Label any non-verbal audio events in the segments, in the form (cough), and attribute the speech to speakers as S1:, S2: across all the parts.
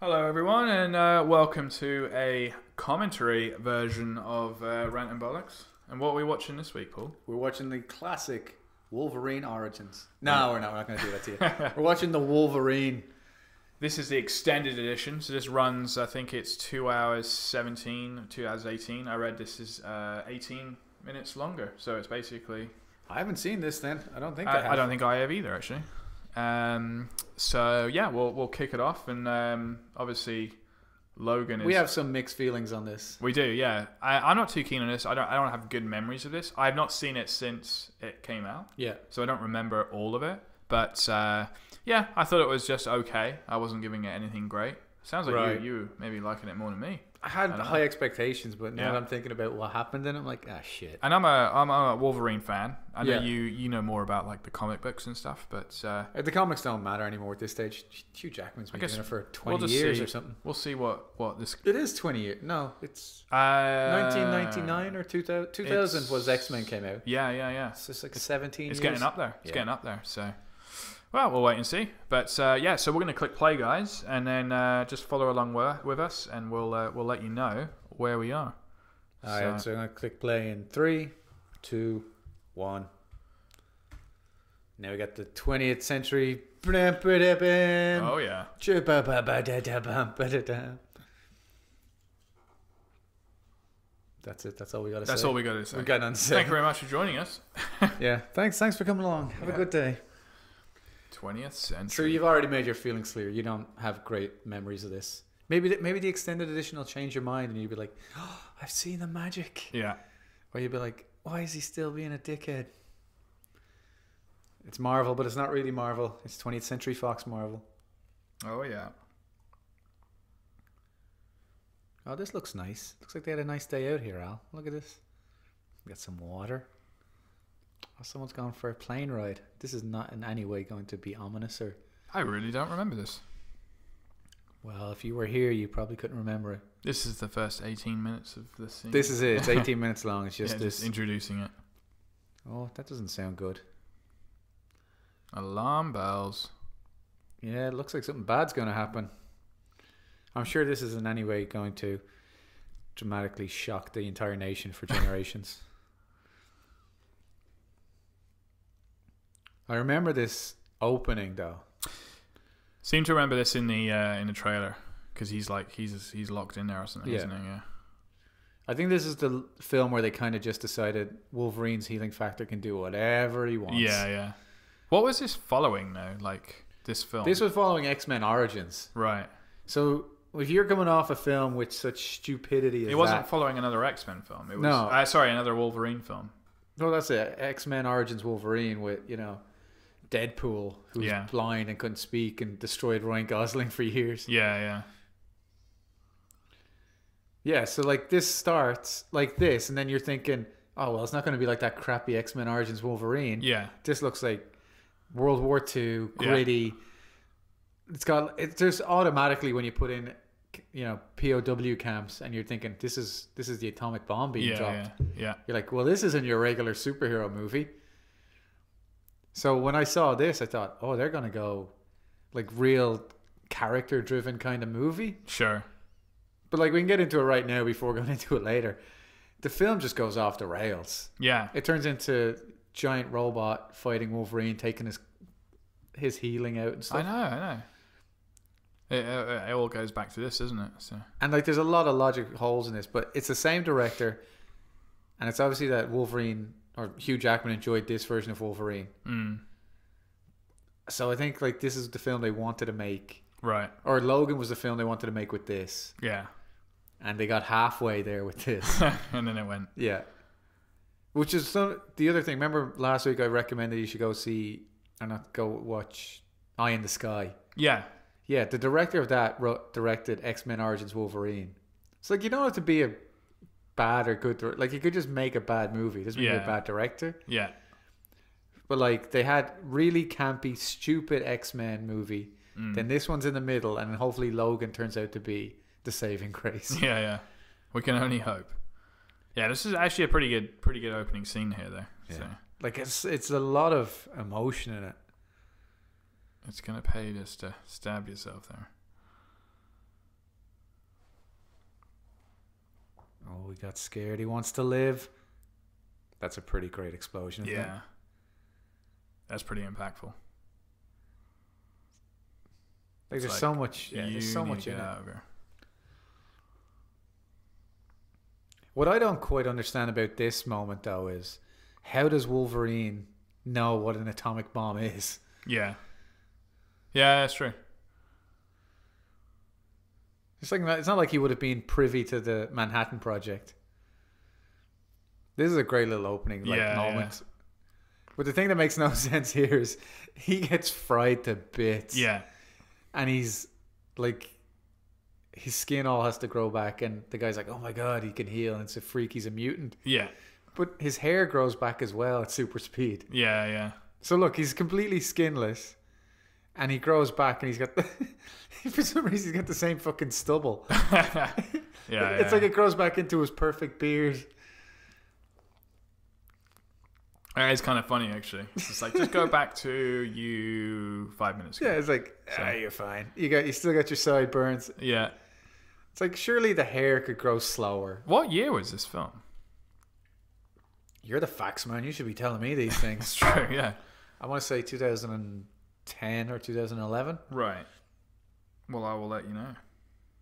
S1: Hello, everyone, and uh, welcome to a commentary version of uh, Rant and Bollocks. And what are we watching this week, Paul?
S2: We're watching the classic Wolverine Origins. No, we're not. We're not going to do that
S1: (laughs)
S2: to you. we're watching the Wolverine.
S1: This is the extended edition, so this runs, I think it's 2 hours 17, 2 hours 18. I read this is uh, 18 minutes longer, so it's basically.
S2: I haven't seen this then. I don't think I,
S1: I, I
S2: have.
S1: don't think I have either, actually. Um, so, yeah, we'll, we'll kick it off, and um, obviously, Logan is.
S2: We have some mixed feelings on this.
S1: We do, yeah. I, I'm not too keen on this. I don't. I don't have good memories of this. I've not seen it since it came out,
S2: Yeah.
S1: so I don't remember all of it. But uh, yeah, I thought it was just okay. I wasn't giving it anything great. Sounds like
S2: Right.
S1: you, you maybe liking it more than me.
S2: I had
S1: don't know.
S2: high expectations, but now
S1: Yeah.
S2: that I'm thinking about what happened in it, I'm like, ah, shit.
S1: And I'm a I'm a Wolverine fan. I know
S2: Yeah.
S1: you you know more about like the comic books and stuff, but uh,
S2: Uh, The comics don't matter anymore at this stage. Hugh Jackman's been
S1: guess
S2: doing it for 20
S1: we'll just
S2: years
S1: see.
S2: or something.
S1: we'll see what what this.
S2: It is 20 years. No, it's
S1: Uh,
S2: 1999 or 2000, 2000
S1: it's-
S2: was X Men came out.
S1: Yeah, yeah, yeah.
S2: It's just like 17
S1: It's
S2: years.
S1: getting up there. It's
S2: Yeah.
S1: getting up there. So, well, we'll wait and see. But uh, yeah, so we're going to click play, guys, and then uh, just follow along wi- with us, and we'll uh, we'll let you know where we are.
S2: All right, so I'm gonna click play in three, two, one. Now we got the 20th century.
S1: Oh yeah,
S2: That's it. That's all we gotta
S1: that's
S2: say.
S1: all we got to say.
S2: we got on
S1: Thank you very much for joining us.
S2: (laughs) Yeah. Thanks. Thanks for coming along. Have
S1: Yeah.
S2: a good day.
S1: Twentieth
S2: So
S1: century.
S2: you've already made your feelings clear. You don't have great memories of this. Maybe the, maybe the extended edition will change your mind, and you'll be like, (gasps) oh, "I've seen the magic."
S1: yeah,
S2: Or you'd be like, why is he still being a dickhead? It's Marvel, but it's not really Marvel. It's 20th Century Fox Marvel.
S1: oh yeah.
S2: Oh, this looks nice. Looks like they had a nice day out here, Al. Look at this. We got some water. Oh, someone's gone for a plane ride. This is not in any way going to be ominous or.
S1: I really don't remember this.
S2: Well, if you were here, you probably couldn't remember it.
S1: This is the first eighteen minutes of this. Scene.
S2: This is
S1: (laughs)
S2: it. It's 18 minutes long. It's
S1: Yeah,
S2: just
S1: just
S2: this.
S1: introducing it.
S2: oh, that doesn't sound good.
S1: Alarm bells.
S2: Yeah, it looks like something bad's going to happen. I'm sure this is in any way going to dramatically shock the entire nation for (laughs) generations. I remember this opening though.
S1: Seem to remember this in the uh, in the trailer because he's like he's he's locked in there or something,
S2: Yeah.
S1: isn't he? Yeah.
S2: I think this is the l- film where they kind of just decided Wolverine's healing factor can do whatever he wants.
S1: Yeah, yeah. What was this following though? Like this film?
S2: This was following X Men Origins.
S1: right.
S2: So if you're coming off a film with such stupidity as
S1: It wasn't
S2: that,
S1: following another X Men film. It was
S2: No.
S1: uh, sorry, another Wolverine film.
S2: No, that's it. X Men Origins Wolverine with you know Deadpool, who's
S1: Yeah.
S2: blind and couldn't speak and destroyed Ryan Gosling for years.
S1: Yeah, yeah,
S2: Yeah, so like this starts like this, and then you're thinking, oh well, it's not going to be like that crappy X Men Origins Wolverine.
S1: yeah.
S2: This looks like World War II
S1: Yeah.
S2: gritty. It's got it's just automatically when you put in you know POW camps, and you're thinking this is this is the atomic bomb being
S1: yeah,
S2: dropped.
S1: yeah, yeah.
S2: You're like, well, this isn't your regular superhero movie. So when I saw this, I thought, oh, they're gonna go like real character-driven kind of movie.
S1: Sure.
S2: But like, we can get into it right now before going (laughs) into it later. The film just goes off the rails.
S1: Yeah,
S2: It turns into giant robot fighting Wolverine, taking his his healing out and
S1: I
S2: stuff.
S1: know, I know. It, it, it all goes back to this, isn't it? So
S2: And like, there's a lot of logic holes in this, but it's the same director, and it's obviously that Wolverine or Hugh Jackman enjoyed this version of Wolverine.
S1: mm,
S2: So I think like this is the film they wanted to make,
S1: right.
S2: or Logan was the film they wanted to make with this,
S1: Yeah, (laughs)
S2: and they got halfway there with this.
S1: and then it went.
S2: yeah, which is some, the other thing. Remember last week I recommended you should go see or not go watch Eye in the Sky.
S1: Yeah,
S2: Yeah, the director of that wrote, directed X Men Origins Wolverine. It's like you don't have to be a bad or good dir- like you could just make a bad movie. It doesn't mean you're
S1: Yeah.
S2: a bad director.
S1: yeah, (laughs)
S2: But like they had really campy, stupid X Men movie.
S1: Mm.
S2: Then this one's in the middle, and hopefully Logan turns out to be the
S1: (laughs)
S2: saving grace.
S1: yeah, yeah. We can only hope. Yeah, this is actually a pretty good, pretty good opening scene here, though. So.
S2: like it's it's a lot of emotion in it.
S1: It's gonna pay just to stab yourself there.
S2: Oh, we got scared. He wants to live. That's a pretty great explosion. isn't it?
S1: Yeah. That's pretty impactful.
S2: Like,
S1: It's
S2: there's
S1: like,
S2: so much. Yeah,
S1: you
S2: there's so
S1: need
S2: much
S1: to
S2: in
S1: get
S2: it.
S1: out of here.
S2: What I don't quite understand about this moment though is how does Wolverine know what an atomic bomb is?
S1: Yeah. Yeah, that's true.
S2: It's like it's not like he would have been privy to the Manhattan Project. This is a great little opening like
S1: Yeah,
S2: moment. But the thing that makes no (laughs) sense here is he gets fried to bits.
S1: Yeah.
S2: And he's like his skin all has to grow back and the guy's like, Oh my god, he can heal and it's a freak, he's a mutant.
S1: Yeah.
S2: But his hair grows back as well at super speed.
S1: Yeah, yeah.
S2: So look, he's completely skinless, and he grows back, and he's got (laughs) the, for some reason he's got the same fucking stubble.
S1: yeah, (laughs)
S2: (laughs) it's
S1: yeah.
S2: like it grows back into his perfect beard.
S1: Yeah, it's kind of funny actually. It's just like just go back to you five minutes
S2: Yeah,
S1: ago.
S2: it's like ah, you're fine. You got you still got your sideburns.
S1: Yeah.
S2: It's like surely the hair could grow slower.
S1: What year was this film? (laughs)
S2: You're the facts man. You should be telling me these things.
S1: It's true. Yeah.
S2: (laughs) I want to say 2010 or 2011,
S1: Right. Well, I will let you know.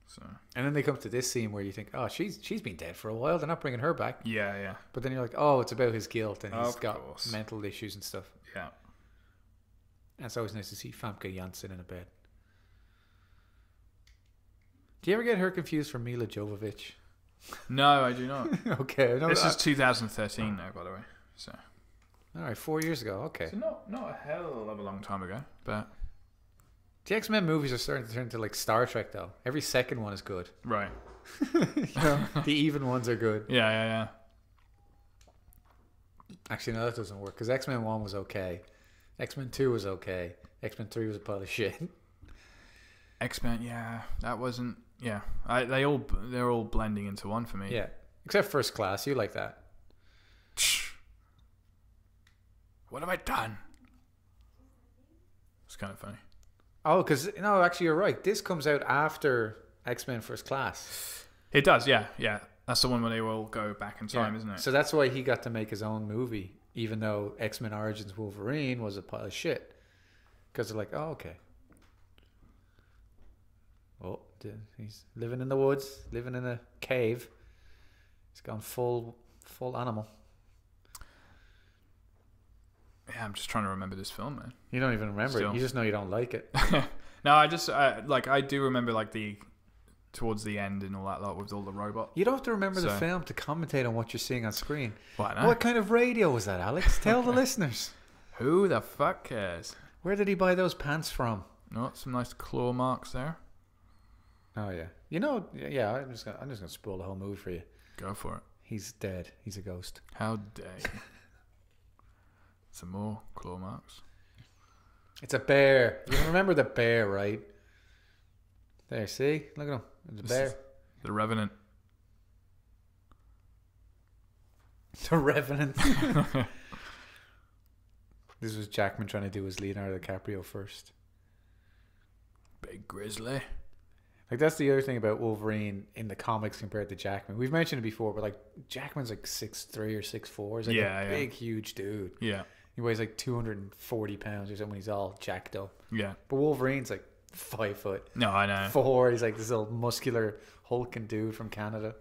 S1: So.
S2: and then they come to this scene where you think, oh, she's she's been dead for a while. They're not bringing her back.
S1: Yeah, yeah,
S2: But then you're like, oh, it's about his guilt and he's
S1: Of
S2: got
S1: course.
S2: mental issues and stuff.
S1: yeah.
S2: And it's always nice to see Famke Janssen in a bed. Do you ever get her confused for Mila Jovovich?
S1: No, I do not.
S2: (laughs) okay,
S1: (laughs)
S2: no,
S1: This
S2: I-
S1: is 2013 now, by the way. So.
S2: all right. Four years ago, okay.
S1: So not not a hell of a long time ago, but
S2: The X Men movies are starting to turn into like Star Trek, though. Every second one is good. (laughs)
S1: right.
S2: You know, the even ones are good.
S1: Yeah, yeah, yeah.
S2: Actually, no, that doesn't work because X Men One was okay, X Men Two was okay, X Men Three was a pile of shit. (laughs)
S1: X Men. Yeah, that wasn't. Yeah, I, they all they're all blending into one for me.
S2: yeah, except First Class. You like that?
S1: What have I done? It's kind of funny.
S2: Oh, because no, actually, you're right. This comes out after X Men First Class.
S1: It does, yeah, yeah. That's the one where they will go back in time,
S2: Yeah.
S1: isn't it?
S2: So that's why he got to make his own movie, even though X Men Origins Wolverine was a pile of shit. Because they're like, oh, okay. Oh, d- he's living in the woods, living in a cave. He's gone full, full animal.
S1: yeah, I'm just trying to remember this film, man.
S2: You don't even remember
S1: Still.
S2: it. You just know you don't like it. (laughs)
S1: No, I just uh, like I do remember like the towards the end and all that lot with all the robot.
S2: You don't have to remember the
S1: So. Ah.
S2: film to commentate on what you're seeing on screen.
S1: Why not?
S2: What kind of radio was that,
S1: (laughs)
S2: Alex? Tell the listeners.
S1: Who the fuck cares?
S2: Where did he buy those pants from?
S1: No, some nice claw marks there.
S2: Oh yeah. You know, yeah. I'm just gonna, I'm just gonna spoil the whole movie for you.
S1: Go for it.
S2: He's dead. He's a ghost.
S1: How dare you? (laughs) some more claw marks.
S2: It's a bear. You remember the bear, right? There, see? Look at him. It's a
S1: This
S2: bear.
S1: is- The Revenant.
S2: (laughs) The Revenant. (laughs) this was Jackman trying to do his Leonardo DiCaprio first.
S1: Big grizzly.
S2: Like that's the other thing about Wolverine in the comics compared to Jackman. We've mentioned it before, but like Jackman's like six three or six four. He's like
S1: Yeah,
S2: a
S1: yeah.
S2: big, huge dude.
S1: Yeah.
S2: He weighs like two hundred and forty pounds or something. He's all jacked up.
S1: Yeah.
S2: But Wolverine's like five foot.
S1: No, I know.
S2: four. He's like this little muscular hulking dude from Canada.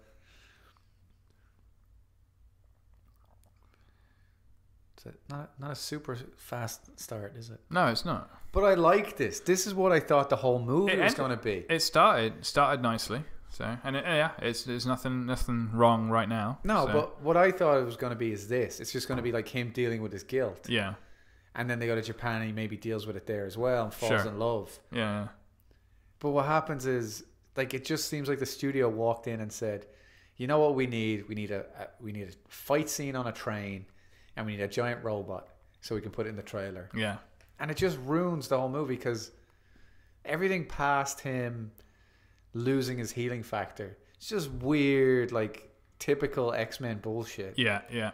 S2: It's a- not not a super fast start, is it?
S1: No, it's not.
S2: But I like this. This is what I thought the whole movie
S1: It
S2: was
S1: ended-
S2: going to be.
S1: It started started nicely. So and it, yeah, it's there's nothing nothing wrong right now.
S2: no,
S1: so,
S2: but what I thought it was going to be is this. It's just going to be like him dealing with his guilt,
S1: yeah,
S2: and then they go to Japan and he maybe deals with it there as well and falls
S1: Sure.
S2: in love.
S1: yeah,
S2: But what happens is, like, it just seems like the studio walked in and said, "You know what we need? We need a, a we need a fight scene on a train, and we need a giant robot so we can put it in the trailer."
S1: yeah,
S2: And it just ruins the whole movie because everything past him losing his healing factor. It's just weird, like typical X Men bullshit.
S1: yeah, yeah,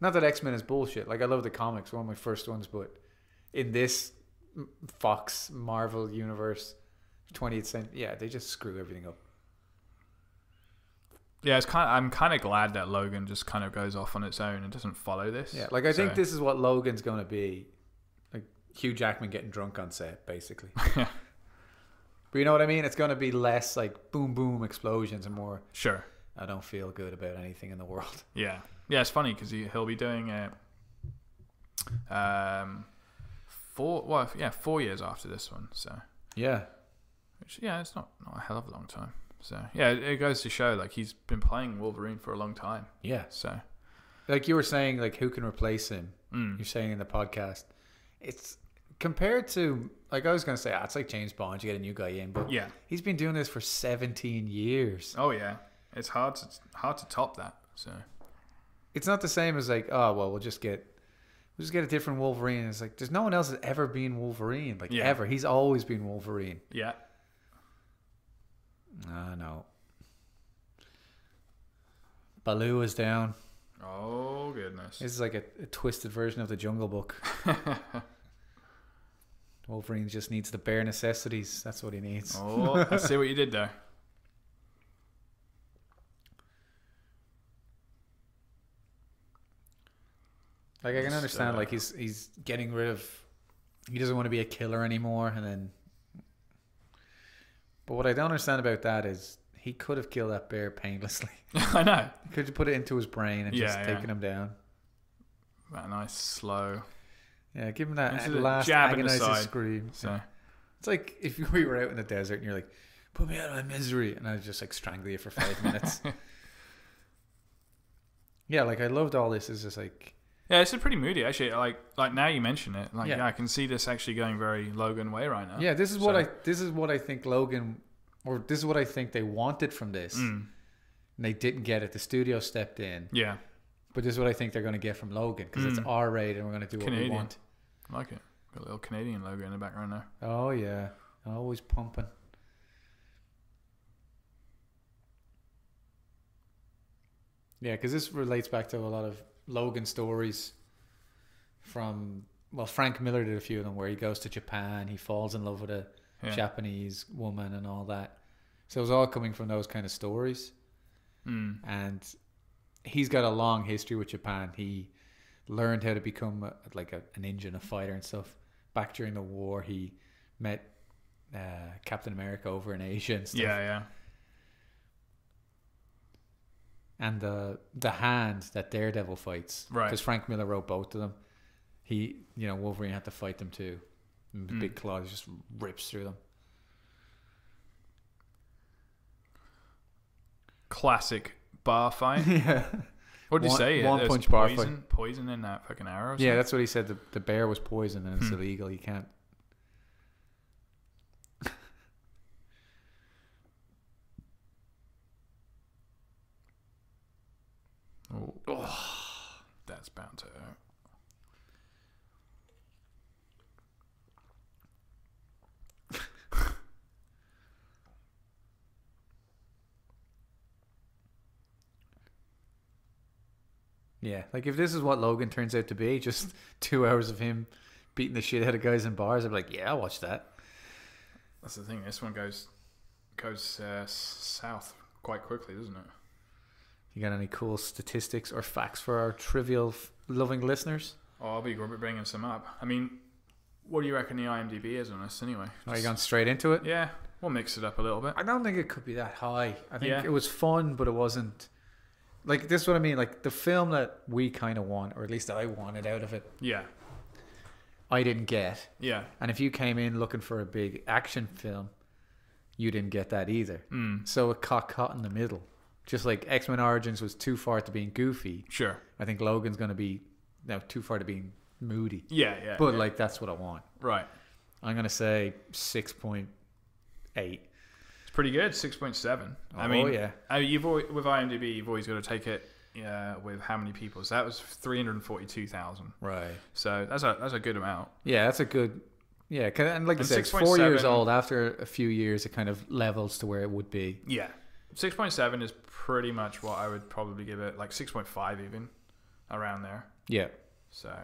S2: Not that X Men is bullshit. Like I love the comics, one of my first ones, but in this M- Fox Marvel universe, 20th century. Yeah, they just screw everything up.
S1: Yeah, it's kind. Of, I'm kind of glad that Logan just kind of goes off on its own and doesn't follow this.
S2: Yeah, like I think
S1: So-
S2: this is what Logan's going to be, like Hugh Jackman getting drunk on set, (laughs) basically. but you know what I mean? It's going to be less like boom boom explosions and more.
S1: Sure.
S2: I don't feel good about anything in the world.
S1: Yeah. Yeah, it's funny because he, he'll be doing it. Um, four. Well, yeah, four years after this one. So,
S2: Yeah,
S1: which yeah, it's not not a hell of a long time. So yeah, it, it goes to show like he's been playing Wolverine for a long time.
S2: yeah.
S1: So
S2: Like you were saying, like who can replace him?
S1: mm,
S2: You're saying in the podcast, it's compared to like I was going to say, ah, it's like James Bond. You get a new guy in, but
S1: yeah.
S2: he's been doing this for 17 years.
S1: Oh yeah, it's hard to hard to top that. So
S2: it's not the same as like, oh well, we'll just get we'll just get a different Wolverine. It's like there's no one else that's ever been Wolverine, like
S1: Yeah.
S2: ever. He's always been Wolverine.
S1: yeah,
S2: Ah no. Baloo is down.
S1: oh goodness,
S2: This is like a, a twisted version of the
S1: (laughs)
S2: Jungle Book. Wolverine just needs the bare necessities. That's what he needs.
S1: oh, I see what you did there. (laughs)
S2: Like I can
S1: So-
S2: understand,
S1: uh,
S2: like he's he's getting rid of. He doesn't want to be a killer anymore, and then. But what I don't understand about that is he could have killed that bear painlessly. (laughs)
S1: I know
S2: He could have put it into his brain and just
S1: Yeah, yeah.
S2: taken him down.
S1: that nice slow.
S2: Yeah, give him that
S1: Into
S2: a-
S1: the
S2: last
S1: jab in the
S2: agonizing
S1: side.
S2: scream.
S1: So
S2: It's like if we were out in the desert and you're like, "Put me out of my misery," and I just like strangle you for five
S1: (laughs)
S2: minutes. yeah, like I loved all this. Is just like
S1: yeah, it's a pretty moody actually. Like like now you mention it, like
S2: Yeah.
S1: yeah, I can see this actually going very Logan way right now.
S2: Yeah, this is what
S1: So-
S2: I this is what I think Logan or this is what I think they wanted from this.
S1: Mm.
S2: And they didn't get it. The studio stepped in.
S1: yeah,
S2: But this is what I think they're going to get from Logan because it's
S1: Mm.
S2: R rated and we're going to do what
S1: Canadian.
S2: we want.
S1: I like it. Got a little Canadian logo in the background there.
S2: Oh yeah. Always pumping. Yeah, cuz this relates back to a lot of Logan stories from well Frank Miller did a few of them where he goes to Japan, he falls in love with a
S1: Yeah.
S2: Japanese woman and all that. So it was all coming from those kind of stories.
S1: Mm.
S2: And he's got a long history with Japan. He learned how to become a, like a, an ninja and a fighter and stuff. Back during the war, he met uh, Captain America over in Asia and stuff.
S1: Yeah, yeah.
S2: And the the hand that Daredevil fights,
S1: Right.
S2: Because Frank Miller wrote both of them. He, you know, Wolverine had to fight them too. And the
S1: Mm.
S2: Big claws just rips through
S1: (laughs)
S2: them.
S1: Classic bar fight. (laughs)
S2: yeah,
S1: What did you
S2: One-
S1: say?
S2: one
S1: There's
S2: punch bar fight.
S1: poison, Poison in that fucking arrow. or
S2: yeah,
S1: something?
S2: that's what he said. The, the bear was poisoned and it's
S1: Hmm.
S2: illegal. You can't
S1: Oh. That's bound to hurt.
S2: Yeah, like if this is what Logan turns out to be, (laughs) just two hours of him beating the shit out of guys in bars, I'd be like, yeah, I'll watch that.
S1: That's the thing. This one goes goes uh, s- south quite quickly, doesn't it?
S2: You got any cool statistics or facts for our trivial f- loving listeners?
S1: Oh, I'll be bringing some up. I mean, what do you reckon the IMDb is on this anyway?
S2: Are you going straight into it?
S1: Yeah, we'll mix it up a little bit.
S2: I don't think it could be that high. I think
S1: Yeah.
S2: it was fun, but it wasn't. Like, this is what I mean. Like, the film that we kind of want, or at least I wanted out of it,
S1: Yeah,
S2: I didn't get.
S1: yeah.
S2: And if you came in looking for a big action film, you didn't get that either.
S1: Mm,
S2: So it caught caught in the middle. Just like X Men Origins was too far to being goofy,
S1: sure.
S2: I think Logan's going to be no too far to being moody.
S1: Yeah, yeah.
S2: But
S1: yeah.
S2: like that's what I want.
S1: right,
S2: I'm going to say 6.8.
S1: it's pretty good. Six point seven. I
S2: Oh,
S1: mean,
S2: yeah.
S1: I mean, you've always, with IMDb, you've always got to take it uh, with how many people. So that was three hundred forty-two thousand.
S2: Right.
S1: So that's a that's a good amount.
S2: Yeah, that's a good yeah, 'cause- and like I
S1: And
S2: said, it's four years
S1: 6.7.
S2: old. After a few years, it kind of levels to where it would be.
S1: Yeah. 6.7 is pretty much what I would probably give it, like 6.5 even, around there.
S2: Yeah,
S1: So.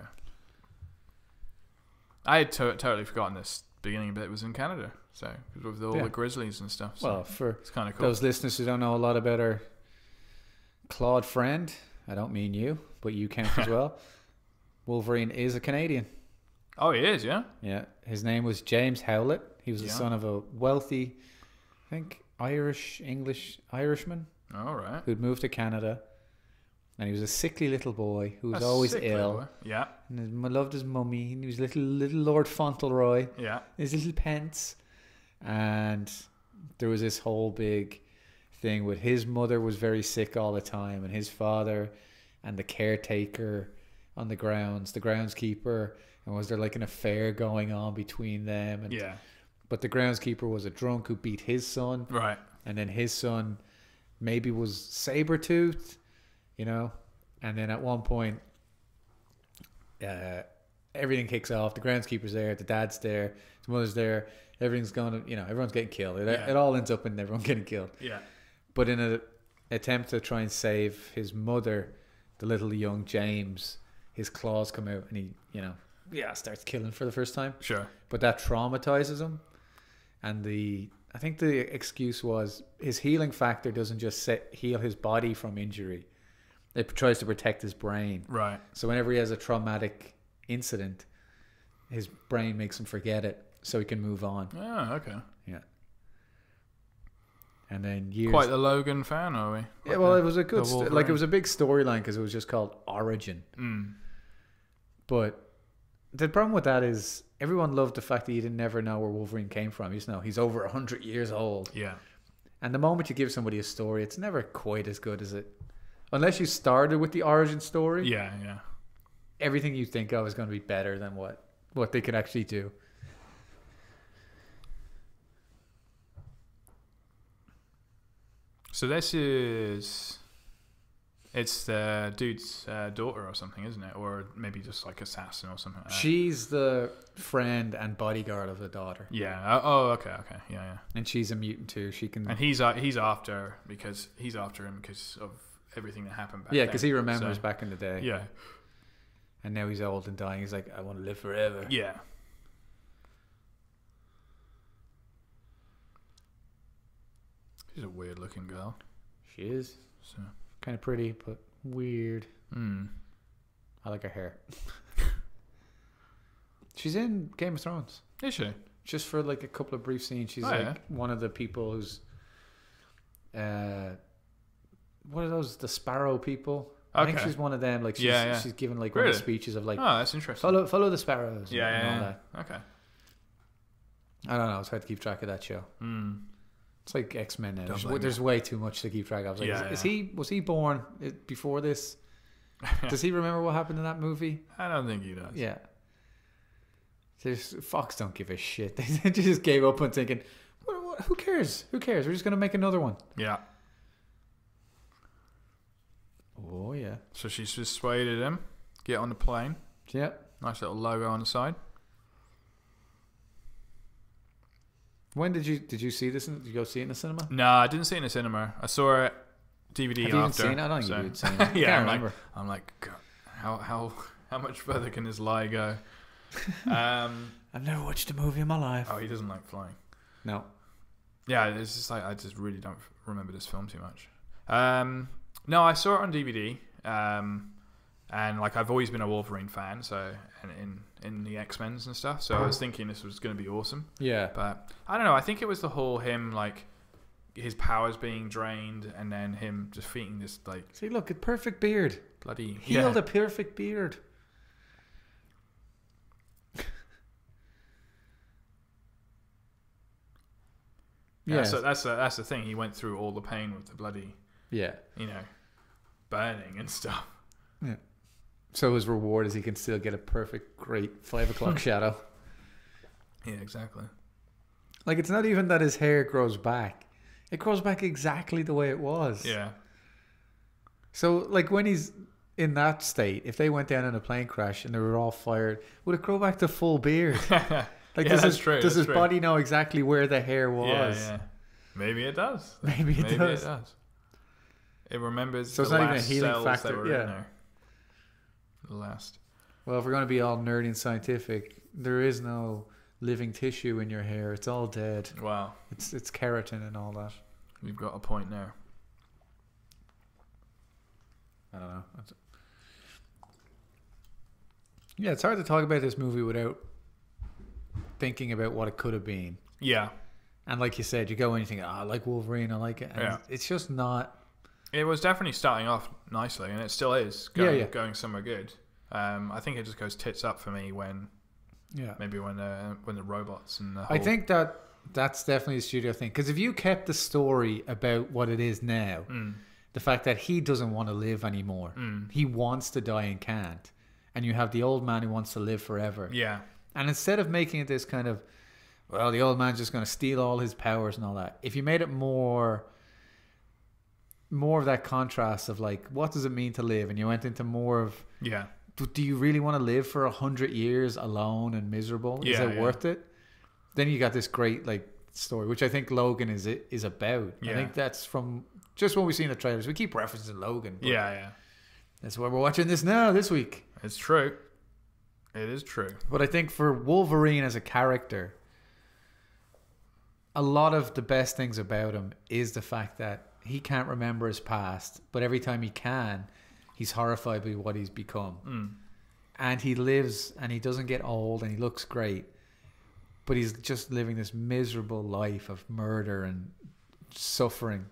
S1: I had to- totally forgotten this beginning bit was in Canada. So 'cause with all
S2: Yeah.
S1: the grizzlies and stuff. So
S2: Well, for
S1: it's kind of cool.
S2: those listeners who don't know a lot about our Claude friend, I don't mean you, but you count
S1: (laughs)
S2: as well. Wolverine is a Canadian.
S1: oh, he is, yeah.
S2: Yeah, his name was James Howlett. He was
S1: Yeah.
S2: the son of a wealthy, I think, Irish English Irishman
S1: All right.
S2: who'd moved to Canada, and he was a sickly little boy who was
S1: That's
S2: always
S1: sick, by the
S2: ill.
S1: way. Yeah,
S2: And his, m- loved his mummy, and he was little little Lord Fauntleroy,
S1: yeah.
S2: his little pence, and there was this whole big thing with his mother was very sick all the time, and his father, and the caretaker on the grounds, the groundskeeper, and was there like an affair going on between them? And
S1: Yeah.
S2: but the groundskeeper was a drunk who beat his son,
S1: Right.
S2: and then his son maybe was saber toothed, you know, and then at one point, uh, everything kicks off. The groundskeeper's there, the dad's there, the mother's there. Everything's going, to, you know, everyone's getting killed. It,
S1: Yeah.
S2: it all ends up in everyone getting killed.
S1: Yeah.
S2: But in an attempt to try and save his mother, the little young James, his claws come out and he, you know, yeah, starts killing for the first time
S1: Sure.
S2: but that traumatizes him and the i think the excuse was his healing factor doesn't just set, heal his body from injury it tries to protect his brain
S1: Right.
S2: so whenever he has a traumatic incident his brain makes him forget it so he can move on
S1: Oh, okay.
S2: yeah and then years
S1: Quite the Logan fan, are we?
S2: yeah, well it was a good
S1: the
S2: st- like it
S1: Wolverine.
S2: was a big storyline because it was just called origin
S1: Mm.
S2: But the problem with that is everyone loved the fact that you didn't never know where Wolverine came from. You just know he's over hundred years old,
S1: Yeah.
S2: and the moment you give somebody a story, it's never quite as good as it. Unless you started with the origin story,
S1: Yeah. Yeah.
S2: everything you think of is going to be better than what what they could actually do.
S1: So this is. It's the dude's uh, daughter or something, isn't it? Or maybe just like assassin or something. Like that.
S2: She's the friend and bodyguard of the daughter,
S1: Yeah. Oh, oh, okay. Okay. Yeah. Yeah.
S2: and she's a mutant too. She can,
S1: And he's uh, he's after because he's after him because of everything that happened back.
S2: yeah,
S1: then.
S2: because he remembers
S1: So,
S2: back in the day,
S1: Yeah.
S2: and now he's old and dying. He's like, I want to live forever.
S1: Yeah. She's a weird looking girl.
S2: She is
S1: So.
S2: kind of pretty, but weird.
S1: Hmm.
S2: I like her hair. (laughs) she's in Game of Thrones.
S1: Is she?
S2: Just for like a couple of brief scenes, she's
S1: Oh,
S2: like
S1: yeah.
S2: one of the people who's uh what are those? The sparrow people? I think
S1: Okay.
S2: she's one of them. Like she's
S1: Yeah, yeah.
S2: she's given like one of
S1: Really?
S2: the speaches of like
S1: oh, that's interesting.
S2: follow follow the sparrows. and-
S1: Yeah,
S2: and
S1: yeah,
S2: all
S1: yeah.
S2: that.
S1: Okay.
S2: I don't know, it's hard to keep track of that show.
S1: Hmm.
S2: It's like X Men now. There's,
S1: blame me.
S2: there's way too much to keep track of. I was like,
S1: Yeah,
S2: is, is
S1: yeah.
S2: he was he born uh, before this? Does he remember what happened in that movie?
S1: I don't think he does.
S2: Yeah. There's, Fox don't give a shit. (laughs) They just gave up on thinking, what, what, who cares? Who cares? We're just going to make another one.
S1: Yeah.
S2: Oh, yeah.
S1: So she's persuaded him. Get on the plane.
S2: Yeah.
S1: Nice little logo on the side.
S2: When did you did you see this? In, did you go see it in the cinema?
S1: No, I didn't see it in the cinema. I saw it DVD
S2: Have you even
S1: after.
S2: seen it? I don't
S1: so-
S2: think
S1: (laughs)
S2: you've seen
S1: yeah,
S2: it. yeah,
S1: I'm
S2: I
S1: like,
S2: remember.
S1: I'm like, God, how how how much further can this lie
S2: (laughs)
S1: go? Um,
S2: I've never watched a movie in my life.
S1: oh, he doesn't like flying.
S2: No.
S1: Yeah, it's just like I just really don't remember this film too much. Um, no, I saw it on DVD, um, and like I've always been a Wolverine fan, so and in in the X Men's and stuff. So I was thinking this was going to be awesome.
S2: Yeah.
S1: But I don't know. I think it was the whole him like his powers being drained, and then him defeating this like
S2: See, look, a perfect beard.
S1: bloody
S2: Healed
S1: yeah.
S2: a perfect beard.
S1: (laughs) Yeah,
S2: yeah.
S1: so that's the, that's the thing. He went through all the pain with the bloody
S2: yeah.
S1: you know burning and
S2: (laughs)
S1: stuff.
S2: So his reward is he can still get a perfect, great five
S1: Hmm.
S2: o'clock shadow.
S1: Yeah, exactly.
S2: Like it's not even that his hair grows back. It grows back exactly the way it was.
S1: Yeah, (laughs)
S2: So like when he's in that state, if they went down in a plane crash and they were all fired, would it grow back to
S1: (laughs)
S2: full beard?
S1: yeah,
S2: Like
S1: Yeah, that's
S2: does his,
S1: true,
S2: does
S1: that's
S2: his
S1: true.
S2: body know exactly where the hair was?
S1: yeah. Maybe it does.
S2: (laughs) Maybe it does.
S1: it does. It remembers
S2: So it's
S1: the
S2: not even a
S1: last
S2: healing
S1: cells
S2: factor,
S1: that were
S2: yeah.
S1: in there. The last.
S2: Well, if we're gonna be all nerdy and scientific, there is no living tissue in your hair. It's all dead.
S1: Wow,
S2: It's it's keratin and all that.
S1: you've got a point there.
S2: I don't know. That's- Yeah, it's hard to talk about this movie without thinking about what it could have been.
S1: Yeah,
S2: And like you said, you go in and you think, "Ah, I like Wolverine, I like it. And
S1: Yeah.
S2: It's just not.
S1: it was definitely starting off nicely, and it still is going,
S2: yeah.
S1: going somewhere good. Um, I think it just goes tits up for me when
S2: Yeah.
S1: maybe when the when the robots and the whole,
S2: I think that that's definitely a studio thing. Because if you kept the story about what it is now,
S1: Mm,
S2: the fact that he doesn't want to live anymore,
S1: Mm.
S2: he wants to die and can't, and you have the old man who wants to live forever.
S1: yeah,
S2: And instead of making it this kind of, well, the old man's just going to steal all his powers and all that, if you made it more, more of that contrast of like, what does it mean to live? And you went into more of,
S1: yeah,
S2: but do you really want to live for a hundred years alone and miserable? is
S1: Yeah,
S2: it
S1: yeah.
S2: worth it? Then you got this great like story, which I think Logan is is about. I
S1: Yeah.
S2: think that's from just what we see in the trailers. We keep referencing Logan. but
S1: yeah, yeah.
S2: that's why we're watching this now this week.
S1: It's true. It is true.
S2: But I think for Wolverine as a character, a lot of the best things about him is the fact that he can't remember his past, but every time he can, he's horrified by what he's become.
S1: Mm.
S2: And he lives and he doesn't get old and he looks great, but he's just living this miserable life of murder and suffering.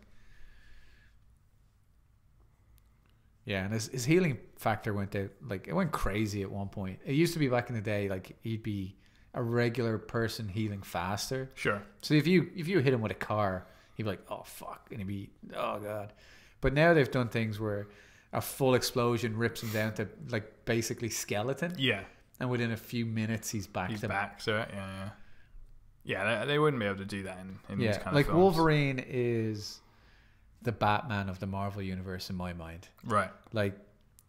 S2: Yeah, and his, his healing factor went out like it went crazy at one point. It used to be back in the day like he'd be a regular person healing faster.
S1: Sure.
S2: So if you if you hit him with a car, he'd be like, "Oh fuck," and he'd be, "Oh god." But now they've done things where a full explosion rips him down to like basically skeleton,
S1: Yeah,
S2: and within a few minutes he's back
S1: he's
S2: to
S1: back. So yeah, yeah. Yeah, they, they wouldn't be able to do that in, in these
S2: yeah.
S1: kind
S2: like
S1: of films.
S2: Wolverine is the Batman of the Marvel universe in my mind.
S1: Right.
S2: Like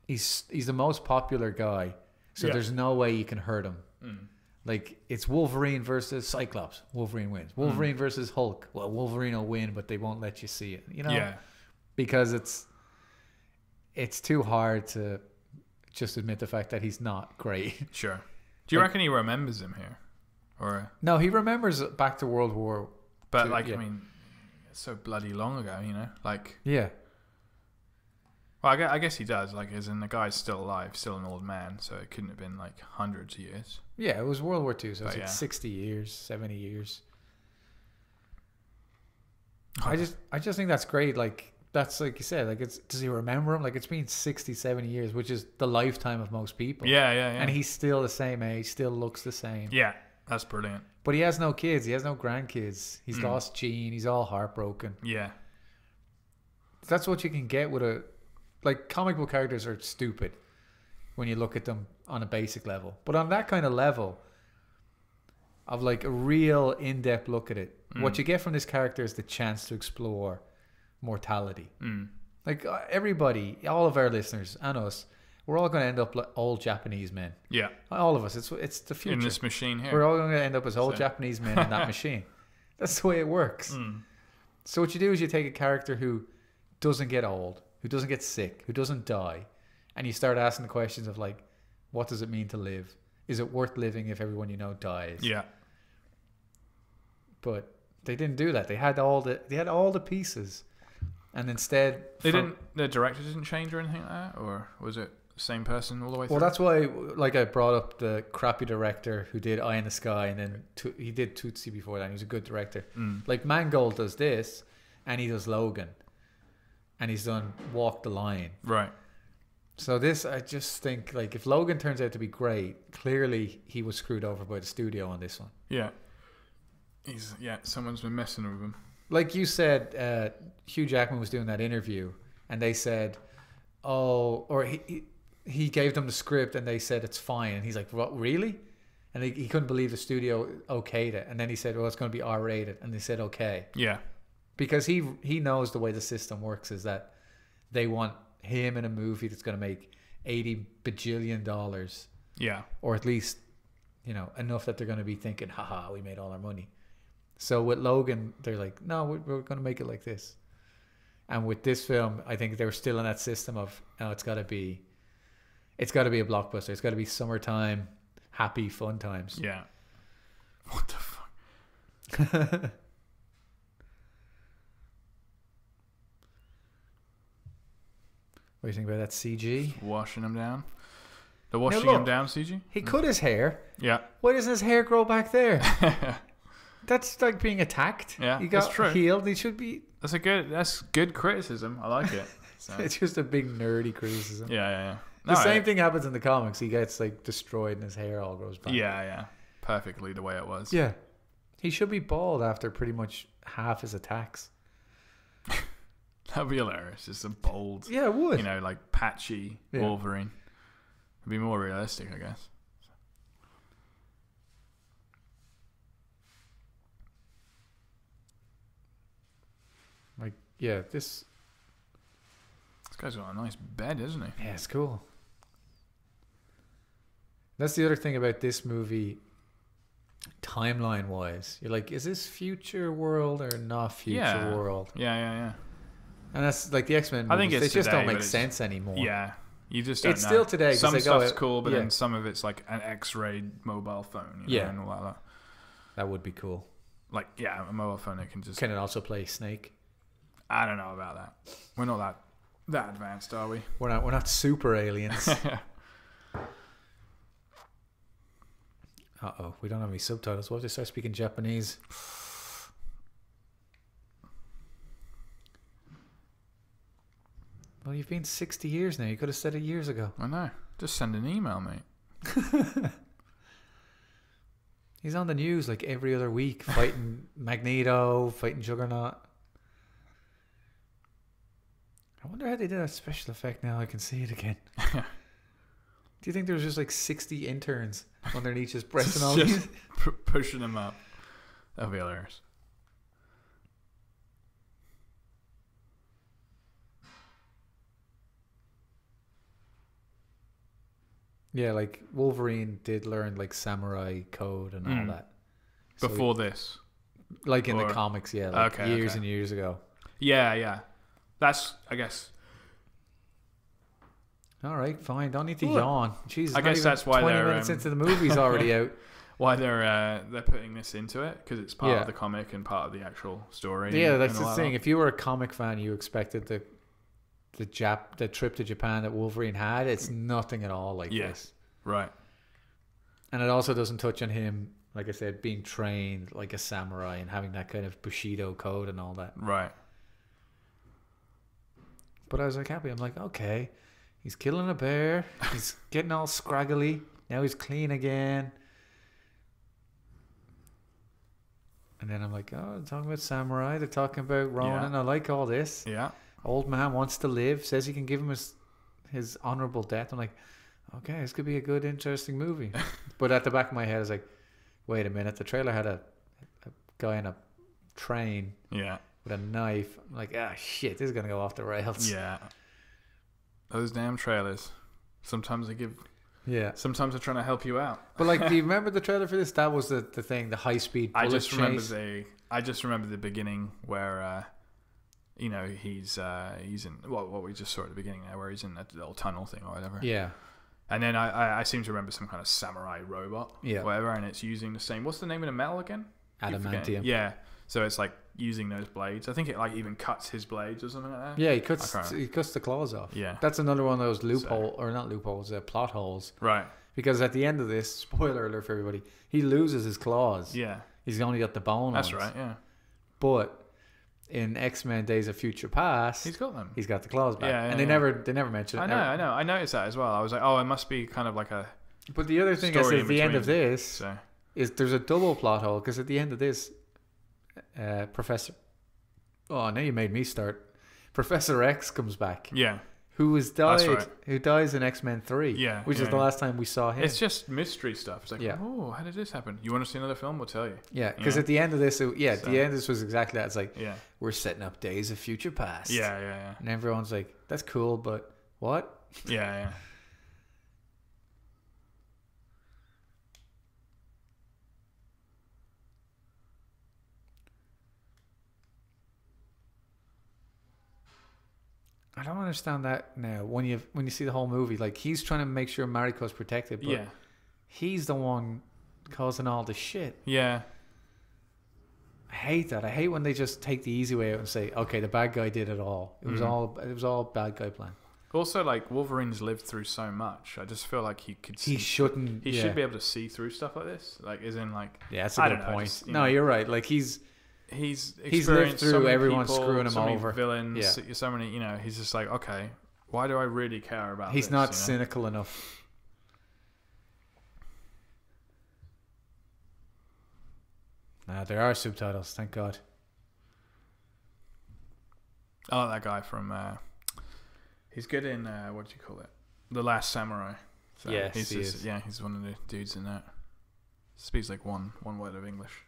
S2: he's he's the most popular guy, so
S1: Yeah.
S2: there's no way you can hurt him.
S1: Mm.
S2: Like it's Wolverine versus Cyclops. Wolverine wins.
S1: Mm.
S2: Wolverine versus Hulk. Well, Wolverine will win, but they won't let you see it. You know,
S1: Yeah.
S2: because it's it's too hard to just admit the fact that he's not great. (laughs)
S1: Sure. Do you
S2: Like-
S1: reckon he remembers him here, or
S2: No, he remembers back to World War.
S1: but
S2: To-
S1: like
S2: yeah.
S1: I mean, it's so bloody long ago, you know? Like,
S2: Yeah,
S1: well, I guess, I guess he does. Like, as in the guy's still alive, still an old man, so it couldn't have been like hundreds of years.
S2: yeah, it was World War Two, so
S1: But
S2: it's like
S1: yeah.
S2: sixty years, seventy years. I just, I just think that's great. Like that's like you said, like it's does he remember him? Like it's been 60, 70 years, which is the lifetime of most people.
S1: Yeah, yeah, yeah.
S2: and he's still the same age, still looks the same.
S1: yeah, that's brilliant.
S2: But he has no kids. He has no grandkids. He's
S1: Mm.
S2: lost Gene. He's all heartbroken.
S1: Yeah,
S2: that's what you can get with a like comic book characters are stupid when you look at them on a basic level but on that kind of level of like a real in-depth look at it what you get from this character is the chance to explore mortality
S1: mm.
S2: like uh, everybody all of our listeners and us we're all going to end up like old japanese men
S1: yeah.
S2: all of us it's it's the
S1: In
S2: future
S1: this machine here.
S2: we're all going to end up as old
S1: So-
S2: japanese men in
S1: (laughs)
S2: that machine that's the way it works
S1: Mm.
S2: so what you do is you take a character who doesn't get old, who doesn't get sick, who doesn't die, and you start asking the questions of like, what does it mean to live? Is it worth living if everyone you know dies?
S1: Yeah,
S2: But they didn't do that. They had all the they had all the pieces, and instead
S1: they
S2: for-
S1: didn't. The director didn't change or anything like that, or was it the same person all the way through?
S2: Well, that's why, like, I brought up the crappy director who did Eye in the Sky, and then to, he did Tootsie before that. And he was a good director.
S1: Mm.
S2: Like Mangold does this, and he does Logan, and he's done Walk the Line.
S1: right.
S2: So this, I just think, like, if Logan turns out to be great, clearly he was screwed over by the studio on this one.
S1: Yeah. He's yeah. Someone's been messing with him.
S2: Like you said, uh, Hugh Jackman was doing that interview, and they said, "Oh," or he he, he gave them the script, and they said it's fine, and he's like, "What, really?" And he, he couldn't believe the studio okayed it, and then he said, "Well, it's going to be R-rated," and they said, "Okay,"
S1: Yeah.
S2: because he he knows the way the system works is that they want him in a movie that's going to make eighty bajillion dollars.
S1: Yeah.
S2: or at least you know enough that they're going to be thinking haha we made all our money so with logan they're like no we're, we're going to make it like this and with this film i think they were still in that system of oh it's got to be it's got to be a blockbuster it's got to be summertime happy fun times.
S1: Yeah. What the fuck?
S2: What do you think about that CG?
S1: Washing them down. The washing them
S2: look.
S1: down, CG.
S2: He cut his hair.
S1: Yeah. (laughs)
S2: Why doesn't his hair grow back there? That's like being attacked.
S1: Yeah,
S2: he got
S1: that's true.
S2: healed. He should be.
S1: That's a good. That's good criticism. I like it.
S2: (laughs)
S1: So, yeah,
S2: It's just a big nerdy criticism.
S1: yeah, yeah.
S2: The
S1: No,
S2: same
S1: it-
S2: thing happens in the comics. He gets like destroyed, and his hair all grows back.
S1: Yeah, yeah. Perfectly the way it was.
S2: yeah. He should be bald after pretty much half his attacks.
S1: That'd be hilarious. Just a bold,
S2: Yeah, it would.
S1: you know, like patchy
S2: Yeah.
S1: Wolverine. It'd be more realistic, I guess.
S2: Like, yeah, this.
S1: This guy's got a nice bed, isn't he?
S2: Yeah, it's cool. That's the other thing about this movie, timeline wise. You're like, is this future world or not future
S1: Yeah.
S2: world?
S1: Yeah, yeah,
S2: And that's like the X Men.
S1: I think
S2: they
S1: it's
S2: just
S1: today,
S2: don't
S1: but
S2: make
S1: it's-
S2: sense anymore.
S1: yeah. Yeah. You just don't
S2: It's
S1: know.
S2: still today, 'cause
S1: Some
S2: they go
S1: stuff's
S2: out-
S1: cool, but
S2: yeah.
S1: then some of it's like an X-ray mobile phone. You know,
S2: Yeah.
S1: and all that.
S2: that would be cool.
S1: Like, yeah, a mobile phone that can just.
S2: Can it also play Snake?
S1: I don't know about that. We're not that that advanced, are we?
S2: We're not. We're not super aliens. uh oh, we don't have any subtitles. What if they start speaking Japanese? Well, you've been sixty years now. You could have said it years ago.
S1: I know. Just send an email, mate.
S2: He's on the news like every other
S1: (laughs)
S2: week, fighting Magneto, fighting Juggernaut. I wonder how they did that special effect now I can see
S1: (laughs)
S2: it again. Do you think there was just like 60 interns
S1: (laughs)
S2: underneath just pressing all
S1: Just-
S2: these?
S1: P- (laughs) pushing them up. That'd be hilarious.
S2: Yeah, like Wolverine did learn like samurai code and
S1: Mm.
S2: all that. So he-
S1: Before this.
S2: like in
S1: or-
S2: the comics, yeah, like
S1: Okay,
S2: years
S1: okay.
S2: and years ago.
S1: Yeah, yeah. That's, I guess,
S2: All right, fine. Don't need to
S1: Look,
S2: yawn. Jesus,
S1: I
S2: not
S1: guess
S2: even
S1: that's why
S2: 20
S1: they're,
S2: minutes
S1: um,
S2: into the
S1: (laughs)
S2: movie's already out.
S1: why they're uh, they're putting this into it because it's part
S2: Yeah.
S1: of the comic and part of the actual story.
S2: Yeah,
S1: and-
S2: that's
S1: and
S2: the
S1: all
S2: thing.
S1: that.
S2: If you were a comic fan, you expected the the Jap the trip to Japan that Wolverine had. It's nothing at all like
S1: Yeah.
S2: this,
S1: Right.
S2: and it also doesn't touch on him. Like I said, being trained like a samurai and having that kind of Bushido code and all that.
S1: Right.
S2: But I was like happy. I'm like, okay, he's killing a bear. He's (laughs) getting all scraggly. Now he's clean again. And then I'm like, oh, they're talking about samurai. They're talking about Ronin. I like all this.
S1: Yeah.
S2: old man wants to live, says he can give him his his honorable death. I'm like, okay, this could be a good, interesting
S1: (laughs)
S2: movie. but at the back of my head, I was like, wait a minute, the trailer had a, a guy in a train
S1: Yeah.
S2: with a knife. I'm like, ah, shit, this is gonna go off the rails.
S1: Yeah. Those damn trailers. Sometimes they give.
S2: (laughs) yeah.
S1: Sometimes they're trying to help you out.
S2: But like, do you remember the trailer for this? That was the, the thing, the high speed.
S1: I just remember the. I just remember the beginning where. Uh, you know he's uh, he's in well, what we just saw at the beginning there, where he's in that little tunnel thing or whatever.
S2: Yeah,
S1: And then I, I, I seem to remember some kind of samurai robot,
S2: Yeah.
S1: whatever, and it's using the same. What's the name of the metal again? Keep forgetting.
S2: adamantium. Yeah.
S1: Yeah. So it's like using those blades. I think it like even cuts his blades or something like that.
S2: he cuts
S1: I can't
S2: he cuts the claws off.
S1: Yeah.
S2: That's another one of those loophole or not loopholes, uh, plot holes.
S1: Right.
S2: Because at the end of this, (laughs) spoiler alert for everybody, he loses his claws.
S1: Yeah.
S2: He's only got the bone.
S1: That's
S2: ones.
S1: right. Yeah.
S2: But in X Men Days of Future Past,
S1: He's got them.
S2: he's got the claws back,
S1: Yeah, yeah,
S2: and they
S1: yeah.
S2: never they never mention it.
S1: I know.
S2: never-
S1: I know. I noticed that as well. I was like, oh, it must be kind of like a.
S2: But the other thing I
S1: Story
S2: said
S1: in
S2: at the end of
S1: between,
S2: this
S1: So
S2: is there's a double plot hole because at the end of this, uh, Professor. Oh, now you made me start. Professor X comes back,
S1: yeah,
S2: who was died,
S1: right.
S2: who dies in X Men Three,
S1: Yeah,
S2: which is
S1: yeah,
S2: the
S1: yeah.
S2: last time we saw him.
S1: it's just mystery stuff. It's like,
S2: Yeah.
S1: oh, how did this happen? You want to see another film? We'll tell
S2: (laughs)
S1: you.
S2: yeah, because
S1: Yeah.
S2: at the end of this, it, yeah, at
S1: So-
S2: the end of this was exactly that. It's like
S1: Yeah.
S2: we're setting up Days of Future Past,
S1: Yeah.
S2: (laughs)
S1: Yeah.
S2: and everyone's like, "That's cool, but what?"
S1: Yeah. Yeah. yeah.
S2: I don't understand that now. When you when you see the whole movie, like he's trying to make sure Mariko's protected, but
S1: yeah.
S2: he's the one causing all the shit.
S1: Yeah.
S2: I hate that. I hate when they just take the easy way out and say, "Okay, the bad guy did it all. It was
S1: Mhm.
S2: all it was all bad guy plan."
S1: Also, like Wolverine's lived through so much. I just feel like he could. See,
S2: He
S1: he
S2: shouldn't. yeah.
S1: should be able to see through stuff like this. Like, is in like
S2: Yeah, that's a
S1: I
S2: good
S1: don't know, I
S2: point.
S1: just, you
S2: no,
S1: know.
S2: you're right. Like he's
S1: he's
S2: He's lived
S1: experienced so
S2: through
S1: many
S2: everyone
S1: people,
S2: screwing him
S1: so many
S2: over.
S1: Villains.
S2: Yeah.
S1: So, so many. You know, he's just like, okay, why do I really care about?
S2: he's
S1: this,
S2: not
S1: you know?
S2: cynical enough. Nah, there are subtitles. Thank God.
S1: I like that guy from. Uh, he's good in uh, what do you call it? The Last Samurai. So
S2: Yes,
S1: he's
S2: he
S1: just-
S2: is.
S1: yeah, he's one of the dudes in that. Speaks like one one word of English.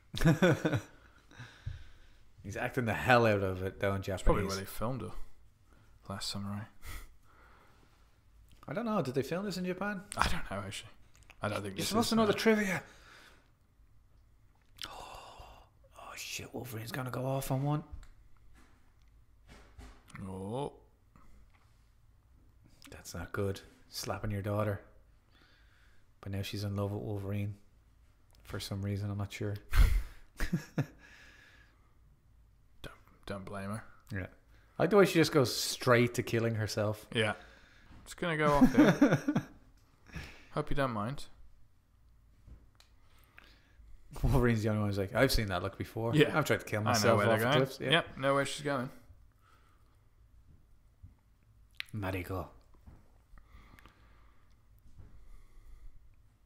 S2: He's acting the hell out of it though in
S1: That's probably
S2: Japanese.
S1: where they filmed it. Last Samurai.
S2: I don't know. Did they film this in Japan?
S1: I don't know actually. I don't think
S2: You're
S1: this
S2: supposed
S1: is,
S2: to know
S1: uh,
S2: the trivia. (gasps) Oh, oh shit! Wolverine's gonna go off on one.
S1: Oh,
S2: That's not good. Slapping your daughter. But now she's in love with Wolverine. For some reason, I'm not sure.
S1: don't blame her.
S2: Yeah. I like the way she just goes straight to killing herself.
S1: Yeah. It's gonna go off there.
S2: (laughs)
S1: Hope you don't mind.
S2: Wolverine's the only one who's like, I've seen that look before.
S1: Yeah.
S2: I've tried to kill
S1: I know
S2: myself
S1: where they're
S2: off
S1: going.
S2: cliffs. Yeah.
S1: Yep, know where she's going.
S2: Marigo.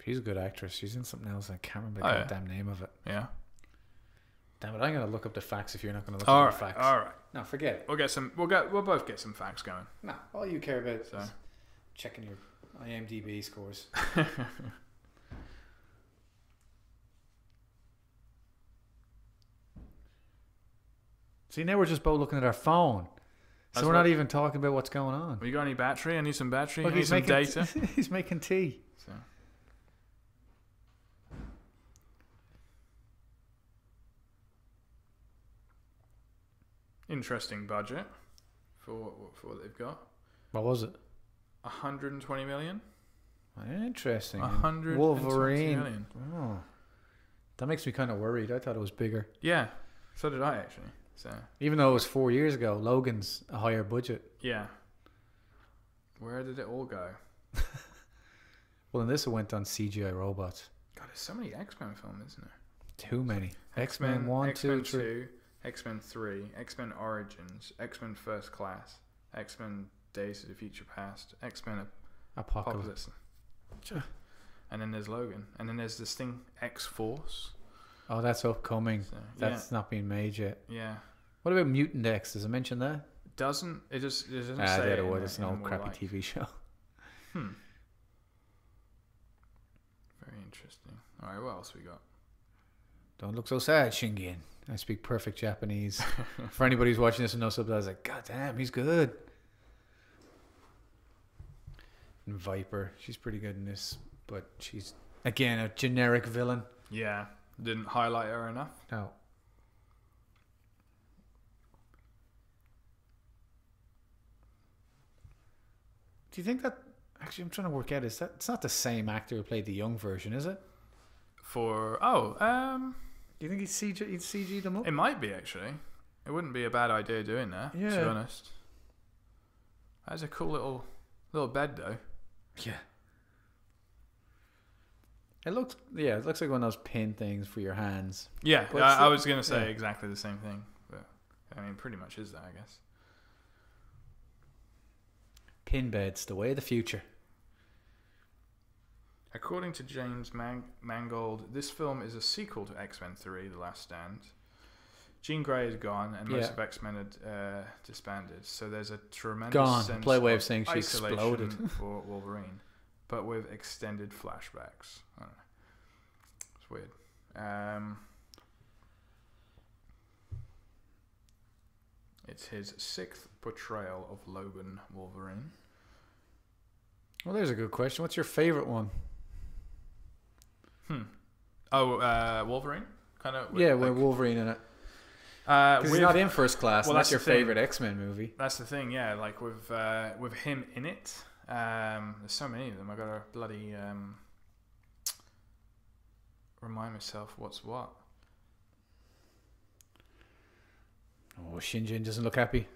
S2: She's a good actress. She's in something else. I can't remember the
S1: Oh, yeah.
S2: goddamn name of it.
S1: Yeah.
S2: Damn it! I'm gonna look up the facts if you're not gonna look
S1: All
S2: up
S1: right.
S2: the facts.
S1: All right.
S2: No, forget it.
S1: We'll get some. We'll get. We'll both get some facts going.
S2: No, all you care about
S1: So.
S2: is checking your IMDb scores. (laughs) See, now we're just both looking at our phone. So
S1: That's
S2: we're
S1: what-
S2: not even talking about what's going on.
S1: Have you got any battery? I need some battery.
S2: Look,
S1: I need some
S2: making,
S1: data.
S2: (laughs) he's making tea.
S1: So. Interesting budget for for what they've got.
S2: What was it?
S1: 120 million.
S2: Interesting.
S1: 120
S2: Wolverine.
S1: million.
S2: Oh. That makes me kind of worried. I thought it was bigger.
S1: Yeah. So did I actually. So
S2: Even though it was four years ago, Logan's a higher budget.
S1: yeah. Where did it all go?
S2: Well, in this, it went on CGI robots.
S1: God, there's so many X-Men films, isn't there?
S2: Too many. X Men 1,
S1: X-Men
S2: 2, 3.
S1: X Men 3, X Men Origins, X Men First Class, X Men Days of the Future Past, X Men
S2: Apocalypse.
S1: Apocalypse. And then there's Logan. And then there's this thing, X Force.
S2: Oh, that's upcoming.
S1: So,
S2: That's not being made yet.
S1: yeah. Yeah.
S2: What about Mutant X? Does it mention that?
S1: Doesn't it just it doesn't
S2: Ah,
S1: say
S2: the
S1: it
S2: other
S1: in
S2: one.
S1: the-
S2: It's
S1: in
S2: an
S1: the
S2: old
S1: more
S2: crappy
S1: like-
S2: TV (laughs) show.
S1: Hmm. Very interesting. All right, what else we got?
S2: Don't look so sad, Shingen. I speak perfect Japanese.
S1: (laughs)
S2: For anybody who's watching this with no subtitles, like, God damn, he's good. And Viper, she's pretty good in this, but she's again a generic villain.
S1: Yeah, didn't highlight her enough.
S2: No. Do you think that? Actually, I'm trying to work out. Is that it's not the same actor who played the young version, is it?
S1: For oh, um,
S2: Do you think he's CG? He's CG them up?
S1: It might be actually. It wouldn't be a bad idea doing that. To
S2: Yeah.
S1: be honest, that's a cool little little bed though.
S2: Yeah. It looks yeah, it looks like one of those pin things for your hands.
S1: Yeah,
S2: But it's
S1: I, I
S2: the-
S1: was gonna say
S2: yeah.
S1: exactly the same thing, but I mean, pretty much is that I guess.
S2: Pin beds, the way of the future.
S1: According to James Mang- Mangold, this film is a sequel to X Men Three: The Last Stand. Jean Grey is gone, and most
S2: Yeah.
S1: of X Men are uh, disbanded. So there's a tremendous
S2: Gone.
S1: sense
S2: Play way of
S1: of
S2: saying she
S1: isolation
S2: exploded. (laughs)
S1: for Wolverine, but with extended flashbacks. I don't know. It's weird. Um, it's his sixth portrayal of Logan Wolverine.
S2: Well there's a good question. What's your favorite one?
S1: Hmm. Oh, uh, Wolverine. Kind of.
S2: yeah, with Wolverine in it.
S1: Uh,
S2: 'Cause
S1: with-
S2: he's not in first class.
S1: well,
S2: and that's,
S1: that's
S2: your
S1: the thing.
S2: favorite X Men movie.
S1: That's the thing, yeah. Like with uh, with him in it, um, there's so many of them. I got a bloody um, remind myself what's what.
S2: Oh, Shinjin doesn't look happy,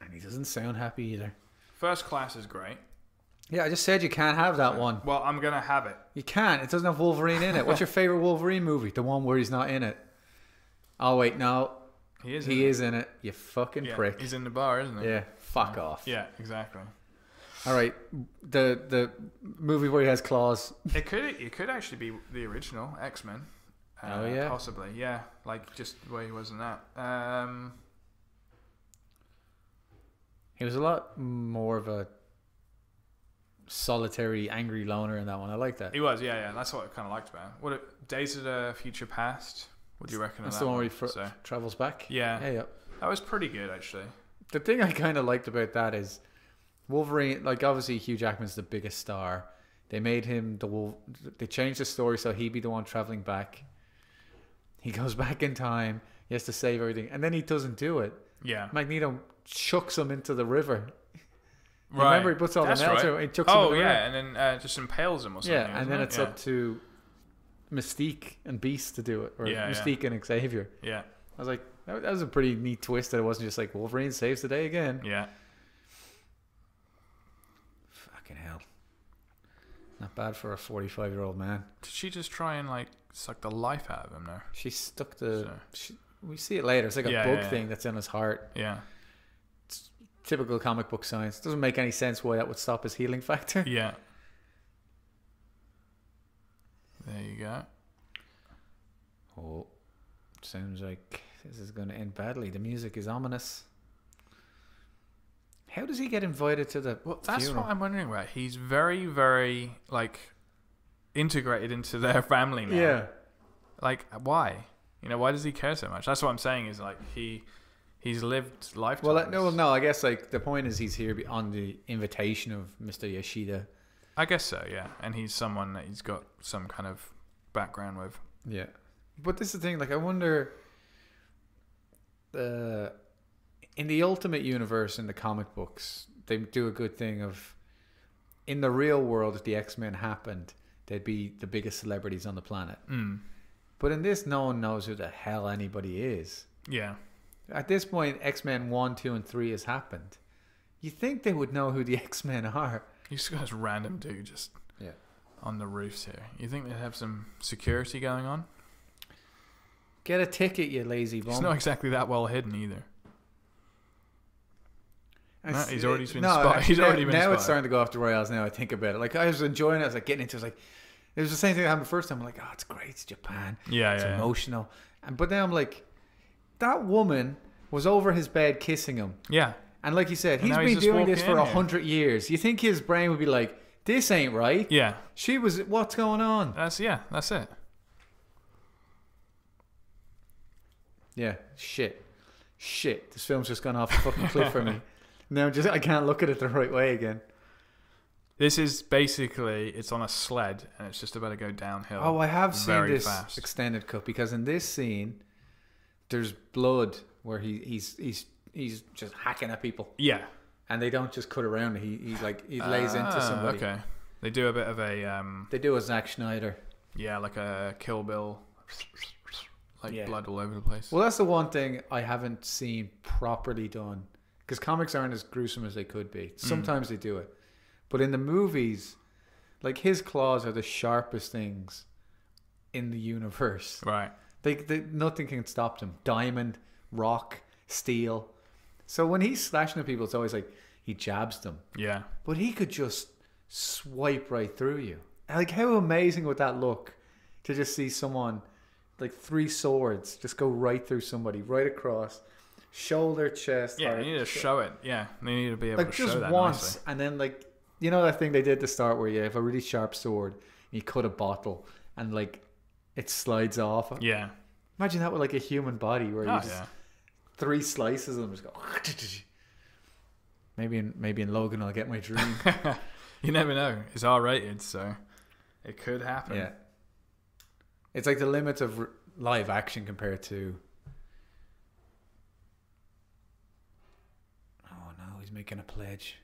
S2: and he doesn't sound happy either.
S1: First class is great.
S2: Yeah, I just said you can't have that one.
S1: Well, I'm gonna have it.
S2: You can't. It doesn't have Wolverine in it. What's your favorite Wolverine movie? The one where he's not in it. Oh wait, no,
S1: He is.
S2: he
S1: in
S2: is in it. You fucking
S1: it. Yeah,
S2: prick.
S1: He's in the bar, isn't he?
S2: Yeah, fuck off.
S1: Yeah, exactly.
S2: All right, the the movie where he has claws.
S1: It could it could actually be the original X Men.
S2: Oh, yeah?
S1: possibly yeah. Like just the way he was in that. Um,
S2: He was a lot more of a solitary, angry loner in that one. I like that.
S1: he was yeah yeah. That's what I kind of liked about. It. What it, Days of the Future Past? What do you reckon?
S2: That's
S1: of that
S2: the one
S1: one?
S2: where he fr-
S1: So,
S2: travels back.
S1: yeah,
S2: Yeah, yeah.
S1: that was pretty good actually.
S2: The thing I kind of liked about that is Wolverine. Like, obviously, Hugh Jackman's the biggest star. They made him the wolf. They changed the story so he'd be the one traveling back. He goes (laughs) back in time. He has to save everything, and then he doesn't do it.
S1: Yeah,
S2: Magneto chucks him into the river.
S1: right.
S2: Remember, he puts all
S1: That's
S2: the metal
S1: right.
S2: and he chucks him
S1: Oh
S2: in the river.
S1: yeah, and then uh, just impales him or something.
S2: Yeah, and
S1: isn't
S2: then
S1: it?
S2: it's up to Mystique and Beast to do it, or
S1: Yeah, yeah.
S2: Mystique and Xavier.
S1: Yeah,
S2: I was like, that that was a pretty neat twist that it wasn't just like Wolverine saves the day again.
S1: yeah.
S2: Fucking hell. Not bad for a 45 year old man.
S1: Did she just try and like suck the life out of him there?
S2: She stuck the.
S1: So-
S2: She, we see it later. It's like a
S1: Yeah,
S2: bug
S1: yeah, yeah.
S2: thing that's in his heart.
S1: Yeah,
S2: Typical comic book science. Doesn't make any sense why that would stop his healing factor.
S1: yeah. There you go.
S2: (laughs) Oh, sounds like this is going to end badly. The music is ominous. How does he get invited to the
S1: Well, that's
S2: funeral?
S1: what I'm wondering about. He's very, very like integrated into their (laughs) family now.
S2: Yeah.
S1: Like, why? You know, why does he care so much? That's what I'm saying. Is like he he's lived life.
S2: Well, no, no. I guess like the point is he's here on the invitation of Mr. Yoshida.
S1: I guess so. Yeah, and he's someone that he's got some kind of background with.
S2: Yeah. But this is the thing. Like, I wonder. Uh, in the Ultimate Universe, in the comic books, they do a good thing of, in the real world, if the X Men happened, they'd be the biggest celebrities on the planet.
S1: Mm.
S2: But in this, no one knows who the hell anybody is.
S1: Yeah.
S2: At this point, X Men One, Two, and Three has happened. You think they would know who the (laughs) X Men are?
S1: You just got this random dude just
S2: Yeah.
S1: on the roofs here. You think they have some security going on?
S2: Get a ticket, you lazy
S1: He's
S2: bum.
S1: not exactly that well hidden either.
S2: And
S1: No,
S2: s-
S1: he's already been
S2: no,
S1: spotted.
S2: actually,
S1: He's
S2: now,
S1: already been
S2: Now
S1: spotted.
S2: it's starting to go off the rails. Now I think about it. Like I was enjoying it. I was like getting into. it. It was like it was the same thing that happened the first time. I'm like, oh, it's great. It's Japan.
S1: Yeah,
S2: It's
S1: yeah.
S2: emotional. And but then I'm like, that woman was over his bed kissing him.
S1: Yeah.
S2: And like you said,
S1: And
S2: he's
S1: now he's
S2: been
S1: just
S2: doing
S1: walking
S2: this
S1: in
S2: for a
S1: here.
S2: hundred years. You think his brain would be like, this ain't right?
S1: Yeah.
S2: She was. What's going on?
S1: That's yeah, that's it.
S2: Yeah. Shit. Shit. This film's just gone off the fucking cliff
S1: (laughs)
S2: for me. Now just I can't look at it the right way again.
S1: This is basically it's on a sled and it's just about to go downhill.
S2: Oh, I have seen
S1: very
S2: this
S1: fast.
S2: extended cut because in this scene, there's blood where he, he's he's he's just hacking at people,
S1: yeah.
S2: and they don't just cut around. He he like he lays
S1: Ah,
S2: into somebody.
S1: Okay. They do a bit of a um
S2: They do a Zack Schneider.
S1: yeah, like a kill bill like
S2: Yeah.
S1: blood all over the place.
S2: Well, that's the one thing I haven't seen properly done because comics aren't as gruesome as they could be.
S1: Hmm.
S2: Sometimes they do it, but in the movies, like his claws are the sharpest things in the universe.
S1: right.
S2: They, they nothing can stop them. Diamond, rock, steel. So when he's slashing at people, it's always like he jabs them,
S1: Yeah.
S2: but he could just swipe right through you. And, Like how amazing would that look to just see someone like three swords just go right through somebody, right across, shoulder, chest.
S1: Yeah,
S2: heart.
S1: they need to show it. Yeah. They need to be able
S2: like
S1: to show
S2: just
S1: that
S2: once,
S1: nicely.
S2: and then like you know that thing they did at the start where you have a really sharp sword, and you cut a bottle, and like it slides off.
S1: Yeah.
S2: Imagine that with like a human body where you
S1: Oh,
S2: just
S1: yeah.
S2: three slices of them just go. (laughs) Maybe in maybe in Logan I'll get
S1: (laughs)
S2: my dream.
S1: you never know. It's R rated, so it could happen.
S2: yeah, it's like the limits of r- live action compared to. Oh no, he's making a pledge.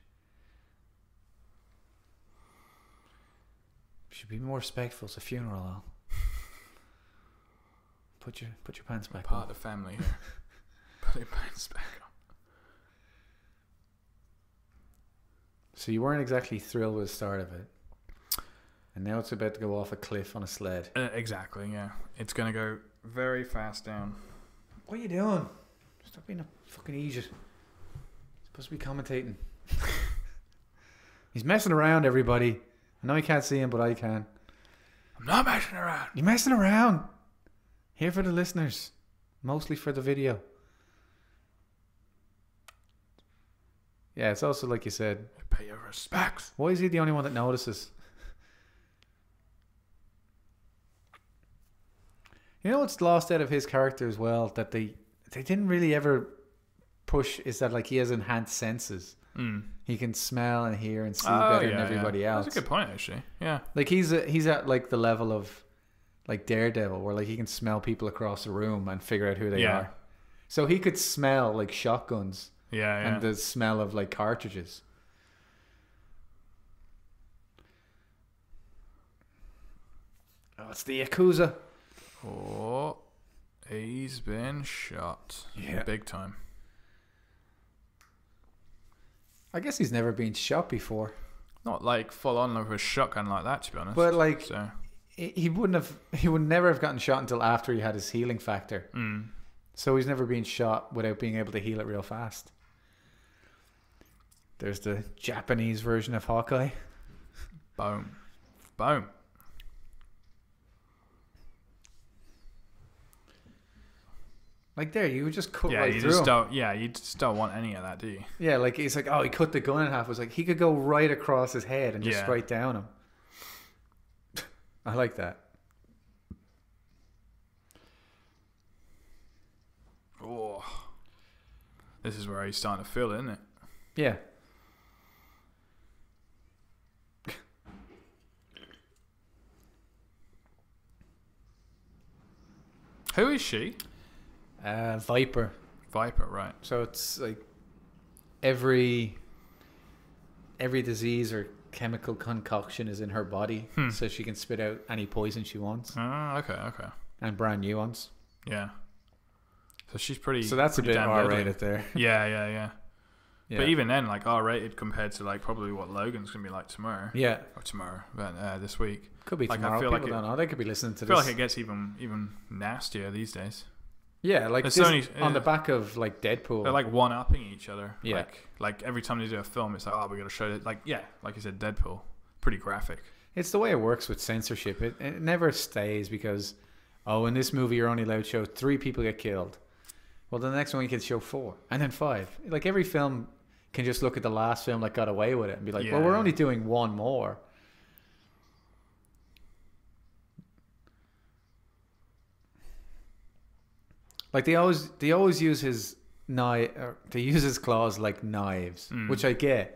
S1: (laughs)
S2: Should be more respectful. It's a funeral. Al. Put your put your pants back
S1: Part
S2: on.
S1: of the family
S2: (laughs)
S1: here. Put your pants back on.
S2: So you weren't exactly thrilled with the start of it, and now it's about to go off a cliff on a sled.
S1: Uh, exactly, yeah. It's going to go very fast down.
S2: What are you doing? Stop being a fucking idiot. Supposed to be commentating. (laughs) He's messing around, everybody. I know you can't see him, but I can.
S1: I'm not messing around.
S2: You're messing around. Here for the listeners, mostly for the video. Yeah, it's also like you said.
S1: Pay your respects.
S2: Why is he the only one that notices? You know what's lost out of his character as well that they they didn't really ever push is that like he has enhanced senses.
S1: Mm.
S2: He can smell and hear and see
S1: Oh,
S2: better
S1: yeah,
S2: than
S1: yeah.
S2: everybody else.
S1: That's a good point, actually. Yeah.
S2: Like he's a, he's at like the level of like Daredevil, where like he can smell people across the room and figure out who they
S1: Yeah.
S2: are. So he could smell like shotguns
S1: Yeah, yeah.
S2: and the smell of like cartridges. Oh, it's the Yakuza.
S1: Oh, he's been shot.
S2: Yeah.
S1: Big time.
S2: I guess he's never been shot before,
S1: Not like full on with a shotgun like that, to be honest.
S2: but like
S1: so,
S2: he he wouldn't have, he would never have gotten shot until after he had his healing factor.
S1: mm.
S2: So he's never been shot without being able to heal it real fast. There's the Japanese version of Hawkeye.
S1: boom. Boom.
S2: Like there, you would just cut
S1: Yeah,
S2: right
S1: you
S2: through.
S1: just
S2: him.
S1: don't. Yeah, you just don't want any of that, do you?
S2: Yeah, like he's like, oh, he cut the gun in half. It was like he could go right across his head and just
S1: Yeah.
S2: right down him. (laughs) I like that.
S1: Oh, this is where he's starting to feel, it, isn't it?
S2: Yeah.
S1: Who is she?
S2: Uh, Viper.
S1: Viper, right?
S2: So it's like every every disease or chemical concoction is in her body,
S1: Hmm.
S2: so she can spit out any poison she wants
S1: Oh, okay, okay,
S2: and brand new ones.
S1: yeah. So she's pretty.
S2: So that's a
S1: pretty
S2: bit
S1: damn
S2: R
S1: deadly.
S2: rated there.
S1: (laughs) Yeah, yeah, yeah,
S2: Yeah.
S1: But even then, like R rated compared to like probably what Logan's gonna be like tomorrow
S2: yeah,
S1: or tomorrow, but uh, this week.
S2: could be
S1: Like, I
S2: tomorrow.
S1: feel like
S2: People
S1: it-
S2: don't know. They could be listening to
S1: I feel
S2: this.
S1: like it gets even even nastier these days.
S2: yeah, like
S1: it's
S2: this,
S1: only-
S2: on the
S1: yeah.
S2: back of like Deadpool.
S1: They're like one upping each other.
S2: Yeah.
S1: Like, like every time they do a film, it's like, oh, we got to show it. Like, yeah, like you said, Deadpool, pretty graphic.
S2: it's the way it works with censorship. It, it never stays because oh, in this movie you're only allowed to show three people get killed. Well, the next one you can show four, and then five. Like every film can just look at the last film that got away with it and be like, well,
S1: Yeah.
S2: we're only doing one more. Like they always they always use his knife they use his claws like knives,
S1: Mm.
S2: which I get.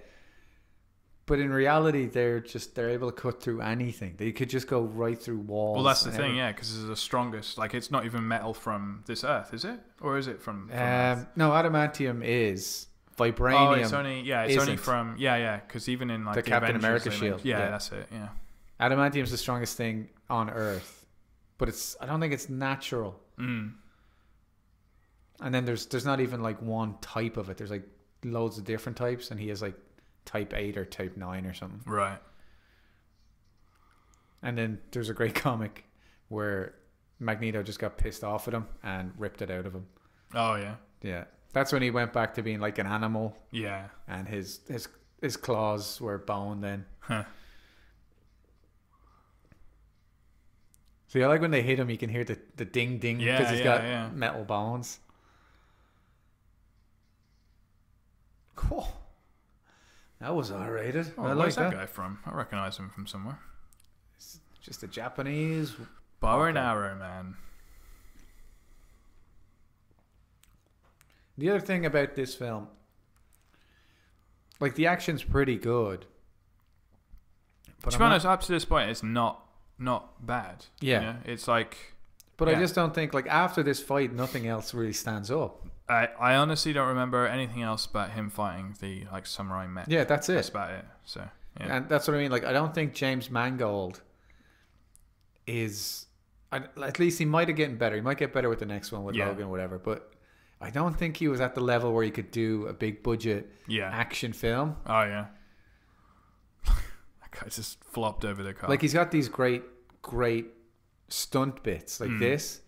S2: But in reality, they're just they're able to cut through anything. They could just go right through walls.
S1: Well, that's the
S2: and
S1: thing,
S2: everything.
S1: yeah, because it's the strongest. Like, it's not even metal from this Earth, is it? Or is it from? from Earth?
S2: Um, no, adamantium is vibranium.
S1: Oh, it's only yeah, it's only
S2: isn't.
S1: from yeah, yeah. Because even in like
S2: The Captain
S1: Avengers, they
S2: America
S1: make-
S2: shield,
S1: yeah,
S2: yeah.
S1: that's it. Yeah,
S2: Adamantium's the strongest thing on Earth, but it's I don't think it's natural.
S1: mm.
S2: And then there's there's not even like one type of it. There's like loads of different types, and he has like type eight or type nine or something.
S1: right.
S2: And then there's a great (laughs) comic where Magneto just got pissed off at him and ripped it out of him.
S1: Oh yeah,
S2: Yeah, that's when he went back to being like an animal,
S1: yeah.
S2: and his his his claws were bone then.
S1: Huh.
S2: So yeah, like when they hit him, you can hear the, the ding ding
S1: Yeah,
S2: because he's
S1: yeah,
S2: got
S1: yeah.
S2: metal bones. Cool. That was R rated.
S1: Oh,
S2: I
S1: where's
S2: like
S1: that,
S2: that.
S1: guy from? I recognize him from somewhere.
S2: Just a Japanese.
S1: Bow and
S2: Okay.
S1: arrow man.
S2: The other thing about this film, like the action's pretty good. But,
S1: to
S2: I'm
S1: be
S2: not-
S1: honest, up to this point, it's not not bad. you
S2: Yeah.
S1: know? it's like
S2: but I
S1: yeah.
S2: just don't think like after this fight, nothing else really stands up.
S1: I, I honestly don't remember anything else but him fighting the like samurai man.
S2: Yeah, that's it.
S1: That's about it. So yeah,
S2: And that's what I mean. Like, I don't think James Mangold is. I, at least he might have getting better. He might get better with the next one with
S1: Yeah.
S2: Logan, whatever. But I don't think he was at the level where he could do a big budget
S1: Yeah.
S2: action film.
S1: Oh yeah. (laughs) that guy just flopped over the car.
S2: Like he's got these great, great stunt bits like this.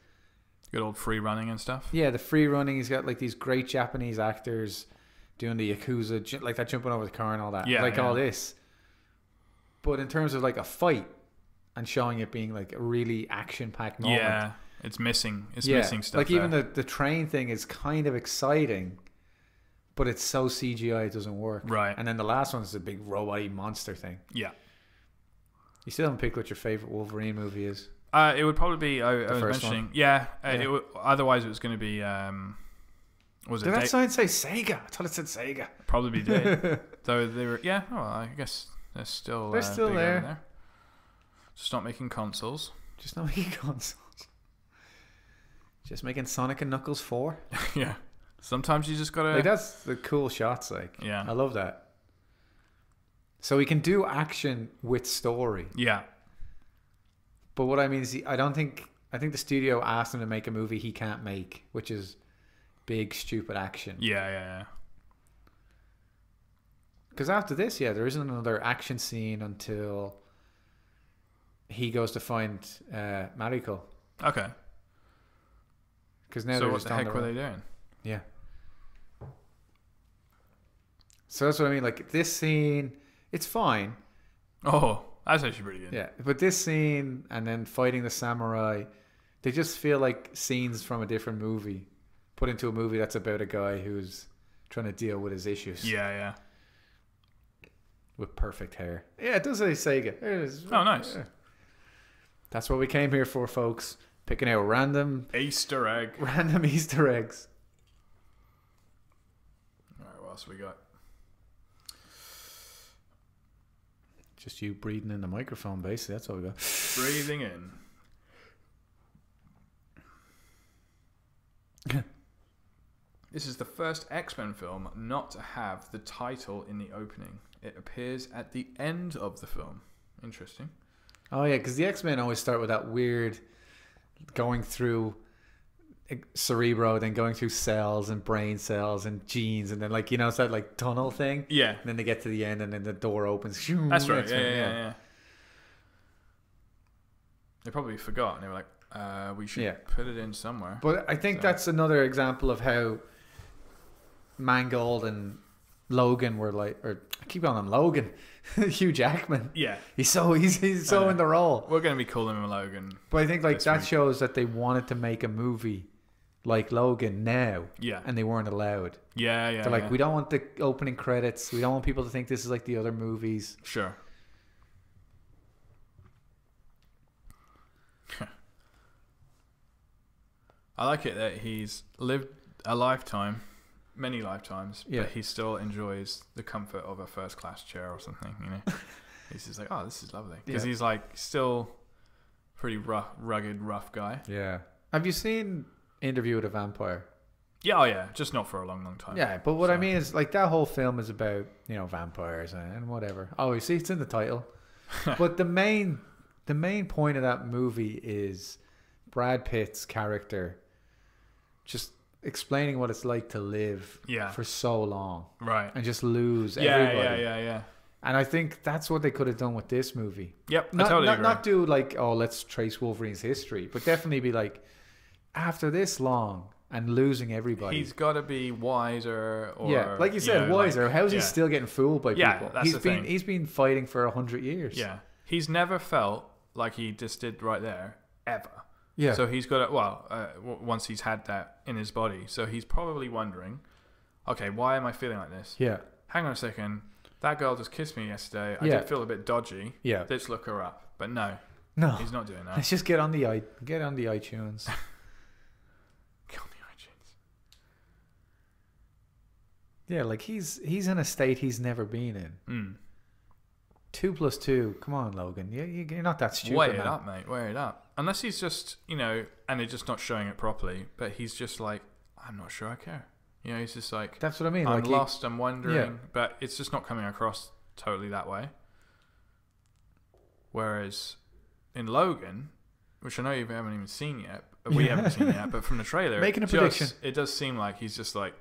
S1: good old free running and stuff.
S2: Yeah, the free running. He's got like these great Japanese actors doing the yakuza, ju- like that jumping over the car and all that.
S1: Yeah,
S2: like all
S1: yeah.
S2: this. But in terms of like a fight and showing it being like a really action-packed moment,
S1: Yeah, it's missing. It's missing stuff.
S2: Oh, Like even
S1: there.
S2: the the train thing is kind of exciting, but it's so CGI it doesn't work.
S1: Right.
S2: And then the last one is the big robot monster thing.
S1: yeah,
S2: You still haven't picked what your favorite Wolverine movie is.
S1: uh, it would probably be. I, I was
S2: first one.
S1: mentioning. Yeah, uh,
S2: Yeah.
S1: It would, otherwise it was going to be. Um, what was it
S2: Did that
S1: Da-
S2: sign say Sega? I thought it said Sega.
S1: probably be
S2: (laughs)
S1: Dave. Though they were. Yeah. Oh, well, I guess they're still.
S2: They're
S1: uh,
S2: still
S1: big over
S2: there.
S1: Just not making consoles. (laughs)
S2: Just not (laughs) making consoles. Just making Sonic and Knuckles four.
S1: yeah. Sometimes you just gotta.
S2: Like that's the cool shots. Like
S1: Yeah.
S2: I love that. So he can do action with story.
S1: yeah.
S2: But what I mean is, he, I don't think I think the studio asked him to make a movie he can't make, which is big stupid action.
S1: Yeah. Yeah.
S2: Because after this, yeah, there isn't another action scene until he goes to find uh, Mariko.
S1: yeah. Okay.
S2: Because now
S1: so
S2: they're
S1: what
S2: just
S1: the
S2: on
S1: heck
S2: their
S1: were
S2: own.
S1: they doing?
S2: Yeah. So that's what I mean. Like this scene, it's fine.
S1: Oh, that's actually pretty good.
S2: Yeah, but this scene and then fighting the samurai, they just feel like scenes from a different movie, put into a movie that's about a guy who's trying to deal with his issues.
S1: Yeah. Yeah.
S2: with perfect hair. Yeah, it does say Sega. There it is.
S1: Oh, nice.
S2: Yeah. That's what we came here for, folks. Picking out random, (laughs)
S1: Easter egg.
S2: random Easter eggs.
S1: All right. What else we got?
S2: Just you breathing in the microphone, basically. That's all we got.
S1: Breathing in. (laughs) this is the first X Men film not to have the title in the opening. It appears at the end of the film. Interesting.
S2: Oh yeah, because the X Men always start with that weird going through eh, cerebro, then going through cells and brain cells and genes, and then like you know it's that like tunnel thing.
S1: Yeah.
S2: And then they get to the end, and then the door opens.
S1: That's right. Yeah,
S2: X-Men,
S1: yeah, yeah, yeah. They probably forgot and they were like, uh, we should
S2: Yeah.
S1: put it in somewhere.
S2: But I think
S1: So-
S2: that's another example of how Mangold and Logan were like, or I keep on on Logan, (laughs) Hugh Jackman.
S1: yeah.
S2: He's so he's, he's
S1: I
S2: so
S1: know.
S2: in the role.
S1: We're going to be calling him Logan.
S2: But I think like
S1: This
S2: that
S1: week.
S2: shows that they wanted to make a movie like Logan now,
S1: Yeah.
S2: and they weren't allowed.
S1: Yeah, yeah.
S2: They're like,
S1: yeah.
S2: we don't want the opening credits. We don't want people to think this is like the other movies.
S1: Sure. I like it that he's lived a lifetime, many lifetimes,
S2: Yeah.
S1: but he still enjoys the comfort of a first class chair or something,
S2: (laughs)
S1: you know? he's just like, oh, this is lovely. Because
S2: Yeah.
S1: he's like still pretty rough, rugged, rough guy.
S2: Yeah. Have you seen Interview with a Vampire?
S1: Yeah, oh yeah, just not for a long, long time.
S2: Yeah, but what I
S1: Uh, So-
S2: mean is like that whole film is about you know vampires and, and whatever. Oh, you see, it's in
S1: (laughs)
S2: the title. but the main the main point of that movie is Brad Pitt's character just explaining what it's like to live
S1: Yeah.
S2: for so long
S1: Right.
S2: and just lose
S1: Yeah,
S2: everybody.
S1: yeah, yeah, yeah.
S2: And I think that's what they could have done with this movie.
S1: Yep,
S2: Not,
S1: I totally
S2: not,
S1: agree.
S2: not do like oh let's trace Wolverine's history, but definitely be like after this long and losing everybody.
S1: He's got to be wiser or.
S2: yeah, like you said,
S1: know, like-
S2: wiser. How is
S1: yeah.
S2: he still getting fooled by
S1: Yeah,
S2: people?
S1: that's
S2: He's
S1: the
S2: been
S1: thing.
S2: he's been fighting for a hundred years.
S1: Yeah. He's never felt like he just did right there, ever.
S2: yeah.
S1: So he's got to, well, uh, w- once he's had that in his body. So he's probably wondering, okay, why am I feeling like this?
S2: yeah,
S1: Hang on a second. That girl just kissed me yesterday. I
S2: Yeah.
S1: did feel a bit dodgy.
S2: yeah.
S1: Let's look her up. But no,
S2: No,
S1: he's not doing that.
S2: (laughs) let's just get on the i get on the
S1: (laughs)
S2: iTunes.
S1: Kill me, iTunes.
S2: yeah, like he's he's in a state he's never been in.
S1: Mm.
S2: Two plus two. Come on, Logan. You, you, you're not that stupid.
S1: Weigh
S2: man.
S1: it up, mate. Weigh it up. Unless he's just, you know, and they're just not showing it properly, but he's just like, I'm not sure I care. You know, he's just like,
S2: That's what I mean.
S1: I'm
S2: like he-
S1: lost, I'm wondering, but it's just not coming across totally that way. Whereas in Logan, which I know you haven't even seen yet, but
S2: (laughs)
S1: we haven't seen yet, but from the trailer,
S2: Making
S1: it
S2: a prediction.
S1: just- It does seem like he's just like,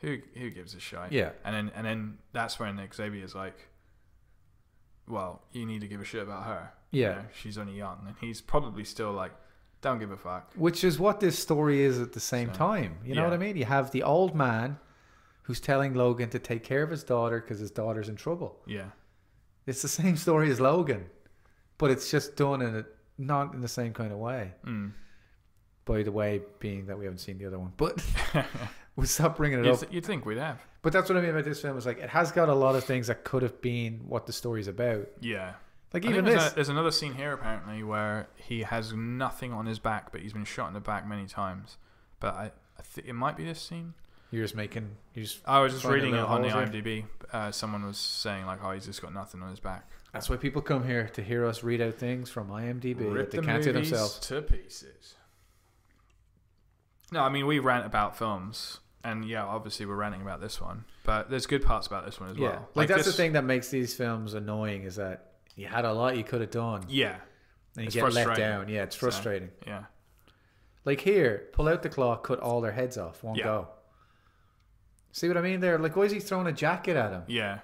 S1: who who gives a shit?
S2: Yeah.
S1: and then and then that's when Xavier's like, well, you need to give a shit about her. You
S2: Yeah.
S1: know, she's only young, and he's probably still like, don't give a fuck.
S2: Which is what this story is at the same
S1: So,
S2: time. You know what
S1: yeah.
S2: I mean? You have the old man who's telling Logan to take care of his daughter because his daughter's in trouble.
S1: Yeah,
S2: It's the (laughs) same story as Logan, but it's just done in a not in the same kind of way.
S1: mm. (laughs)
S2: By the way, being that we haven't seen the other one, but (laughs) we'll stop bringing it
S1: you'd,
S2: up.
S1: th- you'd think we'd have.
S2: But that's what I mean about this film. Is like it has got a lot of things that could have been what the story's about.
S1: Yeah,
S2: Like
S1: I think
S2: even
S1: there's,
S2: this,
S1: a- there's another scene here apparently where he has nothing on his back, but he's been shot in the back many times. But I, I think it might be this scene.
S2: you're just making you're just
S1: I was just
S2: Find a
S1: reading it
S2: little
S1: on the
S2: hole
S1: IMDb. Uh, someone was saying like, "Oh, he's just got nothing on his back."
S2: That's why people come here to hear us read out things from IMDb
S1: Rip
S2: that they
S1: the
S2: can't do
S1: movies
S2: themselves.
S1: to pieces. No, I mean we rant about films, and yeah, obviously we're ranting about this one, but there's good parts about this one as
S2: Yeah,
S1: well.
S2: like, that's
S1: this-
S2: the thing that makes these films annoying is that you had a lot you could have done
S1: Yeah,
S2: and you
S1: it's
S2: get let
S1: frustrating.
S2: down. Yeah, it's frustrating.
S1: yeah,
S2: Like here, pull out the claw, cut all their heads off, one
S1: Yeah.
S2: go. See what I mean there? Like, why is he throwing a jacket at him?
S1: yeah.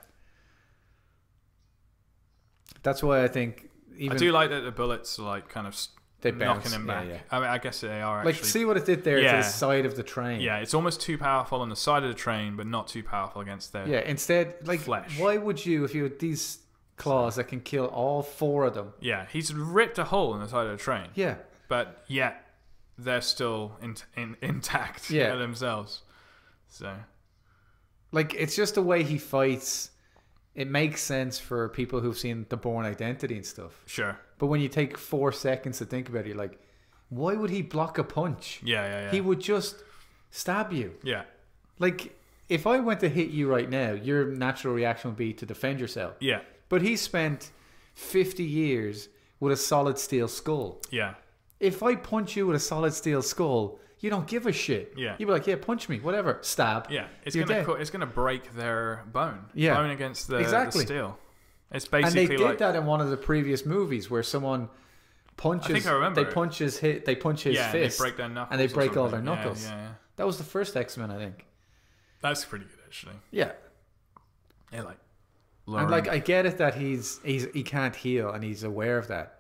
S2: That's why I think even
S1: I do like that the bullets are like kind of s-
S2: They bounce,
S1: knocking him
S2: yeah,
S1: back.
S2: yeah.
S1: I mean, I guess they are
S2: like
S1: actually.
S2: see what it did there to
S1: Yeah.
S2: the side of the train.
S1: yeah, it's almost too powerful on the side of the train, but not too powerful against their.
S2: yeah. Instead, like,
S1: Flesh.
S2: why would you if you had these claws that can kill all four of them?
S1: Yeah, he's ripped a hole in the side of the train.
S2: Yeah,
S1: but yet they're still in, in, (laughs) intact
S2: Yeah.
S1: yeah. themselves. So
S2: Like it's just the way he fights. It makes sense for people who've seen the Born Identity and stuff.
S1: sure,
S2: But when you take four seconds to think about it, you're like, why would he block a punch?
S1: yeah, yeah, yeah,
S2: He would just stab you.
S1: yeah,
S2: Like if I went to hit you right now, your natural reaction would be to defend yourself.
S1: yeah,
S2: But he spent fifty years with a solid steel skull.
S1: yeah,
S2: If I punch you with a solid steel skull, you don't give a shit.
S1: Yeah.
S2: You'd be like, yeah, punch me, whatever, stab.
S1: yeah. It's
S2: You're
S1: gonna
S2: dead.
S1: co- it's gonna break their bone,
S2: Yeah.
S1: bone against the,
S2: Exactly.
S1: the steel. It's
S2: and they
S1: basically
S2: did
S1: like
S2: that in one of the previous movies where someone punches.
S1: I think I remember
S2: They
S1: it.
S2: punch his hit. They punch his
S1: yeah, and
S2: fist.
S1: they break their knuckles
S2: and they
S1: or
S2: break all
S1: something.
S2: their
S1: Yeah,
S2: knuckles.
S1: Yeah, yeah,
S2: That was the first X Men, I think.
S1: that's pretty good actually.
S2: Yeah,
S1: Yeah, like
S2: and
S1: lowering-
S2: like I get it that he's he's he can't heal and he's aware of that,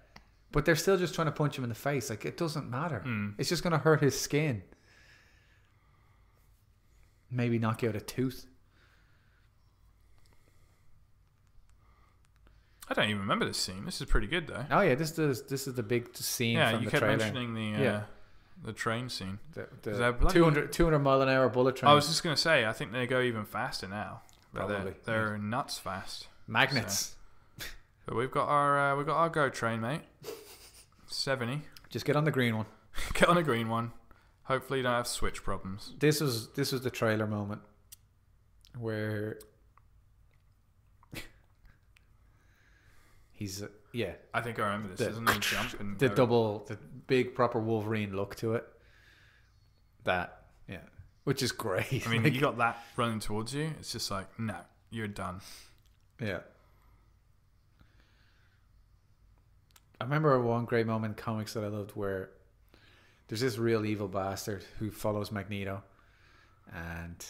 S2: but they're still just trying to punch him in the face. Like it doesn't matter.
S1: Mm.
S2: It's just gonna hurt his skin. Maybe knock out a tooth.
S1: I don't even remember this scene. This is pretty good though.
S2: Oh yeah, this is this is the big scene
S1: Yeah,
S2: from
S1: you
S2: the
S1: kept
S2: trailer.
S1: mentioning the uh,
S2: Yeah.
S1: the train scene.
S2: the,
S1: Is that
S2: the
S1: bloody-
S2: 200, 200 mile an hour bullet train.
S1: I was just gonna say, I think they go even faster now. But they're-
S2: Probably.
S1: they're nuts fast.
S2: Magnets.
S1: But we've got our uh, we've got our go train, mate. Seventy. (laughs)
S2: Just get on the green one.
S1: Get on a green one. Hopefully, you don't have switch problems.
S2: This was this was the trailer moment where (laughs) he's uh, yeah
S1: I think I remember this.
S2: The-
S1: Doesn't he jump and
S2: (laughs) the
S1: go-
S2: double the big proper Wolverine look to it. That yeah, which is great.
S1: I mean,
S2: (laughs) Like,
S1: you got that running towards you. It's just like no, you're done. (laughs)
S2: yeah. I remember one great moment in comics that I loved where there's this real evil bastard who follows Magneto, and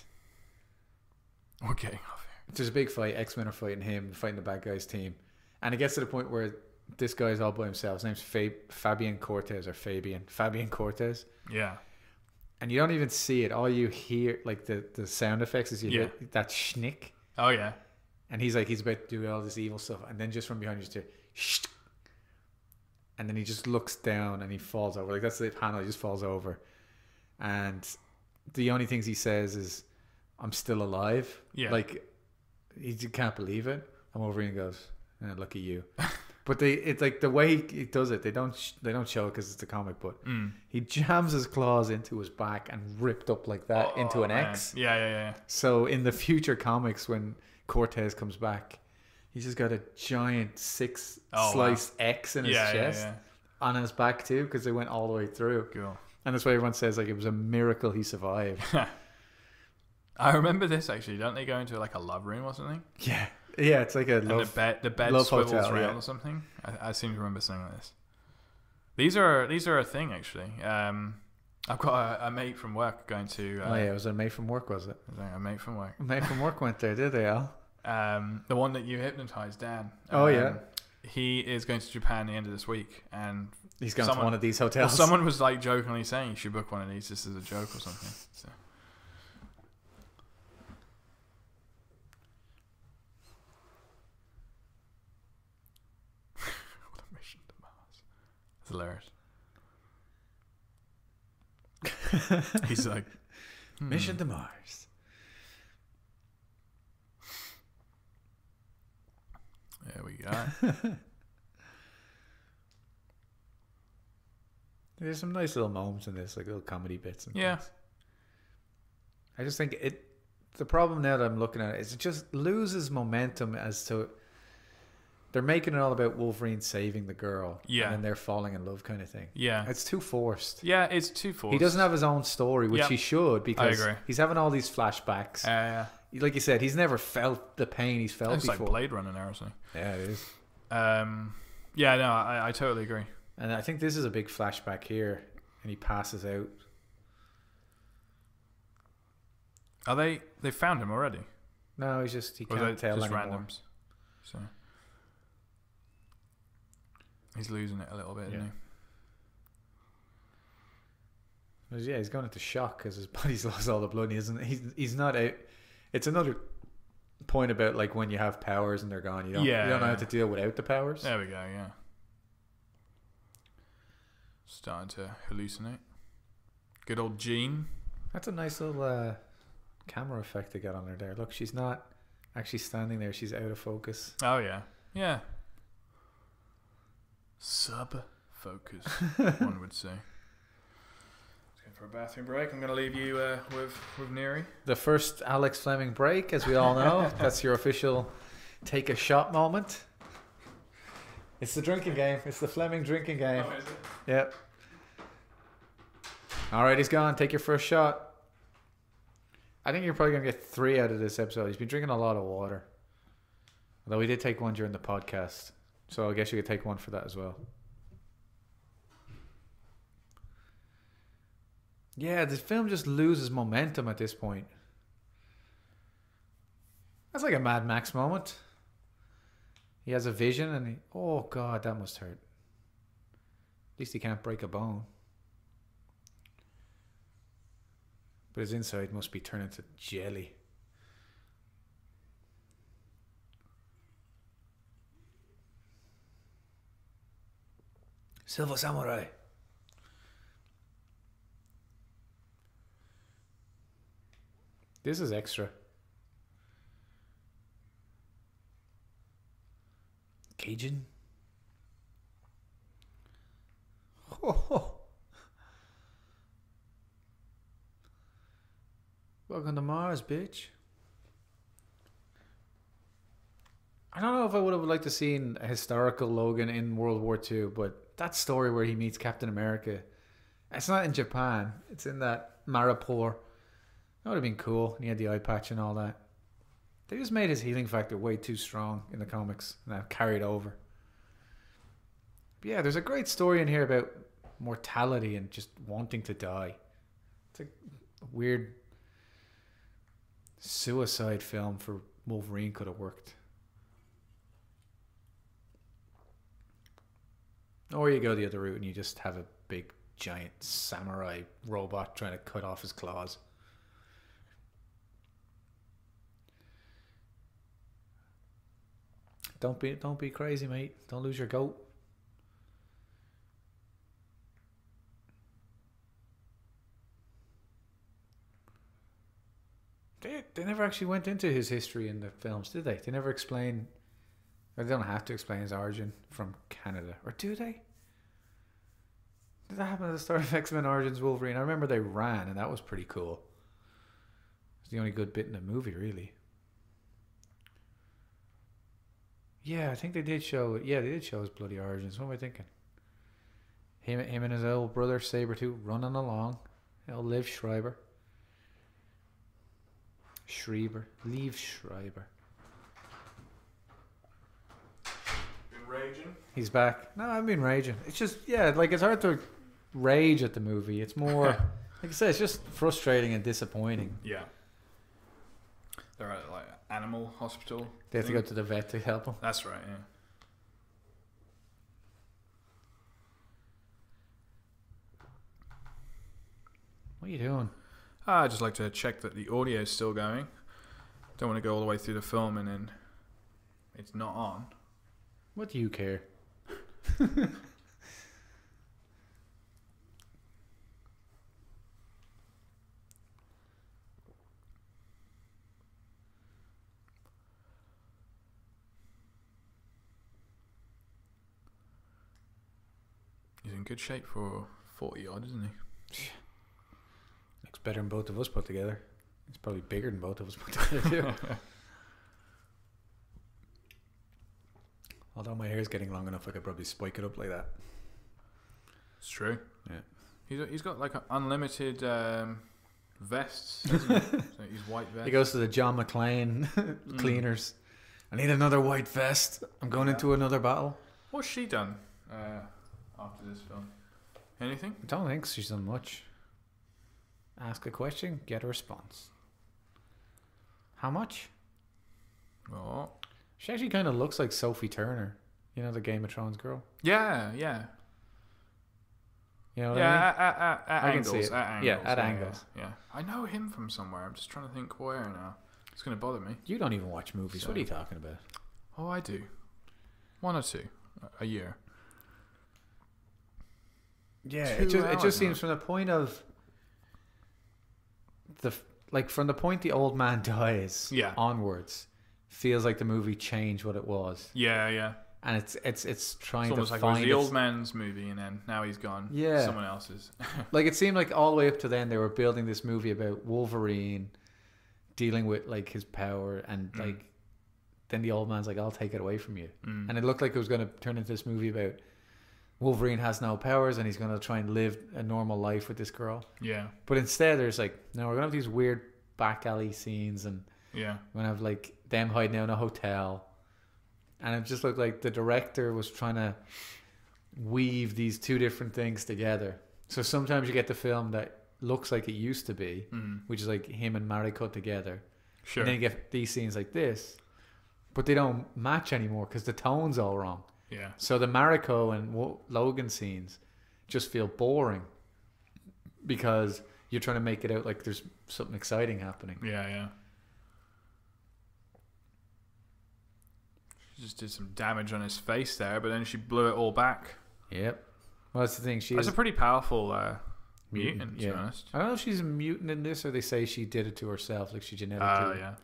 S1: We're getting off here.
S2: there's a big fight. X Men are fighting him, fighting the bad guys team, and it gets to the point where this guy's all by himself. His name's Fab- Fabian Cortez or Fabian Fabian Cortez,
S1: Yeah,
S2: and you don't even see it. All you hear, like the the sound effects, is you
S1: Yeah.
S2: hear that schnick,
S1: oh yeah,
S2: and he's like he's about to do all this evil stuff, and then just from behind you just hear shh, and then he just looks down and he falls over. Like that's the panel. He just falls over, and the only things he says is, "I'm still alive."
S1: Yeah.
S2: like he j- can't believe it. And Wolverine goes, eh, "Look at you." (laughs) but they, it's like the way he, he does it. They don't, sh- they don't show it because it's a comic book.
S1: Mm.
S2: He jams his claws into his back and ripped up like that Uh, into
S1: Oh,
S2: an
S1: man.
S2: X.
S1: Yeah, yeah, yeah.
S2: So in the future comics, when Cortez comes back, he's just got a giant six
S1: Oh, wow.
S2: slice X in his
S1: Yeah, yeah,
S2: chest
S1: yeah.
S2: on his back too, because they went all the way through.
S1: Cool.
S2: And that's why everyone says like it was a miracle
S1: (laughs)
S2: he survived.
S1: I remember this actually. Don't they go into like a love room or something?
S2: yeah, yeah, it's like a
S1: And
S2: love.
S1: the bed the bed
S2: Love
S1: swivels
S2: Hotel,
S1: around
S2: yeah.
S1: or something. I, I seem to remember something like this. These are these are a thing actually. Um, I've got a, a mate from work going to. Uh,
S2: oh yeah, it was a mate from work, was it?
S1: A mate from work.
S2: A mate from work went there, did they all?
S1: Um, the one that you hypnotized, Dan.
S2: Oh,
S1: Um,
S2: yeah.
S1: He is going to Japan the end of this week, and
S2: He's going to
S1: Someone-
S2: one of these
S1: well,
S2: hotels.
S1: someone was like jokingly saying you should book one of these just as a joke or something. So. (laughs) what a mission to Mars! It's hilarious.
S2: (laughs)
S1: He's like hmm.
S2: (laughs) Mission to Mars.
S1: There we go.
S2: There's some nice little moments in this, like little comedy bits. And
S1: Yeah.
S2: things. I just think it. The problem now that I'm looking at it is it just loses momentum as to. They're making it all about Wolverine saving the girl,
S1: Yeah.
S2: and then they're falling in love, kind of thing.
S1: Yeah.
S2: (laughs) It's too forced.
S1: Yeah, it's too forced.
S2: He doesn't have his own story, which
S1: Yep.
S2: he should because
S1: agree.
S2: he's having all these flashbacks.
S1: Uh,
S2: like you said, he's never felt the pain he's felt
S1: it's like
S2: before.
S1: Blade Runner now or something.
S2: yeah, it is.
S1: Um, yeah, no, I, I totally agree.
S2: And I think this is a big flashback here, and he passes out.
S1: Are they? They found him already.
S2: No, he's just he
S1: Or
S2: can't
S1: are they
S2: tell
S1: just
S2: anymore.
S1: randoms? So he's losing it a little bit, isn't
S2: Yeah. Well, Yeah, he's going into shock because his (laughs) body's lost all the blood. and He isn't. He's he's not out. It's another point about like when you have powers and they're gone. You don't.
S1: Yeah,
S2: you don't know how
S1: yeah.
S2: to deal without the powers.
S1: he? There we go. Yeah. Starting to hallucinate. Good old Gene.
S2: That's a nice little uh, camera effect they got on her there. Look, she's not actually standing there. She's out of focus.
S1: Oh yeah, yeah. Sub
S2: (laughs)
S1: focus, one would say. Let's go for a bathroom break. I'm going to leave you uh, with with Neri.
S2: The first Alex Fleming break, as we
S1: (laughs)
S2: all know, that's your official take a shot moment. It's the drinking game. It's the Fleming drinking game. Yep. All right, he's gone. Take your first shot. I think you're probably gonna get three out of this episode. He's been drinking a lot of water. Although we did take one during the podcast, so I guess you could take one for that as well. Yeah, the film just loses momentum at this point. That's like a Mad Max moment. He has a vision and he, oh god, that must hurt. At least he can't break a bone. But his inside must be turned into jelly. Silver Samurai. This is extra. Cajun. (laughs) Welcome to Mars, bitch. I don't know if I would have liked to seen a historical Logan in World War II, but that story where he meets Captain America, it's not in Japan. It's in that Maripor. That would have been cool. And he had the eye patch and all that. They just made his healing factor way too strong in the comics, and I've carried over. But yeah, there's a great story in here about mortality and just wanting to die. It's a weird suicide film for Wolverine could have worked. Or you go the other route and you just have a big giant samurai robot trying to cut off his claws. Don't be don't be crazy, mate. Don't lose your goat. They, they never actually went into his history in the films, did they? They never explain. They don't have to explain his origin from Canada, or do they? Did that happen at the start of (laughs) X Men Origins Wolverine? I remember they ran, and that was pretty cool. It's the only good bit in the movie, really. Yeah, I think they did show. Yeah, they did show his bloody origins. What am I thinking? Him, him and his old brother Sabretooth running along. Old Liv Schreiber. Schreiber. Leave Schreiber.
S1: Been raved raging.
S2: He's back. No, I've been raging. It's just yeah, like it's hard to rage at the movie. It's more like I said, it's just frustrating and disappointing.
S1: Yeah. They're at like animal hospital.
S2: They have to
S1: thing.
S2: go to the vet to help him.
S1: That's right. Yeah.
S2: What are you doing?
S1: I Ah, just like to check that the audio is still going. Don't want to go all the way through the film and then it's not on.
S2: What do you care?
S1: He's in good shape for forty odd, isn't he?
S2: Looks better than both of us put together. It's probably bigger than both of us put together too. Although my hair's getting long enough, I could probably spike it up like that.
S1: It's true.
S2: Yeah.
S1: He's, he's got like an unlimited um, vests.
S2: (laughs)
S1: Hasn't he? so he's white vest.
S2: He goes to the John McClane (laughs) cleaners. I need another white vest. I'm going into another battle.
S1: What's she done uh, after this film? Anything?
S2: I don't think she's done much. Ask a question, get a response. How much?
S1: Oh.
S2: She actually kind of looks like Sophie Turner. You know, the Game of Thrones girl.
S1: Yeah, yeah,
S2: You know what I mean?
S1: yeah. At, at, at, at
S2: I can
S1: angles,
S2: see it.
S1: at angles,
S2: Yeah, at angles.
S1: Yeah, I know him from somewhere. I'm just trying to think where now. It's gonna bother me.
S2: You don't even watch movies. What are you talking about?
S1: Oh, I do. One or two a- a year.
S2: Yeah,
S1: Two
S2: it just, it
S1: hours,
S2: just
S1: man.
S2: seems from the point of the f- like from the point the old man (laughs) dies
S1: Yeah.
S2: onwards feels like the movie changed what it was,
S1: Yeah, yeah.
S2: and it's it's
S1: It's
S2: it's trying
S1: almost
S2: to
S1: like it was
S2: find
S1: the
S2: its-
S1: old man's movie, and then now he's gone.
S2: Yeah.
S1: someone else's.
S2: like it seemed like all the way up to then they were building this movie about Wolverine dealing with like his power and like then the old man's like I'll take it away from you
S1: Mm.
S2: and it looked like it was going to turn into this movie about Wolverine has no powers and he's going to try and live a normal life with this girl
S1: yeah,
S2: but instead there's like no we're going to have these weird back alley scenes and
S1: yeah.
S2: we're going to have like them hiding out in a hotel and it just looked like the director was trying to weave these two different things together. So sometimes you get the film that looks like it used to be, which is like him and Mariko together.
S1: mm. Sure.
S2: And then you get these scenes like this, but they don't match anymore because the tone's all wrong.
S1: yeah.
S2: So the Mariko and Wo- Logan scenes just feel boring because you're trying to make it out like there's something exciting happening.
S1: Yeah, yeah. She just did some damage on his face there, but then she blew it all back.
S2: Yep. Well, that's the thing. She
S1: That's
S2: is
S1: a pretty powerful uh,
S2: Mutant,
S1: mutant, to be
S2: yeah.
S1: honest.
S2: I don't know if she's a mutant in this, or they say she did it to herself, like she
S1: Uh,
S2: genetically.
S1: yeah.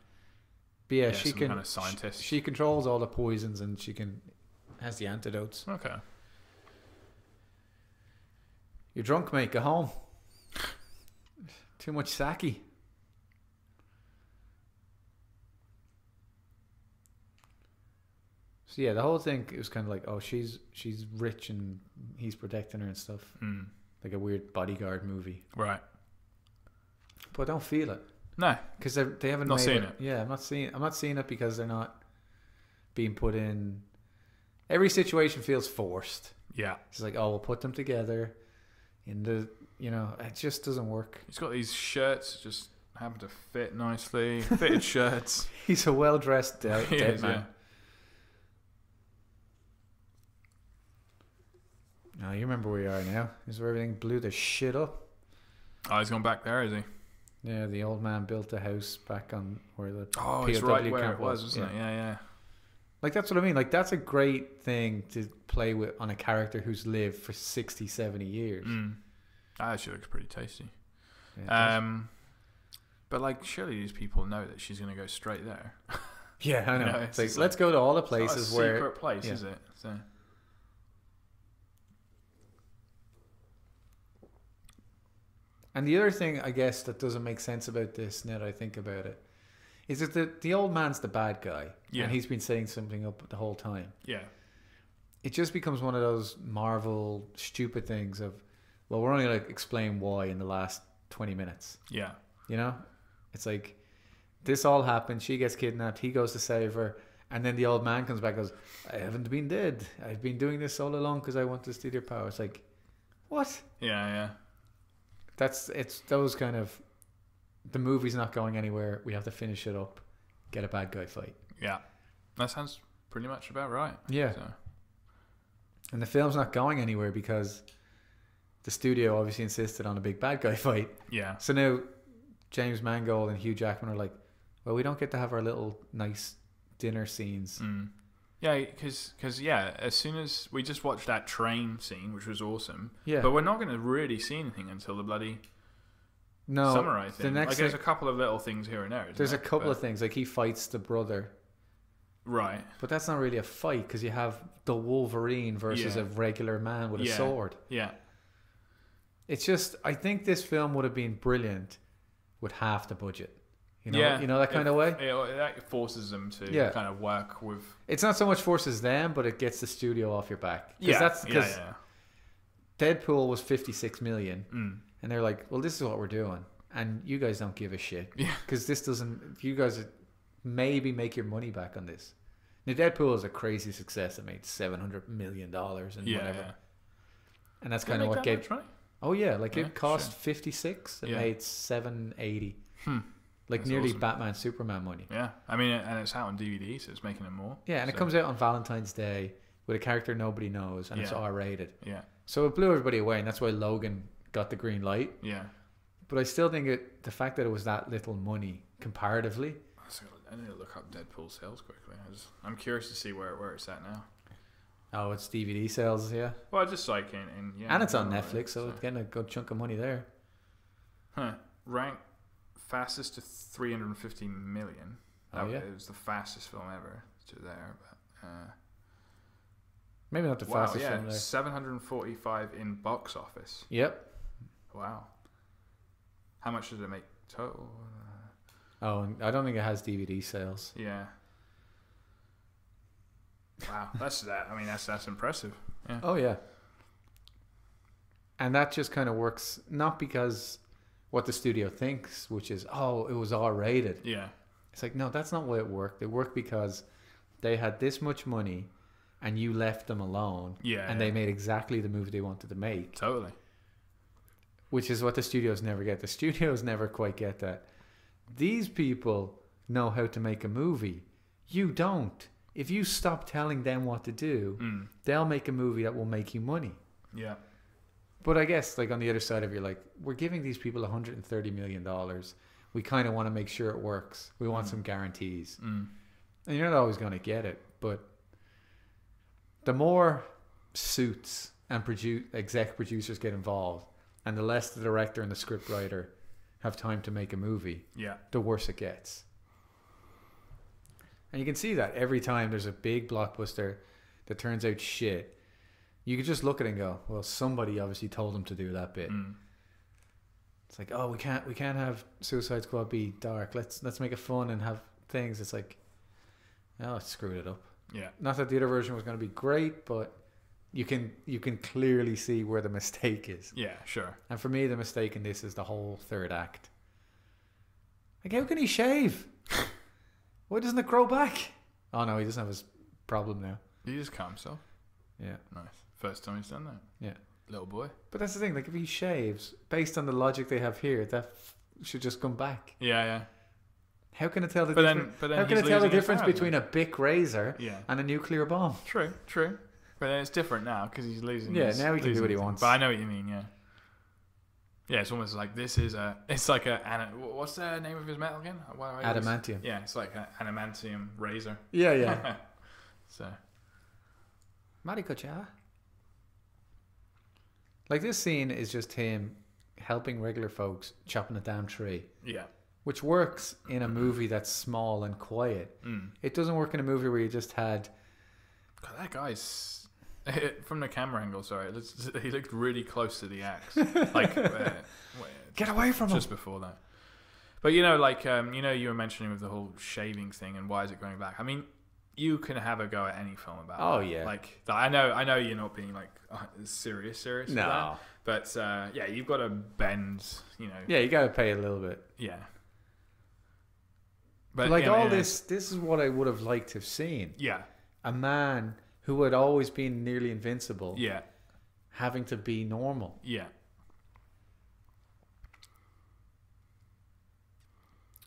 S2: But yeah,
S1: Yeah,
S2: she
S1: some
S2: can.
S1: kind of
S2: sh-
S1: scientist.
S2: She, controls all the poisons, and she can has the antidotes.
S1: Okay.
S2: You're drunk, mate. Go home. (sighs) Too much sake. So yeah, the whole thing it was kind of like, oh, she's she's rich and he's protecting her and stuff,
S1: Mm.
S2: like a weird bodyguard movie.
S1: Right.
S2: But I don't feel it.
S1: No.
S2: because they they haven't
S1: Not
S2: made
S1: seeing
S2: it. Yeah, I'm not seeing. I'm not seeing it because they're not being put in. Every situation feels forced.
S1: Yeah.
S2: It's like, oh, we'll put them together, in the you know, it just doesn't work. (laughs)
S1: He's got these shirts just happen to fit
S2: (laughs)
S1: nicely. Fitted shirts.
S2: He's a well
S1: (laughs)
S2: dressed de-
S1: He
S2: dead
S1: is,
S2: man. Now you remember where you are now. This is where everything blew the shit up.
S1: Oh, he's gone back there, is he?
S2: Yeah, the old man built the house back on where the
S1: Oh,
S2: POW
S1: he's right where
S2: camp
S1: it was, wasn't
S2: Yeah.
S1: it? Yeah, yeah.
S2: Like that's what I mean. Like that's a great thing to play with on a character who's lived for 60, 70 years.
S1: Mm. That actually looks pretty tasty.
S2: Yeah, that's-
S1: Um, but like, surely these people know that she's gonna go straight there.
S2: yeah, I know.
S1: you know,
S2: It's
S1: it's
S2: like,
S1: just
S2: let's go to all the
S1: It's not
S2: places
S1: a
S2: where
S1: secret place
S2: yeah.
S1: is it? So
S2: And the other thing, I guess, that doesn't make sense about this now that I think about it, is that the, the old man's the bad guy.
S1: Yeah.
S2: And he's been setting something up the whole time.
S1: yeah,
S2: It just becomes one of those Marvel stupid things of, well, we're only going to explain why in the last 20 minutes.
S1: yeah,
S2: You know? It's like, this all happened. She gets kidnapped. He goes to save her. And then the old man comes back and goes, I haven't been dead. I've been doing this all along because I want to steal your power. It's like, what?
S1: Yeah, yeah.
S2: That's it's those kind of the movie's not going anywhere. We have to finish it up, get a bad guy fight.
S1: Yeah. That sounds pretty much about right.
S2: Yeah.
S1: So,
S2: And the film's not going anywhere because the studio obviously insisted on a big bad guy (laughs) fight.
S1: yeah.
S2: So now James Mangold and Hugh Jackman are like, well, we don't get to have our little nice dinner scenes.
S1: Mm. Yeah, because yeah, as soon as we just watched that train scene, which was awesome,
S2: Yeah.
S1: but we're not going to really see anything until the bloody
S2: no.
S1: summer. I think.
S2: the next
S1: like, there's a
S2: thing-
S1: couple of little things here and there. isn't
S2: There's a
S1: there?
S2: couple
S1: But-
S2: of things. Like he fights the brother,
S1: right.
S2: but that's not really a fight because you have the Wolverine versus
S1: Yeah.
S2: a regular man with a
S1: Yeah.
S2: sword.
S1: Yeah,
S2: It's just I think this film would have been brilliant with half the budget. You know,
S1: yeah.
S2: you know that kind
S1: It-
S2: of way.
S1: it- that forces them to
S2: Yeah.
S1: kind of work with.
S2: It's not so much forces them, but it gets the studio off your back. 'Cause that's
S1: yeah,
S2: because
S1: yeah.
S2: Deadpool was 56 million,
S1: Mm.
S2: and they're like, "Well, this is what we're doing, and you guys don't give a shit
S1: Yeah.
S2: because this doesn't. You guys maybe make your money back on this." Now, Deadpool is a crazy success. It made 700 million dollars and
S1: Yeah,
S2: whatever,
S1: yeah.
S2: and that's
S1: Did they
S2: kind of
S1: make that
S2: what gave.
S1: much money?
S2: Oh yeah, like
S1: Yeah,
S2: it cost 56, it
S1: Yeah.
S2: made 780.
S1: Hmm.
S2: Like
S1: That's
S2: nearly
S1: awesome.
S2: Batman Superman money.
S1: Yeah, I mean, and it's out on DVD, so it's making it more.
S2: Yeah, and it
S1: So,
S2: comes out on Valentine's Day with a character nobody knows and it's
S1: Yeah.
S2: R rated.
S1: Yeah,
S2: So it blew everybody away and that's why Logan got the green light.
S1: yeah.
S2: But I still think it the fact that it was that little money comparatively.
S1: I just gotta- I need to look up Deadpool sales quickly. I just, I'm curious to see where where it's at now.
S2: Oh, it's DVD sales, yeah.
S1: Well, just like in, in yeah, uh,
S2: and it's on
S1: general,
S2: Netflix, so
S1: so-
S2: it's getting a good chunk of money there.
S1: Huh. Ranked fastest to 350 million.
S2: Oh,
S1: That-
S2: yeah.
S1: It was the fastest film ever to there. But, uh,
S2: Maybe not the
S1: wow,
S2: fastest
S1: yeah.
S2: film there.
S1: 745 in box office.
S2: Yep.
S1: Wow. How much did it make total?
S2: Oh, and I don't think it has DVD sales.
S1: Yeah. Wow, that's that. I mean, that's that's impressive.
S2: Oh yeah. And that just kind of works not because what the studio thinks, which is oh, it was R rated.
S1: Yeah,
S2: It's like no, that's not why it worked. It worked because they had this much money, and you left them alone,
S1: yeah.
S2: and they made exactly the movie they wanted to make,
S1: totally.
S2: which is what the studios never get. The (laughs) studios never quite get that. These people know how to make a movie. You don't. If you stop telling them what to do,
S1: Mm.
S2: they'll make a movie that will make you money.
S1: Yeah,
S2: But I guess like on the other side of you, like we're giving these people 130 million dollars. We kind of want to make sure it works. We want
S1: Mm.
S2: some guarantees,
S1: mm.
S2: and you're not always going to get it. But the more suits and produ- exec producers get involved, and the less the director and the script writer have time to make a movie,
S1: yeah,
S2: the worse it gets. And you can see that every time there's a big blockbuster that turns out shit, you could just look at it and go, "Well, somebody obviously told them to do that bit."
S1: mm.
S2: It's like, "Oh, we can't, we can't have Suicide Squad be dark. Let's let's make it fun and have things." It's like, "Oh, it screwed it up."
S1: yeah,
S2: Not that the other version was going to be great, but you can you can clearly see where the mistake is.
S1: yeah. Sure.
S2: And for me, the mistake in this is the whole third act. Like, how can
S1: (laughs)
S2: he shave? Why doesn't it grow back? Oh no, he doesn't have his problem now.
S1: He just calm himself.
S2: Yeah.
S1: Nice. First time he's done that.
S2: Yeah.
S1: Little boy.
S2: But that's the thing. Like, if he shaves, based on the logic they have here, that f- should just come back.
S1: Yeah, yeah.
S2: How can it tell the
S1: But
S2: difference?
S1: then, but then
S2: how can
S1: he's
S2: it tell the
S1: losing his
S2: difference
S1: power,
S2: between a Bic razor
S1: Yeah.
S2: and a nuclear bomb?
S1: True. True. But then it's different now because he's losing.
S2: Yeah,
S1: his-
S2: now he can do
S1: losing
S2: what he
S1: his-
S2: wants.
S1: But I know what you mean. Yeah. Yeah, it's almost like this is a. (laughs) It's like a. ana- wh- What's the name of his metal again? Why do I always-
S2: Adamantium.
S1: Yeah, it's like an adamantium razor. (laughs)
S2: Yeah, (laughs) yeah.
S1: so
S2: Maricocha. Like this scene is just him helping regular folks chopping a damn tree.
S1: yeah.
S2: which works in a movie that's small and quiet.
S1: Mm.
S2: It doesn't work in a movie where you just had
S1: God, that guy's (laughs) from the camera angle. Sorry, it looks, he looked really close to the
S2: (laughs)
S1: axe, like uh, where-
S2: get away from him.
S1: just before that. But you know, like um, you know, you were mentioning with the whole shaving thing and why is it going back? I mean, you can have a go at any film about.
S2: Oh,
S1: that.
S2: yeah.
S1: Like th- I know, I know you're not being like uh, serious, serious. with
S2: No.
S1: that, but uh, yeah, you've got to bend. You know.
S2: Yeah, you got to pay a little bit.
S1: Yeah. But
S2: like
S1: yeah,
S2: all
S1: yeah,
S2: this, this is what I would have liked to have seen.
S1: Yeah,
S2: A man who had always been nearly invincible,
S1: yeah,
S2: having to be normal.
S1: yeah.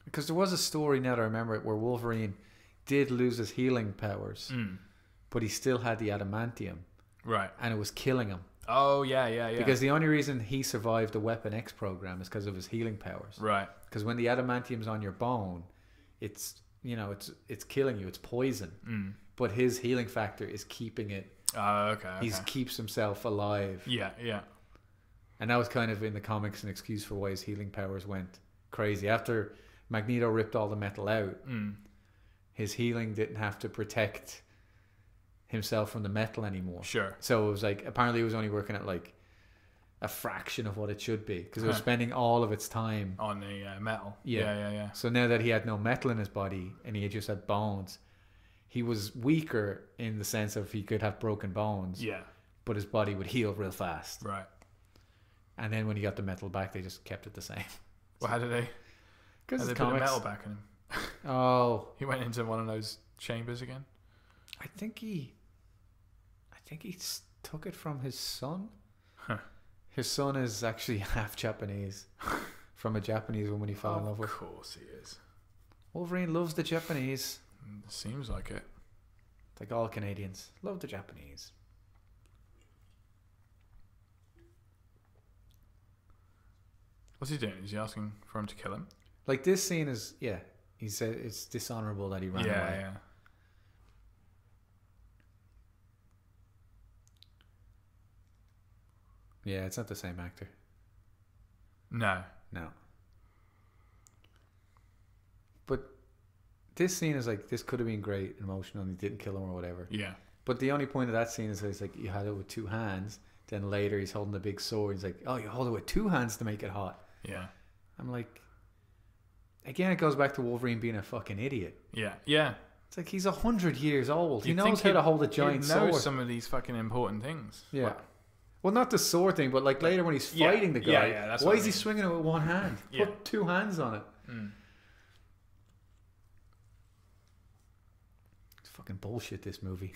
S2: Because there was a story now that I remember it where Wolverine did lose his healing powers,
S1: Mm.
S2: but he still had the adamantium,
S1: Right.
S2: and it was killing him.
S1: Oh yeah, yeah, yeah.
S2: Because the only reason he survived the Weapon X program is because of his healing powers.
S1: right.
S2: Because when the adamantium's on your bone, it's you know it's it's killing you. It's poison.
S1: Mm.
S2: But his healing factor is keeping it.
S1: Oh, okay. okay.
S2: He keeps himself alive,
S1: yeah, yeah,
S2: and that was kind of in the comics an excuse for why his healing powers went crazy after Magneto ripped all the metal out.
S1: mm.
S2: his healing didn't have to protect himself from the metal anymore.
S1: sure.
S2: So it was like apparently it was only working at like a fraction of what it should be because it was
S1: Huh.
S2: spending all of its time.
S1: On the uh, metal.
S2: Yeah.
S1: yeah, yeah, yeah.
S2: So now that he had no metal in his body and he had just had bones, he was weaker in the sense of he could have broken bones,
S1: Yeah,
S2: but his body would heal real fast.
S1: right.
S2: And then when he got the metal back, they just kept it the same. (laughs)
S1: Well, how did they? How
S2: Because
S1: did they
S2: it's
S1: put the
S2: comics.
S1: metal back in him?
S2: Oh,
S1: He went into one of those chambers again.
S2: I think he, I think he s- took it from his son.
S1: Huh.
S2: His son is actually (laughs)
S1: (laughs)
S2: half Japanese, from a Japanese woman he fell in love
S1: of
S2: with.
S1: course he is.
S2: Wolverine loves the Japanese,
S1: Mm, Seems like it.
S2: like all Canadians love the Japanese.
S1: What's he doing? Is he asking for him to kill him?
S2: Like this scene is, yeah, he said it's dishonorable that he ran
S1: yeah,
S2: away.
S1: yeah.
S2: Yeah. it's not the same actor.
S1: No.
S2: No. But this scene is like this could have been great and emotional, and he didn't kill him or whatever.
S1: Yeah.
S2: But the only point of that scene is that he's like, you had it with two hands. Then later he's holding the big sword. He's like, oh, you hold it with two hands to make it hot.
S1: Yeah.
S2: I'm like, again, it goes back to Wolverine being a fucking idiot.
S1: Yeah. Yeah.
S2: It's like he's a hundred years old. He
S1: You'd
S2: knows
S1: think
S2: how to
S1: he'd-
S2: hold a
S1: he'd
S2: giant
S1: know
S2: sword.
S1: some of these fucking important things.
S2: yeah.
S1: Like,
S2: well, not the sword thing, but like later when he's
S1: Yeah,
S2: fighting the guy,
S1: yeah, yeah, that's
S2: why
S1: what I
S2: is he
S1: mean.
S2: swinging it with one
S1: (laughs)
S2: hand?
S1: Yeah.
S2: Put two hands on it.
S1: mm.
S2: It's fucking bullshit. This movie.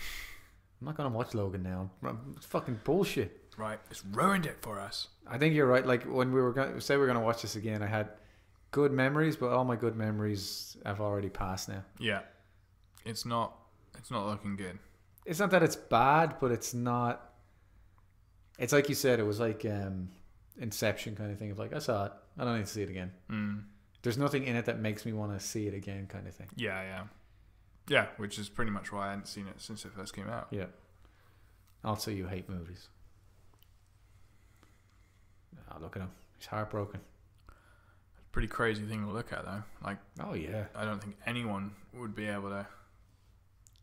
S2: I'm not gonna watch Logan now. It's fucking bullshit.
S1: Right. It's ruined it for us.
S2: I think you're right. Like when we were going say we are gonna watch this again, I had good memories, but all my good memories have already passed now.
S1: Yeah. It's not. It's not looking good.
S2: It's not that it's bad, but it's not. It's like you said, it was like um, Inception kind of thing of like I saw it, I don't need to see it again.
S1: Mm.
S2: There's nothing in it that makes me want to see it again, kind of thing.
S1: Yeah. Yeah. Yeah. Which is pretty much why I hadn't seen it since it first came out.
S2: Yeah. Also, you hate movies. Oh, look at him. He's heartbroken.
S1: Pretty crazy thing to look at though. Like.
S2: Oh yeah.
S1: I don't think anyone would be able to.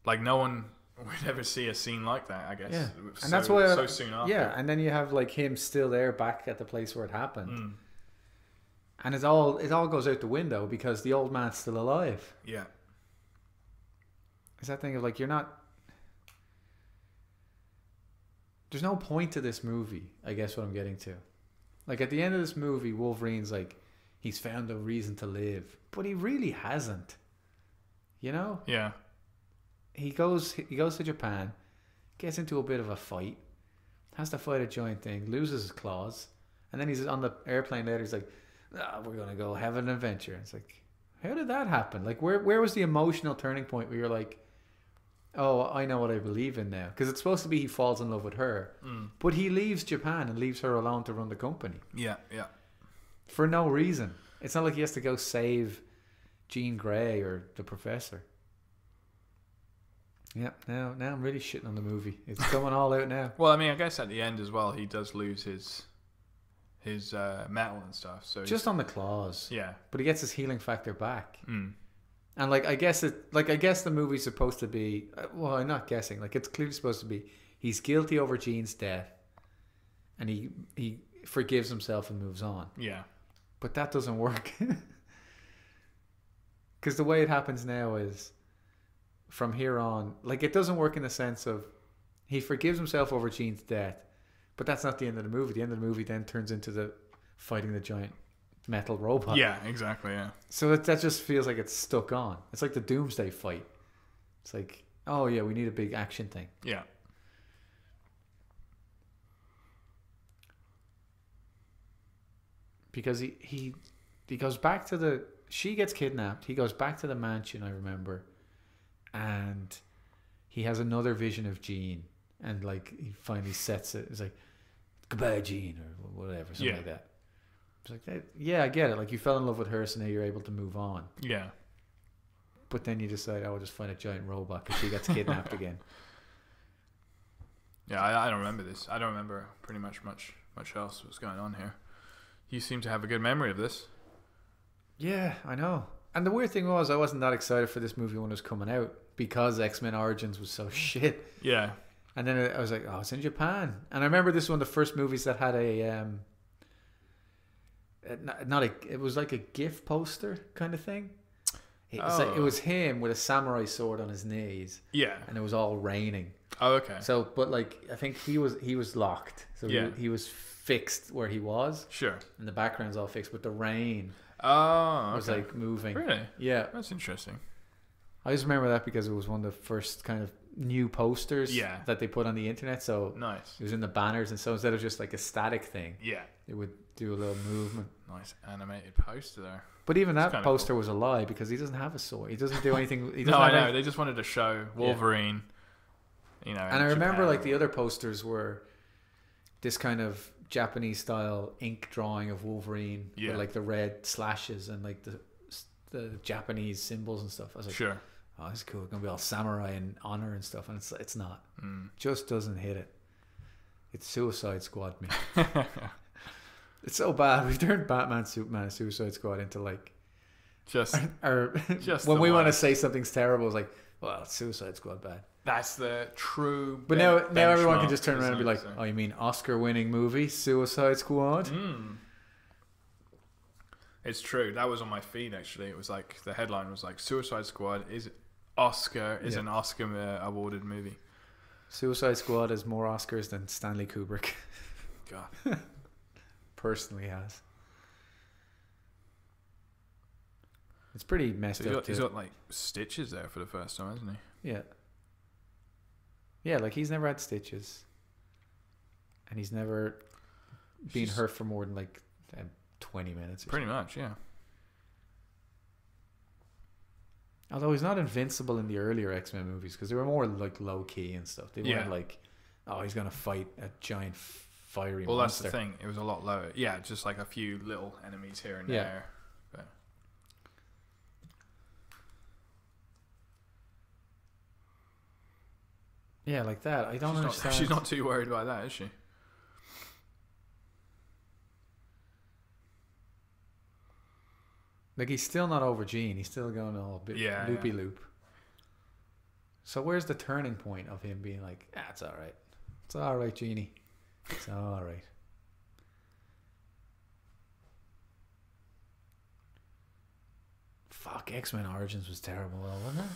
S1: Like, no one (laughs) would ever see a scene like that. I guess.
S2: Yeah.
S1: It was
S2: And that's why I-
S1: so soon after.
S2: Yeah, and then you have like him still there, back at the place where it happened.
S1: Mm.
S2: and it all it all goes out the window because the old man's still alive.
S1: Yeah.
S2: It's that thing of like you're not. There's no point to this movie. I guess what I'm getting to, like at the end of this movie, Wolverine's like, he's found a reason to live, but he really hasn't. You know,
S1: Yeah.
S2: he goes he goes to Japan, gets into a bit of a fight, has to fight a giant thing, loses his claws, and then he's on the airplane later. He's like, "Ah, "We're gonna go have an adventure." It's like, how did that happen? Like, where where was the emotional turning point where you're like, "Oh, I know what I believe in now," because it's supposed to be he falls in love with her,
S1: Mm.
S2: but he leaves Japan and leaves her alone to run the company
S1: Yeah. Yeah.
S2: for no reason. It's not like he has to go save Jean Grey or the Professor. Yep. Now, now I'm really shitting on the movie. It's coming all out now.
S1: Well, I mean, I guess at the end as well, he does lose his his uh, metal and stuff. So he's-
S2: Just on the claws,
S1: yeah.
S2: but he gets his healing factor back.
S1: Mm.
S2: And like, I guess it, like, I guess the movie's supposed to be. uh, Well, I'm not guessing. Like, it's clearly supposed to be he's guilty over Jean's death, and he he forgives himself and moves on.
S1: Yeah.
S2: But that doesn't work. (laughs) Because the way it happens now is from here on, like, it doesn't work in the sense of he forgives himself over Jean's death, but that's not the end of the movie. The end of the movie then turns into the fighting the giant metal robot.
S1: Yeah, exactly. Yeah.
S2: So that, that just feels like it's stuck on. It's like the Doomsday fight. It's like, oh yeah, we need a big action thing.
S1: Yeah.
S2: because he he he goes back to the she gets kidnapped he goes back to the mansion i remember and he has another vision of jean and like he finally sets it it's like goodbye jean or whatever something
S1: Yeah.
S2: like that it's like eh, yeah i get it like you fell in love with her so now you're able to move on
S1: Yeah.
S2: but then you decide oh, i'll just find a giant robot because she gets kidnapped again
S1: Yeah, I, I don't remember this. I don't remember pretty much much much else what's going on here. You seem to have a good memory of this.
S2: Yeah, I know. And the weird thing was, I wasn't that excited for this movie when it was coming out because X Men Origins was so (laughs) shit.
S1: Yeah.
S2: And then I was like, oh, it's in Japan. And I remember this was one of the first movies that had a, um, uh, not, not a, it was like a GIF poster kind of thing. It was, like- it
S1: Oh.
S2: was him with a samurai sword on his knees,
S1: Yeah.
S2: and it was all raining.
S1: Oh, okay.
S2: So, but like, I think he was he was locked, so
S1: Yeah.
S2: he, he was fixed where he was,
S1: Sure.
S2: and the background's all fixed, but the rain
S1: Oh, okay.
S2: was like moving.
S1: really?
S2: Yeah,
S1: That's interesting.
S2: I just remember that because it was one of the first kind of new posters
S1: Yeah.
S2: that they put on the internet. So
S1: Nice.
S2: it was in the banners, and so instead of just like a static thing,
S1: Yeah.
S2: it would do a little movement.
S1: Nice animated poster there.
S2: But even that
S1: kinda
S2: poster was a lie because he doesn't have a sword. He
S1: (laughs)
S2: doesn't do anything. He doesn't
S1: No, I
S2: have
S1: know.
S2: any-
S1: They just wanted to show Wolverine. You know.
S2: and I remember like the other posters were this kind of Japanese style ink drawing of Wolverine
S1: Yeah.
S2: with like the red slashes and like the the Japanese symbols and stuff. I was like,
S1: Sure.
S2: oh, it's cool. It's gonna be all samurai and honor and stuff, and it's it's not.
S1: Mm.
S2: just doesn't hit it. It's Suicide Squad, man.
S1: (laughs)
S2: it's so bad. We've turned Batman, Superman, and Suicide Squad into like, (laughs)
S1: Just
S2: or
S1: (laughs) Just
S2: when
S1: the
S2: we want to
S1: worst.
S2: say something's terrible, it's like, well, it's Suicide Squad bad.
S1: that's the true.
S2: But
S1: ben-
S2: now, now everyone can
S1: benchmark,
S2: just turn around and be like,
S1: isn't it?
S2: oh, you mean Oscar-winning movie, Suicide Squad?
S1: So- Mm. It's true. That was on my feed actually. It was like the headline was like Suicide Squad is Oscar is
S2: Yeah.
S1: an Oscar uh, awarded movie.
S2: Suicide Squad has more Oscars than Stanley Kubrick
S1: (laughs) God.
S2: (laughs) personally has. It's pretty messed
S1: So he's
S2: up.
S1: got,
S2: too.
S1: he's got like stitches there for the first time, hasn't he?
S2: Yeah. Yeah, like he's never had stitches. And he's never been
S1: She's-
S2: hurt for more than like um, 20 minutes. or
S1: Pretty much, yeah.
S2: something. Although he's not invincible in the earlier X Men movies because they were more like low key and stuff. They
S1: Yeah.
S2: weren't like, oh, he's going to fight a giant f- fiery
S1: Well, that's
S2: monster.
S1: the thing. It was a lot lower. Yeah, just like a few little enemies here and
S2: Yeah.
S1: there.
S2: Yeah, like that. I don't
S1: she's, not, (laughs)
S2: understand.
S1: she's not too worried about that, is she?
S2: Like he's still not over Gene. He's still going all bit
S1: Yeah, yeah.
S2: loopy loop. So where's the turning point of him being like, ah, it's all right. It's all right, Genie. It's all right. Fuck, X Men Origins was terrible, though, wasn't it?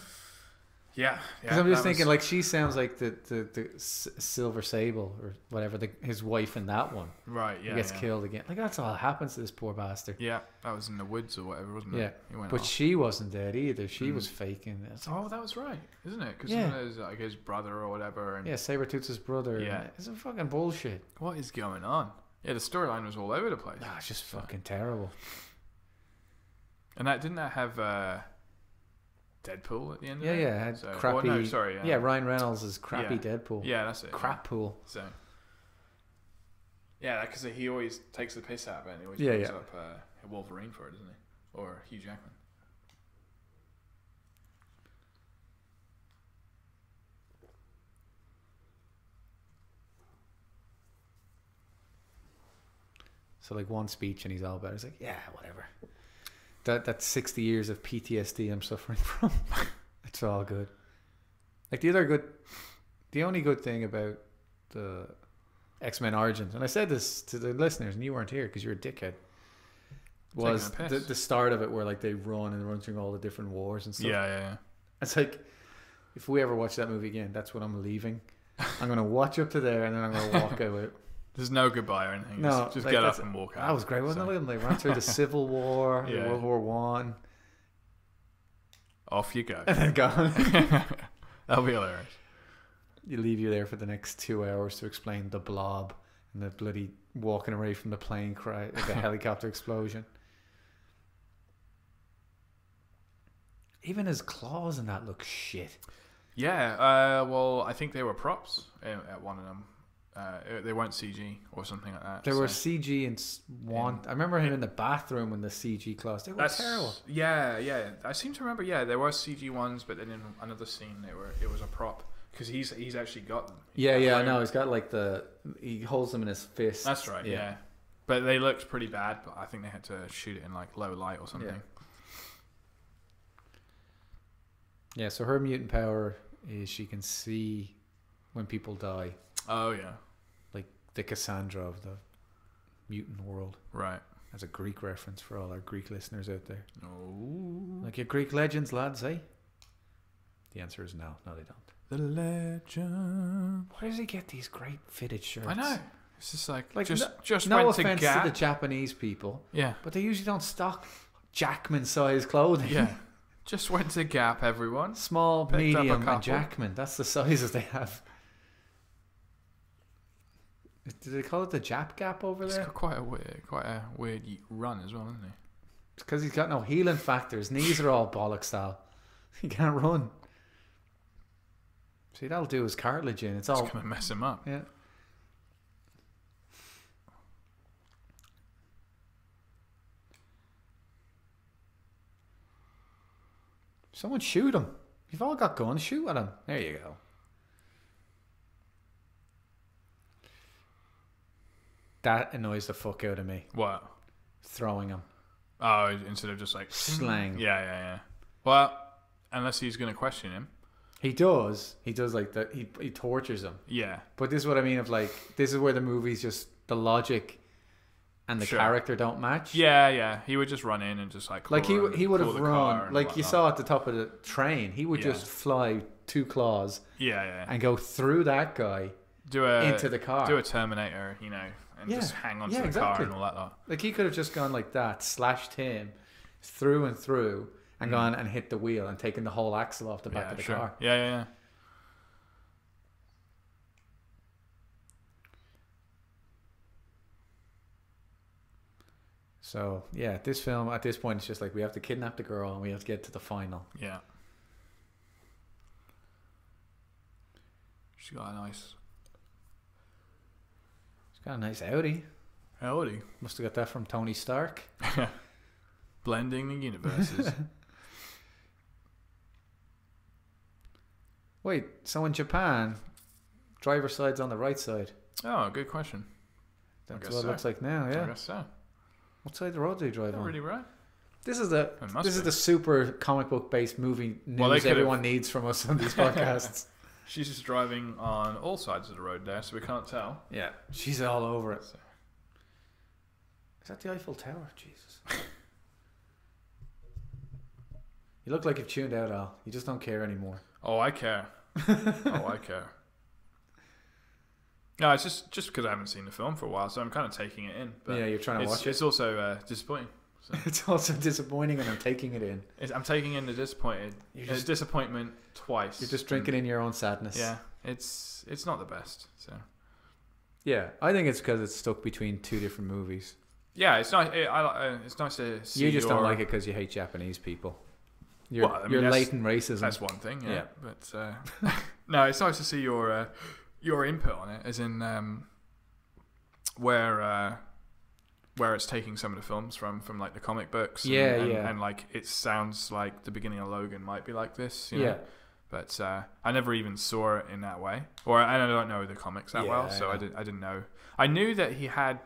S1: Yeah.
S2: Because
S1: yeah,
S2: I'm just
S1: that was-
S2: thinking, like, she sounds like the, the, the S- Silver Sable or whatever, the, his wife in that one.
S1: right, yeah.
S2: he gets
S1: yeah.
S2: killed again. Like, that's all that happens to this poor bastard.
S1: Yeah, that was in the woods or whatever, wasn't it?
S2: Yeah,
S1: He went
S2: But
S1: off.
S2: she wasn't dead either. She
S1: Mm.
S2: was faking. It's like,
S1: Oh, that was right, isn't it? Because
S2: Yeah.
S1: like his brother or whatever, and
S2: yeah, Sabretooth's brother.
S1: Yeah.
S2: It's a fucking bullshit.
S1: what is going on? Yeah, the storyline was all over the place.
S2: Nah, it's just fucking terrible.
S1: And that didn't that have uh, Deadpool at the end?
S2: Yeah,
S1: of it?
S2: yeah. it Had
S1: So- oh,
S2: crappy.
S1: no, sorry.
S2: yeah.
S1: Yeah.
S2: Ryan Reynolds is crappy
S1: Yeah.
S2: Deadpool.
S1: Yeah, that's it.
S2: Crap pool.
S1: So. Yeah, because he always takes the piss out of it. And he always
S2: Yeah,
S1: brings
S2: yeah.
S1: up uh, Wolverine for it, doesn't he? Or Hugh Jackman.
S2: So like one speech and he's all better. It's like yeah, whatever. That that's sixty years of PTSD I'm suffering (laughs) from. it's all good. Like the other good, the only good thing about the X Men Origins, and I said this to the listeners, and you weren't here because you're a dickhead. Was
S1: Taking a
S2: the,
S1: piss.
S2: the start of it where like they run and run through all the different wars and stuff.
S1: yeah, yeah, yeah.
S2: It's like
S1: (laughs)
S2: if we ever watch that movie again, that's what I'm leaving. I'm gonna watch up to there and then I'm gonna walk out.
S1: There's no goodbye or anything.
S2: No,
S1: just just
S2: like,
S1: get up
S2: that's-
S1: and walk out.
S2: That was great, wasn't it? Like, ran through the Civil
S1: (laughs)
S2: War,
S1: Yeah.
S2: World War One, (laughs)
S1: Off you go. (laughs)
S2: and then gone.
S1: That'll be hilarious.
S2: you leave you there for the next two hours to explain the blob and the bloody walking away from the plane cry,
S1: (laughs)
S2: the helicopter explosion. Even his claws in that look shit.
S1: Yeah. Uh, well, I think they were props uh, at one of them. Uh, they weren't CG or something like that.
S2: There
S1: so-
S2: were CG and s- one. I remember him in the bathroom in the CG claws. They were
S1: That's
S2: terrible.
S1: Yeah, yeah. I seem to remember. Yeah, there were CG ones, but then in another scene, they were it was a prop because he's he's actually got them.
S2: Yeah, yeah, I
S1: Right.
S2: know. He's got like the he holds them in his fist.
S1: That's right. Yeah. But they looked pretty bad. But I think they had to shoot it in like low light or something.
S2: Yeah, so her mutant power is she can see when people die,
S1: Oh yeah.
S2: like the Cassandra of the mutant world.
S1: Right.
S2: That's a Greek reference for all our Greek listeners out there.
S1: Oh.
S2: Like your Greek legends, lads, eh? The answer is no. No, they don't.
S1: The legend.
S2: Where does he get these great fitted shirts?
S1: I know. It's just like,
S2: Like,
S1: just just
S2: No
S1: went
S2: offense
S1: to
S2: to,
S1: Gap.
S2: the Japanese people,
S1: yeah,
S2: but they usually don't stock Jackman size clothing.
S1: yeah. (laughs) just went to Gap. Everyone.
S2: Small,
S1: Picked up a
S2: medium,
S1: couple.
S2: and Jackman. That's the sizes they have. Do they call it the Jap Gap (laughs) over
S1: It's
S2: there?
S1: got quite a weird, quite a weird y- run as well, isn't it?
S2: It's because he's got no healing factor. His knees are all bollocks style. (laughs) He can't run. See, that'll do his cartilage in. It's all
S1: It's gonna mess him up.
S2: Yeah. Someone shoot him. You've all got guns. Shoot at him. There you go. That annoys the fuck out of me.
S1: What?
S2: Throwing him.
S1: Oh, instead of just like
S2: Slang.
S1: Yeah, yeah, yeah. Well, unless he's gonna question him.
S2: He does. He does like that. He, he tortures him.
S1: Yeah,
S2: But this is what I mean of like, this is where the movie's just the logic and the
S1: Sure.
S2: character don't match.
S1: yeah, yeah. He would just run in and just like
S2: Like he,
S1: call him-
S2: he would
S1: call
S2: have
S1: the car
S2: run
S1: and
S2: like you
S1: whatnot.
S2: saw at the top of the train. He would
S1: Yeah.
S2: just fly two claws
S1: Yeah, yeah.
S2: and go through that guy
S1: do a
S2: into the car.
S1: do a Terminator, you know, and
S2: Yeah.
S1: just hang on to
S2: Yeah,
S1: the car
S2: exactly.
S1: and all that. Lot.
S2: Like he could have just gone like that, slashed him through and through, and gone and hit the wheel and taken the whole axle off the back
S1: Mm. yeah,
S2: of the
S1: sure.
S2: car.
S1: Yeah, yeah, yeah.
S2: So yeah, this film at this point it's just like we have to kidnap the girl and we have to get to the final.
S1: Yeah. She's got a nice
S2: It's got a nice Audi.
S1: Howdy.
S2: Must have got that from Tony Stark.
S1: Blending the
S2: (laughs)
S1: universes.
S2: Wait, so in Japan, driver's side's on the right side.
S1: oh, good question.
S2: That's
S1: guess
S2: what
S1: so.
S2: it looks like now.
S1: I
S2: Yeah.
S1: guess so.
S2: What side of the road do you drive
S1: Not
S2: on?
S1: really right.
S2: This is the
S1: It
S2: this
S1: must
S2: is
S1: be.
S2: the super comic book based movie news
S1: Well, they could've-
S2: everyone needs from us
S1: (laughs)
S2: on these podcasts.
S1: She's just driving on all sides of the road there, so we can't tell.
S2: yeah, she's all over it. Is that the Eiffel Tower? Jesus. you look like you've tuned out, Al. You just don't care anymore.
S1: Oh, I care. oh,
S2: (laughs)
S1: I care. No, it's just just because I haven't seen the film for a while, so I'm kind of taking it in. But
S2: yeah, you're trying to
S1: it's,
S2: watch it.
S1: it's also uh, disappointing.
S2: (laughs) It's also disappointing, and I'm taking it in.
S1: It's, I'm taking in the disappointed
S2: You're
S1: uh,
S2: just-
S1: disappointment twice.
S2: You're just drinking in your own sadness.
S1: Hmm. Yeah, it's it's not the best. So
S2: Yeah, I think it's because it's stuck between two different movies.
S1: yeah, it's nice. It, I, li- uh, it's nice to see.
S2: you just
S1: your-
S2: don't like it because you hate Japanese people. You're,
S1: Well, I mean,
S2: you're
S1: that's-
S2: latent racism.
S1: That's one thing. Yeah,
S2: Yeah.
S1: but uh, (laughs) no, it's nice to see your uh, your input on it, as in um, where uh, where it's taking some of the films from, from like the comic books. And,
S2: Yeah,
S1: and,
S2: yeah.
S1: And like it sounds like the beginning of Logan might be like this. You know?
S2: Yeah.
S1: But uh, I never even saw it in that way, or and I don't know the comics that well,
S2: Yeah,
S1: so
S2: I
S1: I
S2: know.
S1: didn't. I didn't know. I knew that he had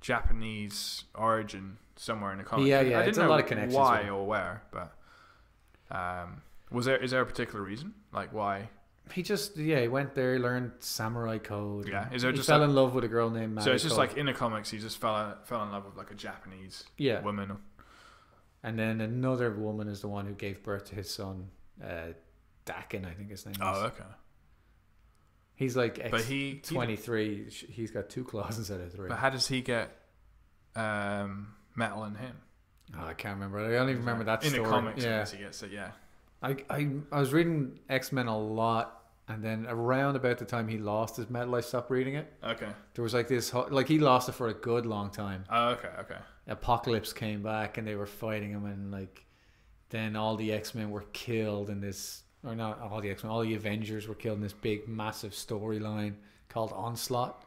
S1: Japanese origin somewhere in the comic.
S2: Yeah,
S1: I
S2: yeah,
S1: didn't
S2: it's a
S1: know
S2: lot of connections
S1: Why
S2: with it.
S1: or where, but um, was there is there a particular reason, like why?
S2: He just yeah, he went there, learned samurai code.
S1: Yeah,
S2: and
S1: is there
S2: he
S1: just
S2: fell
S1: like-
S2: in love with a girl named.
S1: so it's just
S2: Mariko.
S1: like in the comics, he just fell fell in love with like a Japanese
S2: yeah,
S1: woman.
S2: and then another woman is the one who gave birth to his son, uh, Dakin, I think his name is.
S1: Oh, okay.
S2: He's He's like ex-
S1: But he, he-
S2: 23. Sh- He's got two claws (laughs) instead of three.
S1: but how does he get um, metal in him?
S2: Oh, I can't remember. I only remember that
S1: in
S2: story.
S1: the comics.
S2: yeah.
S1: yes, he gets it. Yeah,
S2: I, I I was reading X Men a lot, and then around about the time he lost his medal, I stopped reading it.
S1: okay.
S2: There was like this, ho- like he lost it for a good long time.
S1: Oh, okay, okay.
S2: Apocalypse came back, and they were fighting him, and like, then all the X Men were killed in this, or not all the X Men, all the Avengers were killed in this big massive storyline called Onslaught.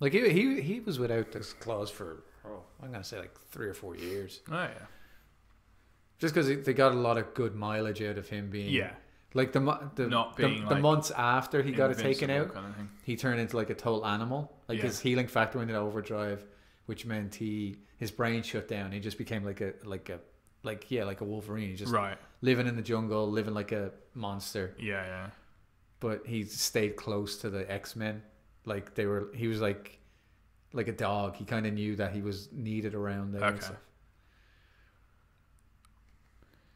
S2: Like he he he was without this clause for oh I'm gonna say like three or four years,
S1: Oh yeah,
S2: just because they got a lot of good mileage out of him being
S1: yeah.
S2: Like the mo- the,
S1: Not
S2: the,
S1: being,
S2: the
S1: like,
S2: months after he got it taken
S1: Invincible
S2: out,
S1: kind of thing.
S2: he turned into like a total animal. Like
S1: Yeah.
S2: his healing factor went into overdrive, which meant he his brain shut down. He just became like a like a like yeah like a wolverine. He just
S1: right?
S2: living in the jungle, living like a monster.
S1: Yeah, yeah.
S2: But he stayed close to the X Men. Like they were, he was like like a dog. He kind of knew that he was needed around there. and
S1: Okay.
S2: stuff.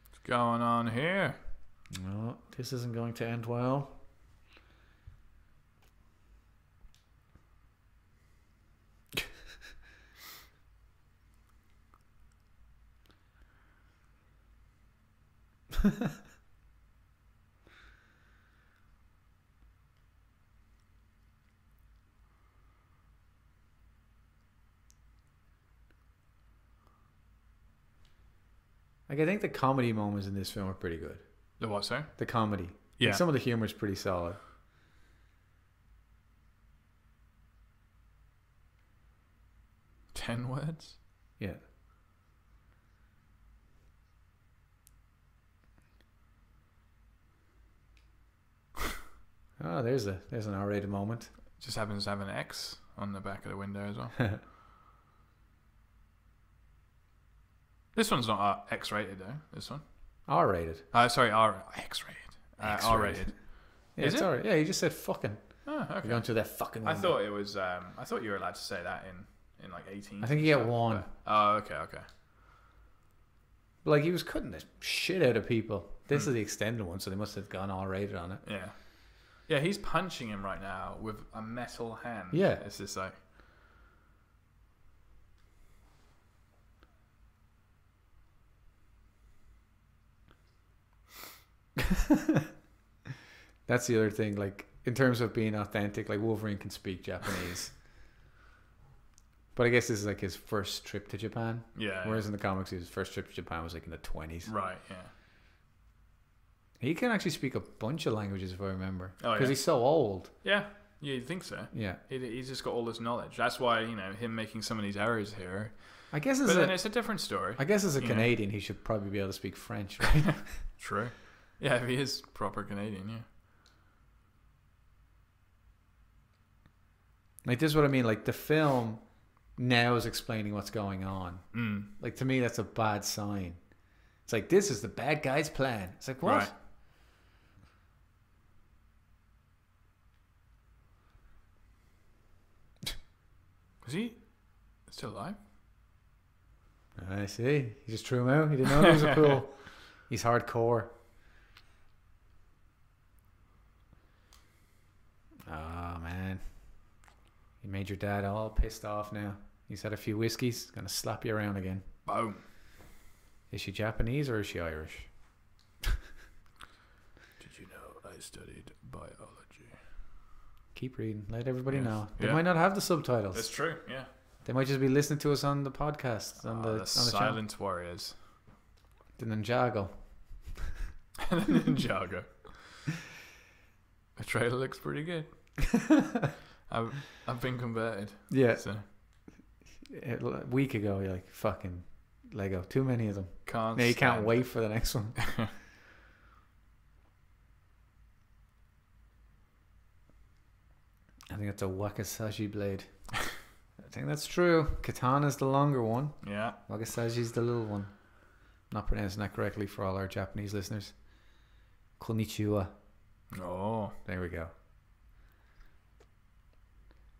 S1: What's going on here?
S2: No, this isn't going to end well. (laughs) Like I think the comedy moments in this film are pretty good.
S1: The what? Sorry.
S2: The comedy.
S1: Yeah.
S2: Like, some of the humor is pretty solid.
S1: Ten words.
S2: Yeah. oh, there's a there's an R-rated moment.
S1: Just happens to have an X on the back of the window as well.
S2: (laughs)
S1: this one's not uh, X-rated though. This one.
S2: R-rated.
S1: Uh, sorry, R X-rated. Uh,
S2: X-rated.
S1: R-rated.
S2: Yeah,
S1: Is
S2: it's
S1: it?
S2: all right. Yeah, you just said fucking.
S1: Oh,
S2: You're
S1: okay.
S2: going to that fucking.
S1: I
S2: window.
S1: thought it was. Um, I thought you were allowed to say that in in like eighteen.
S2: I think you get one.
S1: Oh, okay, okay.
S2: But, Like he was cutting the shit out of people. This is the extended one, so they must have gone R-rated on it.
S1: Yeah. Yeah, he's punching him right now with a metal hand.
S2: Yeah.
S1: It's just like.
S2: That's the other thing. Like in terms of being authentic, like Wolverine can speak Japanese. (laughs) But I guess this is like his first trip to Japan.
S1: Yeah.
S2: Whereas in the comics, his first trip to Japan was like in the 20s.
S1: Right, yeah.
S2: He can actually speak a bunch of languages, if I remember.
S1: Oh, yeah.
S2: Because he's so old.
S1: Yeah, you'd think so.
S2: Yeah.
S1: He, he's just got all this knowledge. That's why, you know, him making some of these arrows here.
S2: I guess
S1: But
S2: as
S1: then
S2: a,
S1: it's a different story.
S2: I guess as a
S1: you know.
S2: Canadian, he should probably be able to speak French, (laughs) right?
S1: True. Yeah, if he is proper Canadian, yeah.
S2: like, this is what I mean. Like, the film now is explaining what's going on.
S1: Mm.
S2: Like, to me, that's a bad sign. It's like, this is the bad guy's plan. It's like, what?
S1: Right. Is he still alive?
S2: I see. He just threw him out. He didn't know there was a pool. He's hardcore. Oh man. You made your dad all pissed off now. He's had a few whiskeys. He's Gonna slap you around again.
S1: Boom.
S2: Is she Japanese or is she Irish?
S1: Did you know I studied biology?
S2: Keep reading. Let everybody
S1: Yes.
S2: know. They
S1: Yeah.
S2: might not have the subtitles.
S1: That's true, yeah.
S2: They might just be listening to us on the podcast
S1: Ah,
S2: on the
S1: the,
S2: on the channel.
S1: Silent Warriors. (laughs)
S2: The Ninjago.
S1: and then Ninjago. The trailer looks pretty
S2: (laughs)
S1: good. I've, I've been converted.
S2: Yeah.
S1: So
S2: A week ago, you're like fucking Lego. Too many of them.
S1: can't
S2: Now you can't
S1: stand
S2: wait for the
S1: (laughs)
S2: next one. I think that's a Wakasashi blade. I think that's true. Katana's the longer one.
S1: it. Yeah.
S2: Wakasashi's the little one. Not pronouncing that correctly for all our Japanese listeners. Konnichiwa.
S1: Oh.
S2: There we go.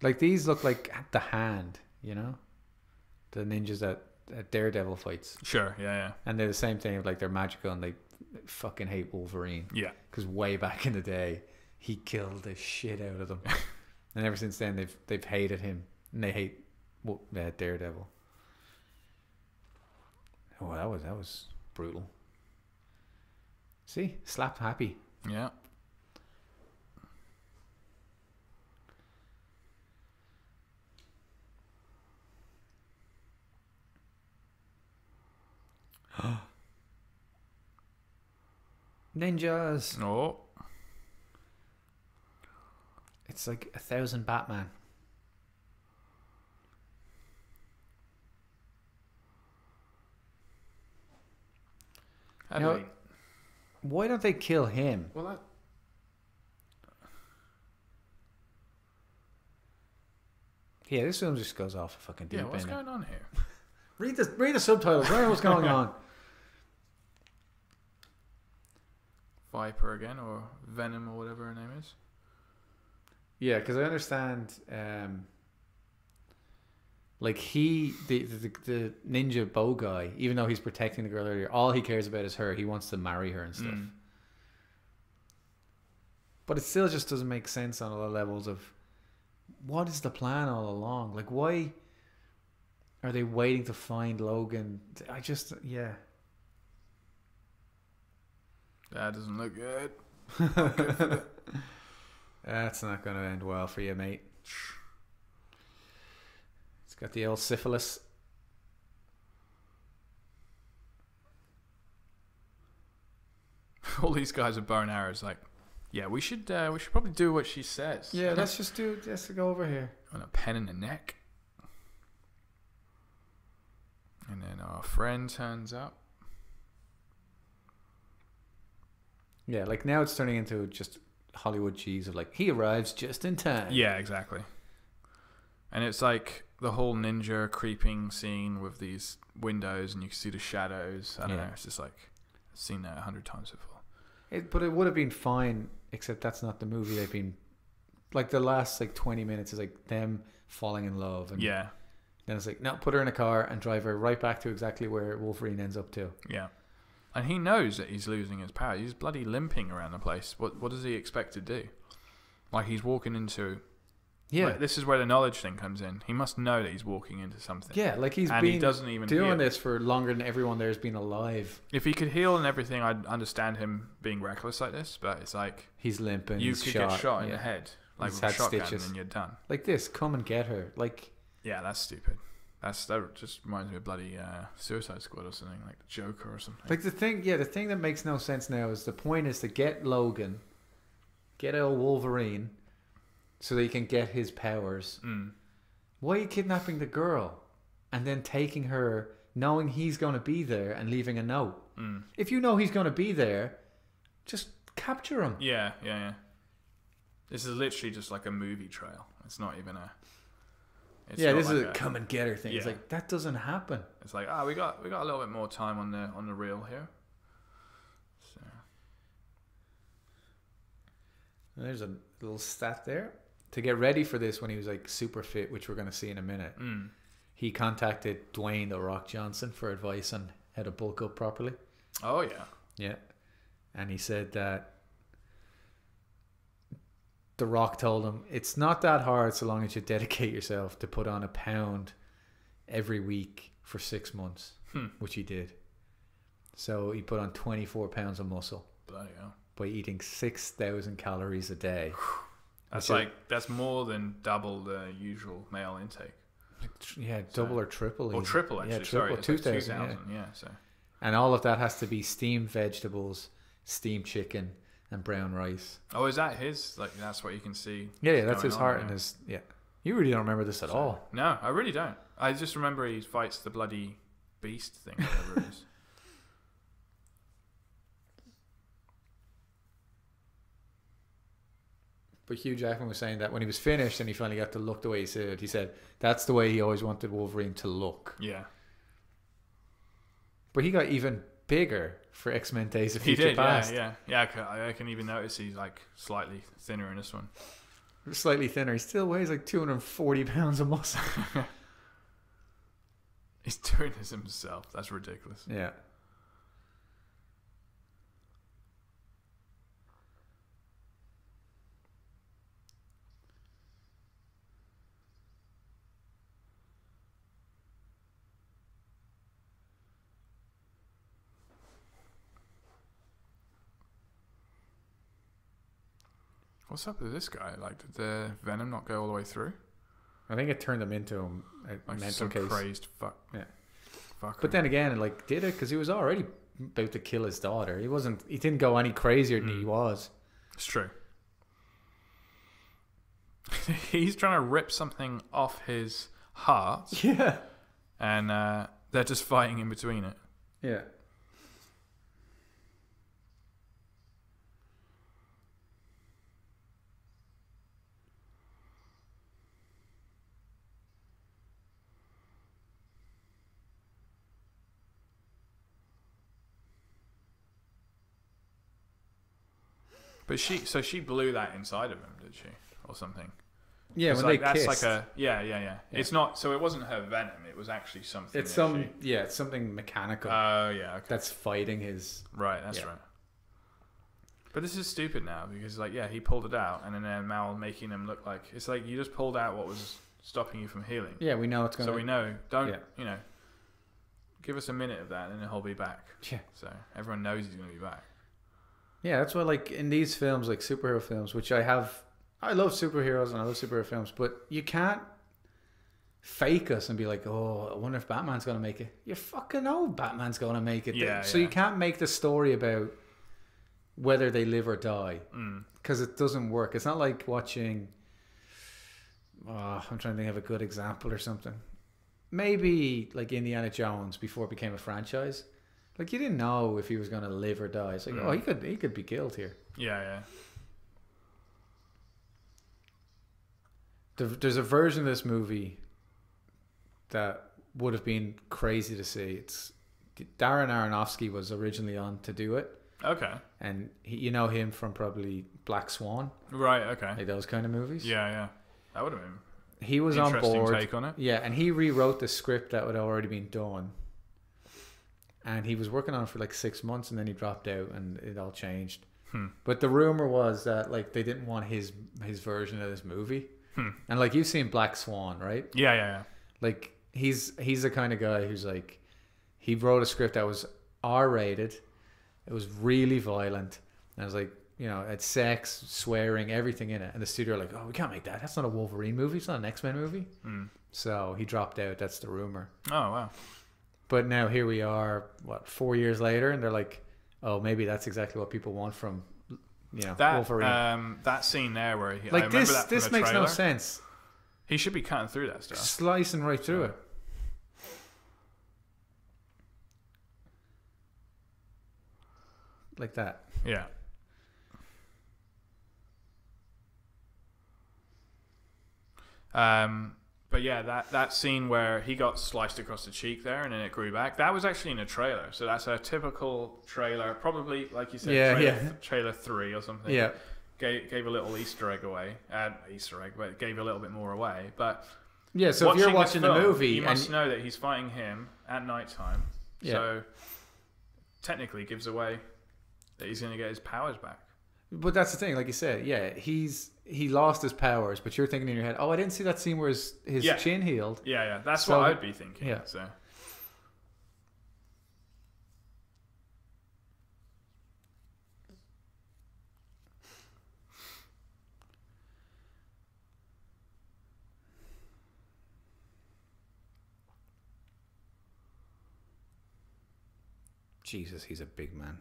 S2: Like these look like at the hand, you know? The ninjas that, that Daredevil fights.
S1: Sure. Yeah.
S2: And they're the same thing of like they're magical and they fucking hate Wolverine.
S1: Yeah.
S2: Because way back in the day, he killed the shit out of them. and ever since then, they've they've hated him, and they hate well, uh, Daredevil. Oh, that was that was brutal. See, slap happy.
S1: Yeah.
S2: Ninjas.
S1: Oh.
S2: It's like a thousand Batman.
S1: How
S2: You
S1: do
S2: know-
S1: they-
S2: Why don't they kill him?
S1: Well, that.
S2: Yeah, this film just goes off a fucking deep
S1: Yeah, what's
S2: end.
S1: going on here?
S2: Read the read the subtitles. I don't know what's going (laughs) on.
S1: Viper again, or Venom, or whatever her name is.
S2: Yeah, because I understand. Um, like he, the, the the ninja bow guy, even though he's protecting the girl earlier, all he cares about is her. He wants to marry her and stuff.
S1: Mm.
S2: But it still just doesn't make sense on a lot of levels of what is the plan all along? Like why are they waiting to find Logan? I just yeah.
S1: That doesn't look good. (laughs)
S2: (laughs) That's not going to end well for you, mate. It's got the old syphilis.
S1: All these guys with bow and arrows, like, yeah, we should, uh, we should probably do what she says.
S2: Yeah, let's just do. Let's go over here.
S1: and a pen in the neck. And then our friend turns up.
S2: Yeah, like now it's turning into just Hollywood cheese of like he arrives just in time.
S1: Yeah, exactly. And it's like the whole ninja creeping scene with these windows, and you can see the shadows. I don't
S2: Yeah.
S1: know. It's just like I've seen that a hundred times before.
S2: It, but it would have been fine, except that's not the movie they've been. Like the last like twenty minutes is like them falling in love, and
S1: Yeah,
S2: then it's like no, put her in a car and drive her right back to exactly where Wolverine ends up to.
S1: yeah. And he knows that he's losing his power. He's bloody limping around the place. What what does he expect to do? Like he's walking into.
S2: Yeah,
S1: like, this is where the knowledge thing comes in. He must know that he's walking into something.
S2: yeah, like he's
S1: and
S2: been
S1: he doesn't even
S2: doing
S1: heal.
S2: this for longer than everyone there's been alive.
S1: If he could heal and everything, I'd understand him being reckless like this. But it's like
S2: He's limping.
S1: you
S2: he's
S1: could
S2: shot.
S1: get shot in
S2: yeah.
S1: the head, like
S2: He's
S1: with a
S2: had
S1: shotgun,
S2: stitches.
S1: and you're done.
S2: Like this, come and get her. Like
S1: Yeah, that's stupid. That's that just reminds me of bloody uh, Suicide Squad or something, like the Joker or something.
S2: Like the thing, yeah, the thing that makes no sense now is the point is to get Logan, get old Wolverine, so that he can get his powers.
S1: mm.
S2: Why are you kidnapping the girl and then taking her, knowing he's going to be there and leaving a note?
S1: Mm.
S2: If you know he's going to be there, just capture him.
S1: Yeah, yeah, yeah. This is literally just like a movie trail. It's not even a. It's
S2: yeah,
S1: not
S2: this
S1: like
S2: is a,
S1: a-
S2: come and get her thing. It's
S1: Yeah.
S2: like that doesn't happen.
S1: It's like ah, we got we got a little bit more time on the on the reel here. So
S2: There's a little stat there. To get ready for this when he was like super fit, which we're going to see in a minute.
S1: mm.
S2: he contacted Dwayne the Rock Johnson for advice on how to bulk up properly.
S1: oh yeah,
S2: Yeah. And he said that The Rock told him, It's not that hard so long as you dedicate yourself to put on a pound every week for six months,
S1: Hmm.
S2: which he did. So he put on 24 pounds of muscle
S1: bloody hell.
S2: by eating 6,000 calories a day.
S1: That's
S2: Which is-
S1: like that's more than double the usual male intake,
S2: Yeah, double or triple.
S1: or
S2: even.
S1: triple actually.
S2: Yeah,
S1: Sorry,
S2: triple,
S1: it's like
S2: 2,000. yeah.
S1: 2,000, Yeah, so
S2: And all of that has to be steamed vegetables, steamed chicken, and brown rice.
S1: oh, is that his? Like that's what you can see.
S2: Yeah, yeah
S1: what's
S2: that's
S1: going
S2: his
S1: on
S2: heart
S1: there.
S2: and his yeah. You really don't remember this at all.
S1: No, I really don't. I just remember he fights the bloody beast thing, whatever it is. (laughs)
S2: But Hugh Jackman was saying that when he was finished and he finally got to look the way he said, he said that's the way he always wanted Wolverine to look.
S1: Yeah,
S2: But he got even bigger for X Men Days of
S1: he
S2: Future
S1: did.
S2: Past.
S1: Yeah, yeah, yeah. I can, I can even notice he's like slightly thinner in this one. (laughs)
S2: Slightly thinner. He still weighs like 240 pounds of muscle. (laughs)
S1: He's doing this himself. That's ridiculous.
S2: yeah.
S1: What's up with this guy? Like, did the Venom not go all the way through?
S2: I think it turned him into a- a
S1: Like
S2: mental
S1: some
S2: case.
S1: crazed fuck.
S2: Yeah.
S1: Fucker.
S2: But then again, it, like did it because he was already about to kill his daughter. He wasn't. He didn't go any crazier than he
S1: Hmm. (laughs)
S2: was.
S1: it's true. He's trying to rip something off his heart,
S2: (laughs) Yeah.
S1: and uh, they're just fighting in between it.
S2: Yeah.
S1: But she, so she blew that inside of him, did she, or something?
S2: Yeah.
S1: 'Cause,
S2: When
S1: like,
S2: they
S1: that's
S2: kissed,
S1: like a yeah, yeah, yeah,
S2: Yeah.
S1: It's not. So it wasn't her venom. It was actually something.
S2: it's
S1: that
S2: some.
S1: she-
S2: Yeah. It's something mechanical
S1: Oh yeah. Okay.
S2: that's fighting his.
S1: Right, that's
S2: Yeah.
S1: right. But this is stupid now because, like, yeah, he pulled it out, and then they're now making him look like it's like you just pulled out what was stopping you from healing.
S2: Yeah. We know it's going.
S1: so
S2: to
S1: we know, don't
S2: Yeah.
S1: you know? Give us a minute of that, and then he'll be back.
S2: Yeah.
S1: So everyone knows he's going to be back.
S2: Yeah, that's why like in these films, like superhero films, which I have I love superheroes and I love superhero films, but you can't fake us and be like, Oh, I wonder if Batman's gonna make it. You fucking know Batman's gonna make it.
S1: Yeah,
S2: so
S1: yeah.
S2: you can't make the story about whether they live or die.
S1: Mm.
S2: Because it doesn't work. It's not like watching oh, I'm trying to think of a good example or something. Maybe like Indiana Jones before it became a franchise. Like you didn't know if he was gonna live or die. It's like,
S1: Mm.
S2: oh, he could he could be killed here.
S1: Yeah, yeah.
S2: There- There's a version of this movie that would have been crazy to see. It's Darren Aronofsky was originally on to do it,
S1: Okay.
S2: and he, you know him from probably Black Swan,
S1: Right. Okay.
S2: like those kind of movies.
S1: Yeah, yeah. That would have been
S2: he was on
S1: interesting
S2: board.
S1: take on it.
S2: Yeah, and he rewrote the script that had already been done. And he was working on it for like six months, and then he dropped out, and it all changed.
S1: Hmm.
S2: But the rumor was that like they didn't want his his version of this movie,
S1: Hmm.
S2: and like you've seen Black Swan, right?
S1: Yeah, yeah, yeah.
S2: Like he's he's the kind of guy who's like he wrote a script that was R rated, it was really violent, and it was like you know it had sex, swearing, everything in it, and the studio were like, oh, we can't make that. That's not a Wolverine movie. It's not an X Men movie.
S1: Mm.
S2: So he dropped out. That's the rumor.
S1: Oh wow.
S2: But now here we are, what four years later, and they're like, oh, maybe that's exactly what people want from you know
S1: That
S2: Wolverine.
S1: um, that scene there where he, I
S2: like
S1: remember
S2: this,
S1: that from
S2: this
S1: the
S2: makes no
S1: trailer.
S2: sense.
S1: He should be cutting through that stuff.
S2: Slicing right through it. Like that.
S1: Yeah. Um, but yeah, that, that scene where he got sliced across the cheek there and then it grew back, that was actually in a trailer. So that's a typical trailer, probably, like you said,
S2: Yeah,
S1: trailer,
S2: yeah.
S1: trailer three or something.
S2: Yeah.
S1: Gave, gave a little Easter egg away. Uh, Easter egg, but it gave a little bit more away. But
S2: Yeah. So if you're
S1: this
S2: watching the
S1: film,
S2: movie,
S1: you must
S2: and,
S1: know that he's fighting him at nighttime.
S2: Yeah.
S1: So technically gives away that he's going to get his powers back.
S2: but that's the thing. Like you said, yeah, he's he lost his powers, but you're thinking in your head, oh, I didn't see that scene where his his
S1: Yeah.
S2: chin healed.
S1: Yeah, yeah, that's
S2: So-
S1: what I'd be thinking.
S2: yeah.
S1: So
S2: Jesus, he's a big man.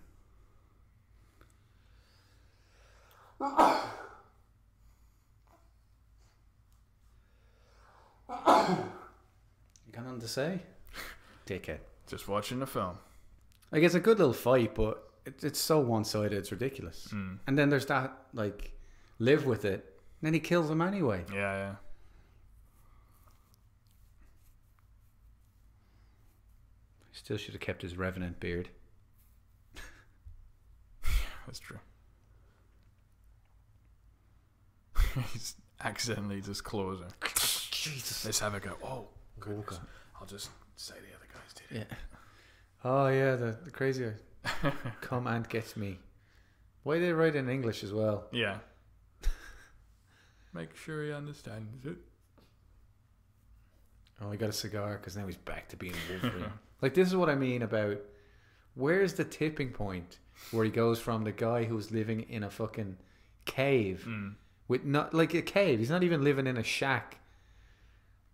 S2: you got nothing to say? Dickhead.
S1: just watching the film.
S2: Like it's a good little fight, but it, it's so one sided, it's ridiculous.
S1: Mm.
S2: And then there's that like live with it. And then he kills him anyway.
S1: Yeah, yeah.
S2: Still should have kept his revenant beard.
S1: That's true. (laughs) he's accidentally just claws her.
S2: Jesus.
S1: Let's have a go. Oh, goodness. I'll just say the other guys did
S2: Yeah. Oh yeah, the, the crazy guy. (laughs) Come and get me. Why they write in English as well?
S1: it. Yeah. (laughs) Make sure he understands it.
S2: Oh, he got a cigar because now he's back to being Wolverine. like this is what I mean about where's the tipping point where he goes from the guy who's living in a fucking cave
S1: Mm.
S2: with not like a cave. He's not even living in a shack.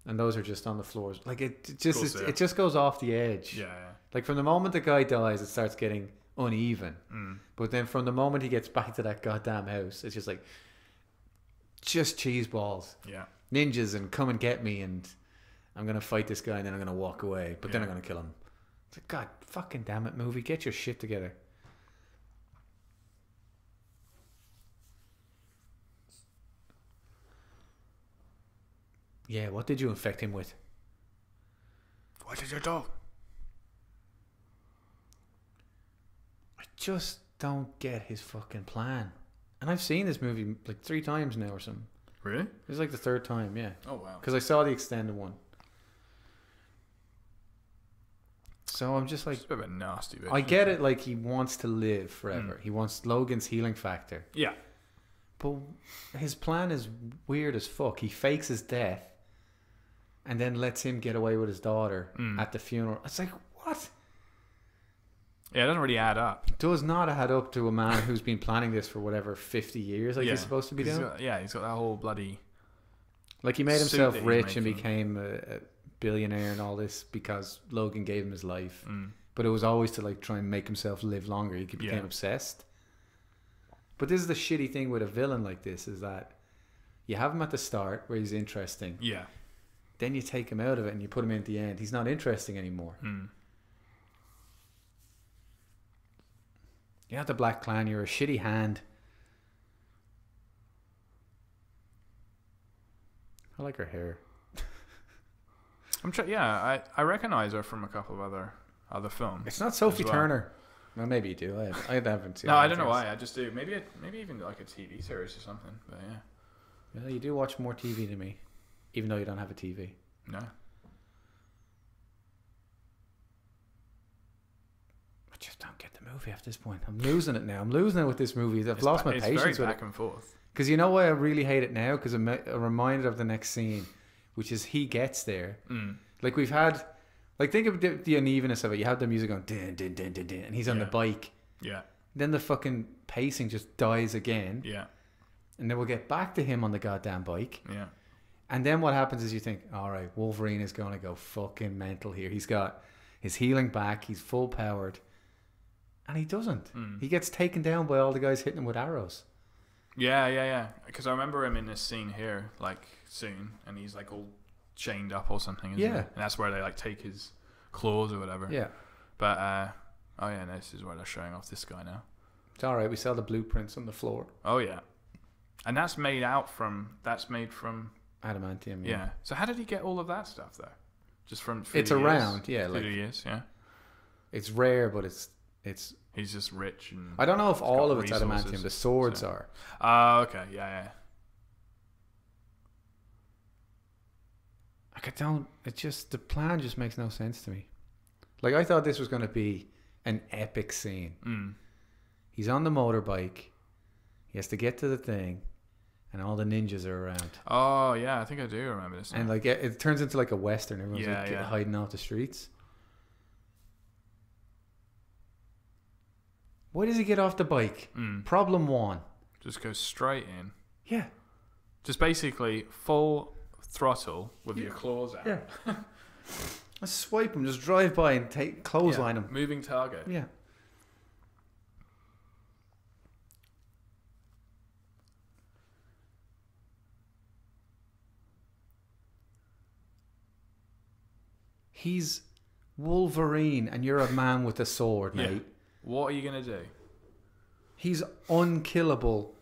S2: And those are just on the floors. Like it it just
S1: Cool,
S2: is,
S1: so yeah.
S2: it just goes off the edge.
S1: Yeah, yeah.
S2: Like from the moment the guy dies, it starts getting uneven.
S1: Mm.
S2: But then from the moment he gets back to that goddamn house, it's just like just cheese balls,
S1: Yeah.
S2: ninjas, and come and get me, and I'm gonna fight this guy, and then I'm gonna walk away, but then
S1: Yeah.
S2: I'm gonna kill him. It's like God, fucking damn it, movie, get your shit together. Yeah, what did you infect him with?
S1: What did you do?
S2: I just don't get his fucking plan. And I've seen this movie like three times now or something.
S1: Really?
S2: It was like the third time, yeah.
S1: Oh wow.
S2: Because I saw the extended one. So I'm just like,
S1: It's a bit of a nasty bitch.
S2: I get it. Like he wants to live
S1: Mm.
S2: forever. He wants Logan's healing factor.
S1: Yeah.
S2: But his plan is weird as fuck. He fakes his death, and then lets him get away with his daughter
S1: Mm.
S2: at the funeral. It's like what
S1: Yeah, it doesn't really add up.
S2: does not add up to a man who's been planning this for whatever fifty years. Like
S1: yeah.
S2: he's supposed to be
S1: 'Cause he's
S2: doing.
S1: got- yeah, he's got that whole bloody.
S2: Like he made
S1: suit
S2: himself
S1: that he's
S2: rich and
S1: making.
S2: became a, a billionaire and all this because Logan gave him his life.
S1: Mm.
S2: But it was always to like try and make himself live longer. He became
S1: Yeah.
S2: obsessed. But this is the shitty thing with a villain like this is that you have him at the start where he's interesting.
S1: Yeah.
S2: Then you take him out of it and you put him in at the end. He's not interesting anymore.
S1: Mm.
S2: You're not the Black Clan. You're a shitty hand. I like her hair.
S1: I'm try- Yeah, I I recognize her from a couple of other other films.
S2: It's not Sophie
S1: well.
S2: Turner. Well, maybe you do. I, have, I haven't seen
S1: no,
S2: her
S1: I don't know
S2: since.
S1: why. I just do. Maybe it, maybe even like a TV series or something. But yeah.
S2: Well, you do watch more TV than me, even though you don't have a TV.
S1: No.
S2: I just don't get the movie at this point. I'm losing it now. I'm losing it with this movie. I've
S1: It's
S2: lost
S1: ba-
S2: my
S1: it's
S2: patience
S1: very
S2: with it.
S1: back and forth.
S2: Because you know why I really hate it now? Because I'm, I'm reminded of the next scene, which is he gets there.
S1: Mm.
S2: Like we've had, like think of the, the unevenness of it. You have the music going, din, din, din, din, din, and he's on the
S1: Yeah.
S2: bike.
S1: Yeah.
S2: Then the fucking pacing just dies again.
S1: Yeah.
S2: And then we'll get back to him on the goddamn bike.
S1: Yeah.
S2: And then what happens is you think, all right, Wolverine is going to go fucking mental here. He's got his healing back, he's full powered. And he doesn't.
S1: Mm.
S2: He gets taken down by all the guys hitting him with arrows.
S1: Yeah, yeah, yeah. Because I remember him in this scene here, like soon, and he's like all chained up or something. Isn't
S2: Yeah.
S1: he? and that's where they like take his claws or whatever.
S2: Yeah.
S1: But uh, oh yeah, no, this is where they're showing off this guy now.
S2: It's all right. We saw the blueprints on the floor.
S1: Oh yeah, and that's made out from that's made from
S2: Adamantium.
S1: yeah. So how did he get all of that stuff though? Just from through
S2: It's
S1: the years?
S2: around. Yeah.
S1: through
S2: Like
S1: the years, yeah.
S2: it's rare, but it's. it's.
S1: He's just rich and
S2: I don't know if
S1: got
S2: all of it's
S1: resources,
S2: adamantium. The swords
S1: so-
S2: are.
S1: oh okay, yeah, yeah.
S2: Like I don't. It just the plan just makes no sense to me. Like I thought this was going to be an epic scene.
S1: Mm.
S2: He's on the motorbike. He has to get to the thing, and all the ninjas are around.
S1: Oh yeah, I think I do remember this.
S2: And
S1: now.
S2: like it, it turns into like a western. Everyone's
S1: Yeah,
S2: like
S1: yeah.
S2: hiding off the streets. Why does he get off the bike?
S1: mm.
S2: Problem one.
S1: Just goes straight in.
S2: Yeah,
S1: Just basically full throttle with your claws out.
S2: yeah. I swipe him. Just drive by and take clothesline him.
S1: Moving target.
S2: Yeah. He's Wolverine, and you're a man with a sword,
S1: Yeah.
S2: mate.
S1: What are you gonna do?
S2: He's unkillable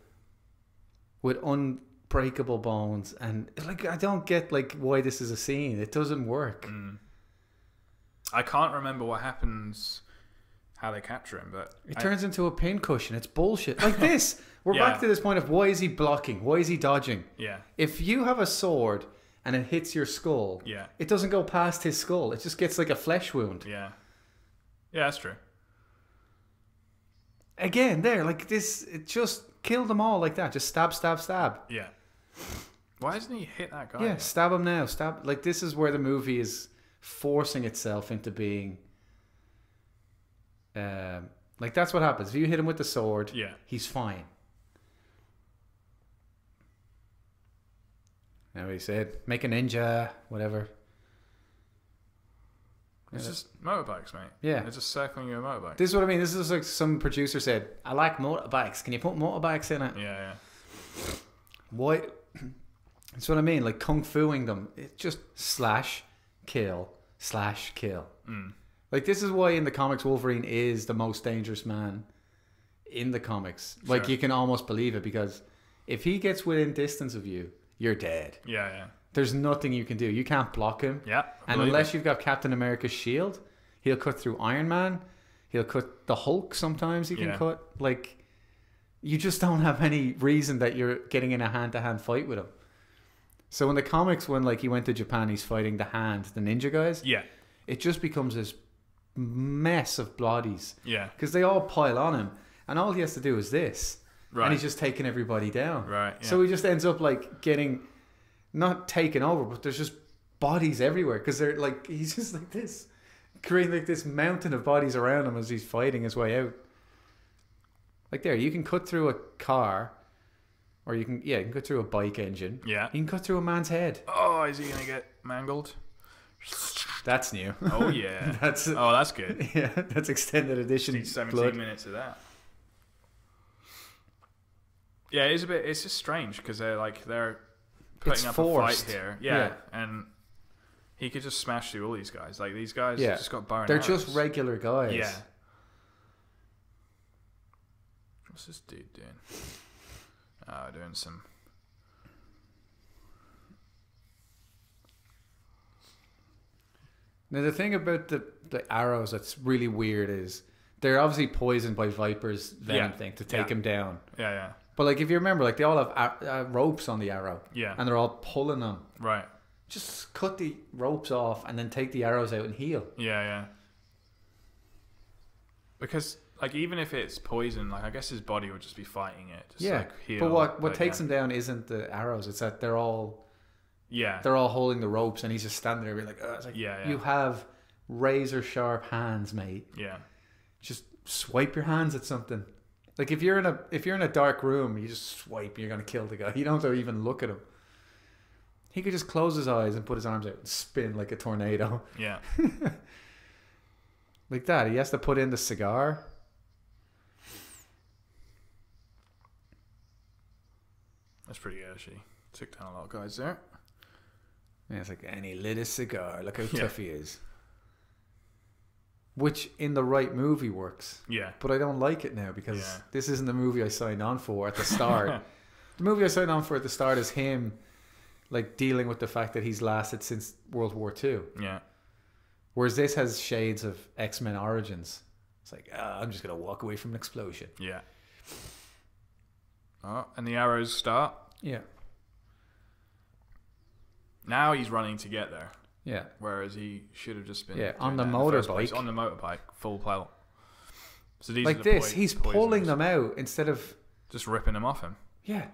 S2: with unbreakable bones, and like I don't get like why this is a scene. It doesn't work.
S1: Mm, I can't remember what happens, how they capture him, but
S2: It
S1: I-
S2: turns into a pincushion. It's bullshit.
S1: (laughs)
S2: Like this. We're
S1: Yeah.
S2: back to this point of why is he blocking? Why is he dodging?
S1: yeah,
S2: If you have a sword and it hits your skull,
S1: yeah,
S2: it doesn't go past his skull. It just gets like a flesh wound.
S1: yeah, yeah. That's true.
S2: Again, there, like this, it just kill them all like that. Just stab, stab, stab.
S1: Yeah. Why doesn't he hit that guy?
S2: Yeah, stab him now. Stab. Like this is where the movie is forcing itself into being. Um, like that's what happens. If you hit him with the sword,
S1: Yeah.
S2: he's fine. You know what he said? Make a ninja, whatever.
S1: It's
S2: Yeah.
S1: just motorbikes, mate.
S2: Yeah.
S1: They're just circling you a motorbike.
S2: This is what I mean. This is like some producer said, I like motorbikes. Can you put motorbikes in it?
S1: yeah, yeah.
S2: What? (clears throat) That's what I mean. Like kung fuing them. It just slash kill slash kill.
S1: Mm.
S2: Like this is why in the comics Wolverine is the most dangerous man in the comics. Like
S1: Sure.
S2: you can almost believe it because if he gets within distance of you, you're dead.
S1: Yeah, yeah.
S2: There's nothing you can do. You can't block him.
S1: Yeah.
S2: And
S1: believe
S2: unless you've got Captain America's shield, he'll cut through Iron Man. He'll cut the Hulk. Sometimes he can
S1: Yeah.
S2: cut. Like, you just don't have any reason that you're getting in a hand-to-hand fight with him. So in the comics, when like he went to Japan, he's fighting the hand, the ninja guys.
S1: it. Yeah,
S2: It just becomes this mess of bodies
S1: yeah.
S2: because they all pile on him, and all he has to do is this,
S1: Right.
S2: and he's just taking everybody down.
S1: Right. Yeah.
S2: So he just ends up like getting not taken over, but there's just bodies everywhere because they're like (laughs) he's just like this, creating like this mountain of bodies around him as he's fighting his way out. Like there, you can cut through a car, or you can yeah, you can cut through a bike engine.
S1: yeah.
S2: You can cut through a man's head.
S1: Oh, is he gonna get mangled?
S2: That's new. (laughs)
S1: Oh yeah.
S2: that's
S1: oh, that's good.
S2: (laughs) yeah, that's extended edition.
S1: Need 17
S2: blood.
S1: minutes of that. Yeah, it's a bit. It's just strange because they're like they're putting
S2: It's
S1: up
S2: forced.
S1: a fight here. Yeah, and he could just smash through all these guys. Like these guys
S2: Yeah.
S1: just got bow and
S2: They're just
S1: arrows.
S2: regular guys.
S1: Yeah. What's this dude doing? Oh, doing some.
S2: Now the thing about the, the arrows that's really weird is they're obviously poisoned by Viper's venom
S1: Yeah.
S2: thing to
S1: Yeah.
S2: take him down.
S1: Yeah, yeah,
S2: But like if you remember, like they all have ar- uh, ropes on the arrow,
S1: yeah.
S2: and they're all pulling them.
S1: right.
S2: Just cut the ropes off and then take the arrows out and heal.
S1: Yeah, yeah. Because like even if it's poison, like I guess his body would just be fighting it. Just,
S2: yeah,
S1: Like, heal,
S2: but what what takes
S1: yeah.
S2: him down isn't the arrows; it's that they're all
S1: Yeah.
S2: they're all holding the ropes, and he's just standing there, being like, Ugh. It's like
S1: Yeah, yeah.
S2: you have razor sharp hands, mate.
S1: Yeah.
S2: just swipe your hands at something. Like if you're in a if you're in a dark room, you just swipe. You're gonna kill the guy. (laughs) You don't have to even look at him. He could just close his eyes and put his arms out and spin like a tornado, (laughs)
S1: Yeah.
S2: like that. He has to put in the cigar.
S1: That's pretty good actually. Took down a lot of guys there.
S2: And it's like, and he lit a cigar. Look how
S1: Yeah.
S2: tough he is. Which in the right movie works,
S1: Yeah.
S2: but I don't like it now because
S1: Yeah.
S2: this isn't the movie I signed on for at the start.
S1: (laughs)
S2: The movie I signed on for at the start is him, like dealing with the fact that he's lasted since World War II.
S1: yeah.
S2: Whereas this has shades of X Men Origins. It's like ah, I'm just gonna walk away from an explosion.
S1: Yeah. Oh, and the arrows start.
S2: Yeah,
S1: Now he's running to get there,
S2: yeah.
S1: whereas he should have just been
S2: Yeah,
S1: doing
S2: on the
S1: that in first place.
S2: motorbike.
S1: on the motorbike, full pile. So these are the
S2: like this,
S1: poi-
S2: he's
S1: poisons.
S2: pulling them out instead of
S1: just ripping them off him.
S2: yeah.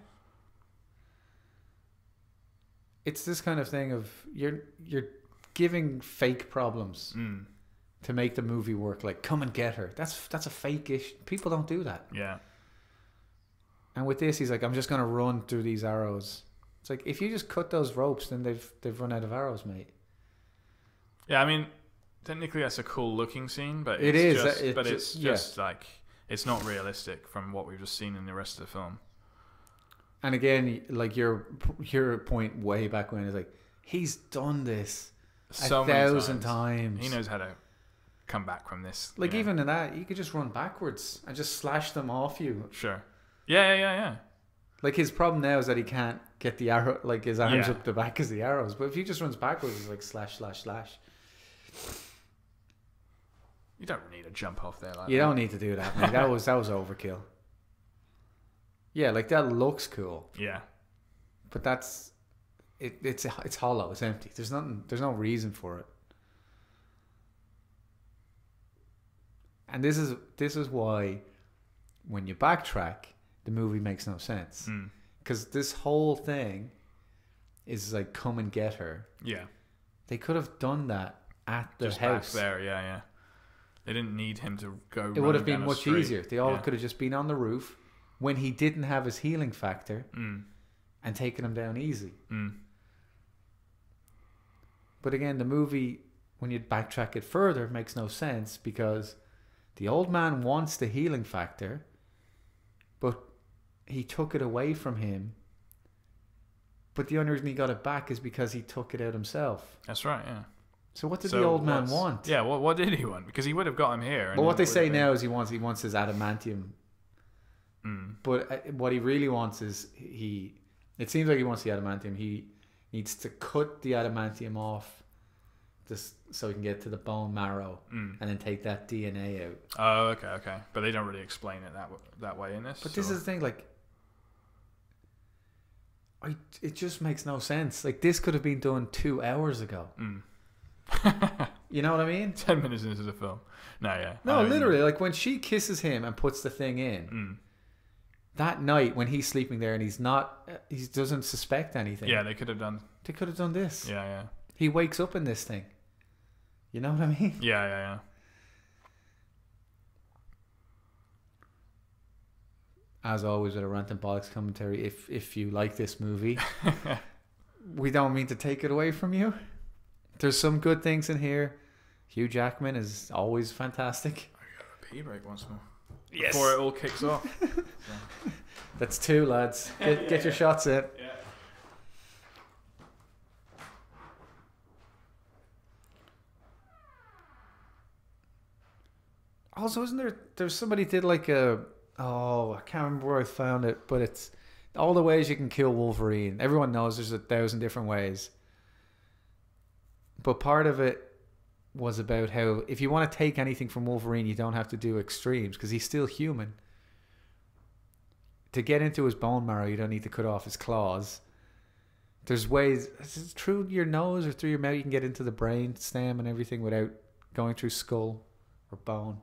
S2: It's this kind of thing of you're you're giving fake problems
S1: Mm.
S2: to make the movie work. Like come and get her. That's that's a fake ish. People don't do that.
S1: Yeah.
S2: And with this, he's like, I'm just gonna run through these arrows. It's like if you just cut those ropes, then they've they've run out of arrows, mate.
S1: Yeah, I mean, technically that's a cool looking scene, but
S2: It
S1: it's
S2: is,
S1: Just,
S2: uh, it
S1: but
S2: ju-
S1: it's
S2: yeah.
S1: just like it's not realistic from what we've just seen in the rest of the film.
S2: And again, like your your point way back when is like he's done this
S1: So
S2: a
S1: many
S2: thousand times.
S1: He knows how to come back from this.
S2: Like
S1: you know.
S2: even in that, you could just run backwards and just slash them off you.
S1: sure. Yeah, yeah, yeah, yeah.
S2: Like his problem now is that he can't get the arrow, like his arms
S1: Yeah.
S2: up the back as the arrows. But if he just runs backwards, it's like slash slash slash.
S1: You don't need to jump off there like
S2: You
S1: that.
S2: don't need to do that, man. That was that was overkill. Yeah, like that looks cool.
S1: Yeah.
S2: but that's it, it's it's hollow it's empty there's nothing there's no reason for it and this is this is why when you backtrack the movie makes no sense
S1: Mm.
S2: because this whole thing is like come and get her
S1: Yeah.
S2: they could have done that at the
S1: just
S2: house
S1: back there. Yeah, yeah. They didn't need him to go.
S2: it would have
S1: running
S2: been
S1: down a
S2: much
S1: street.
S2: easier they all
S1: Yeah.
S2: could have just been on the roof when he didn't have his healing factor
S1: Mm,
S2: and taken him down easy
S1: mm.
S2: But again, the movie, when you backtrack it further, it makes no sense because the old man wants the healing factor, but he took it away from him. But the only reason he got it back is because he took it out himself.
S1: That's right. Yeah.
S2: So what did
S1: So
S2: the old man
S1: what's-
S2: want?
S1: Yeah. What What did he want? Because he would have got him here.
S2: But
S1: and
S2: what
S1: it
S2: they
S1: would
S2: say
S1: have been-
S2: now is he wants he wants his adamantium.
S1: Mm.
S2: But uh, what he really wants is he. It seems like he wants the adamantium. He needs to cut the adamantium off, just so he can get to the bone marrow,
S1: Mm.
S2: and then take that DNA out.
S1: Oh, okay, okay. But they don't really explain it that w- that way in this.
S2: But this
S1: or-
S2: is the thing, like, I it just makes no sense. Like this could have been done two hours ago.
S1: Mm.
S2: You know what I
S1: (laughs)
S2: mean?
S1: ten minutes into the film. No, yeah. I
S2: No,
S1: mean-
S2: literally, like when she kisses him and puts the thing in.
S1: Um, Mm.
S2: that night when he's sleeping there and he's not he doesn't suspect anything
S1: Yeah, they could have done.
S2: they could have done this
S1: Yeah, yeah,
S2: he wakes up in this thing you know what i mean
S1: yeah, yeah, yeah.
S2: as always with a rant and bollocks commentary if if you like this
S1: (laughs)
S2: movie we don't mean to take it away from you there's some good things in here hugh jackman is always fantastic
S1: Pee break once more
S2: yes
S1: before it all kicks off.
S2: that's two (laughs) lads get, get your shots in
S1: yeah.
S2: Also, isn't there? There's somebody did like a oh I can't remember where I found it, but it's all the ways you can kill Wolverine. Everyone knows there's a thousand different ways, but part of it was about how if you want to take anything from Wolverine, you don't have to do extremes because he's still human. To get into his bone marrow, you don't need to cut off his claws. There's ways it's through your nose or through your mouth you can get into the brain stem and everything without going through skull or bone.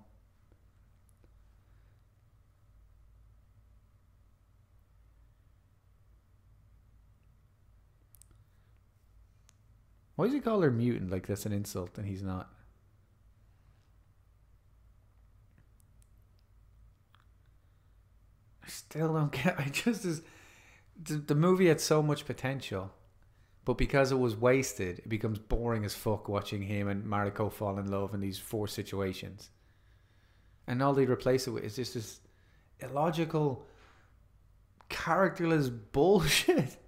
S2: Why does he call her mutant? Like that's an insult, and he's not. I still don't get. I just is the, the movie had so much potential, but because it was wasted, it becomes boring as fuck watching him and Mariko fall in love in these four situations. And all they replace it with is just this illogical, characterless bullshit. (laughs)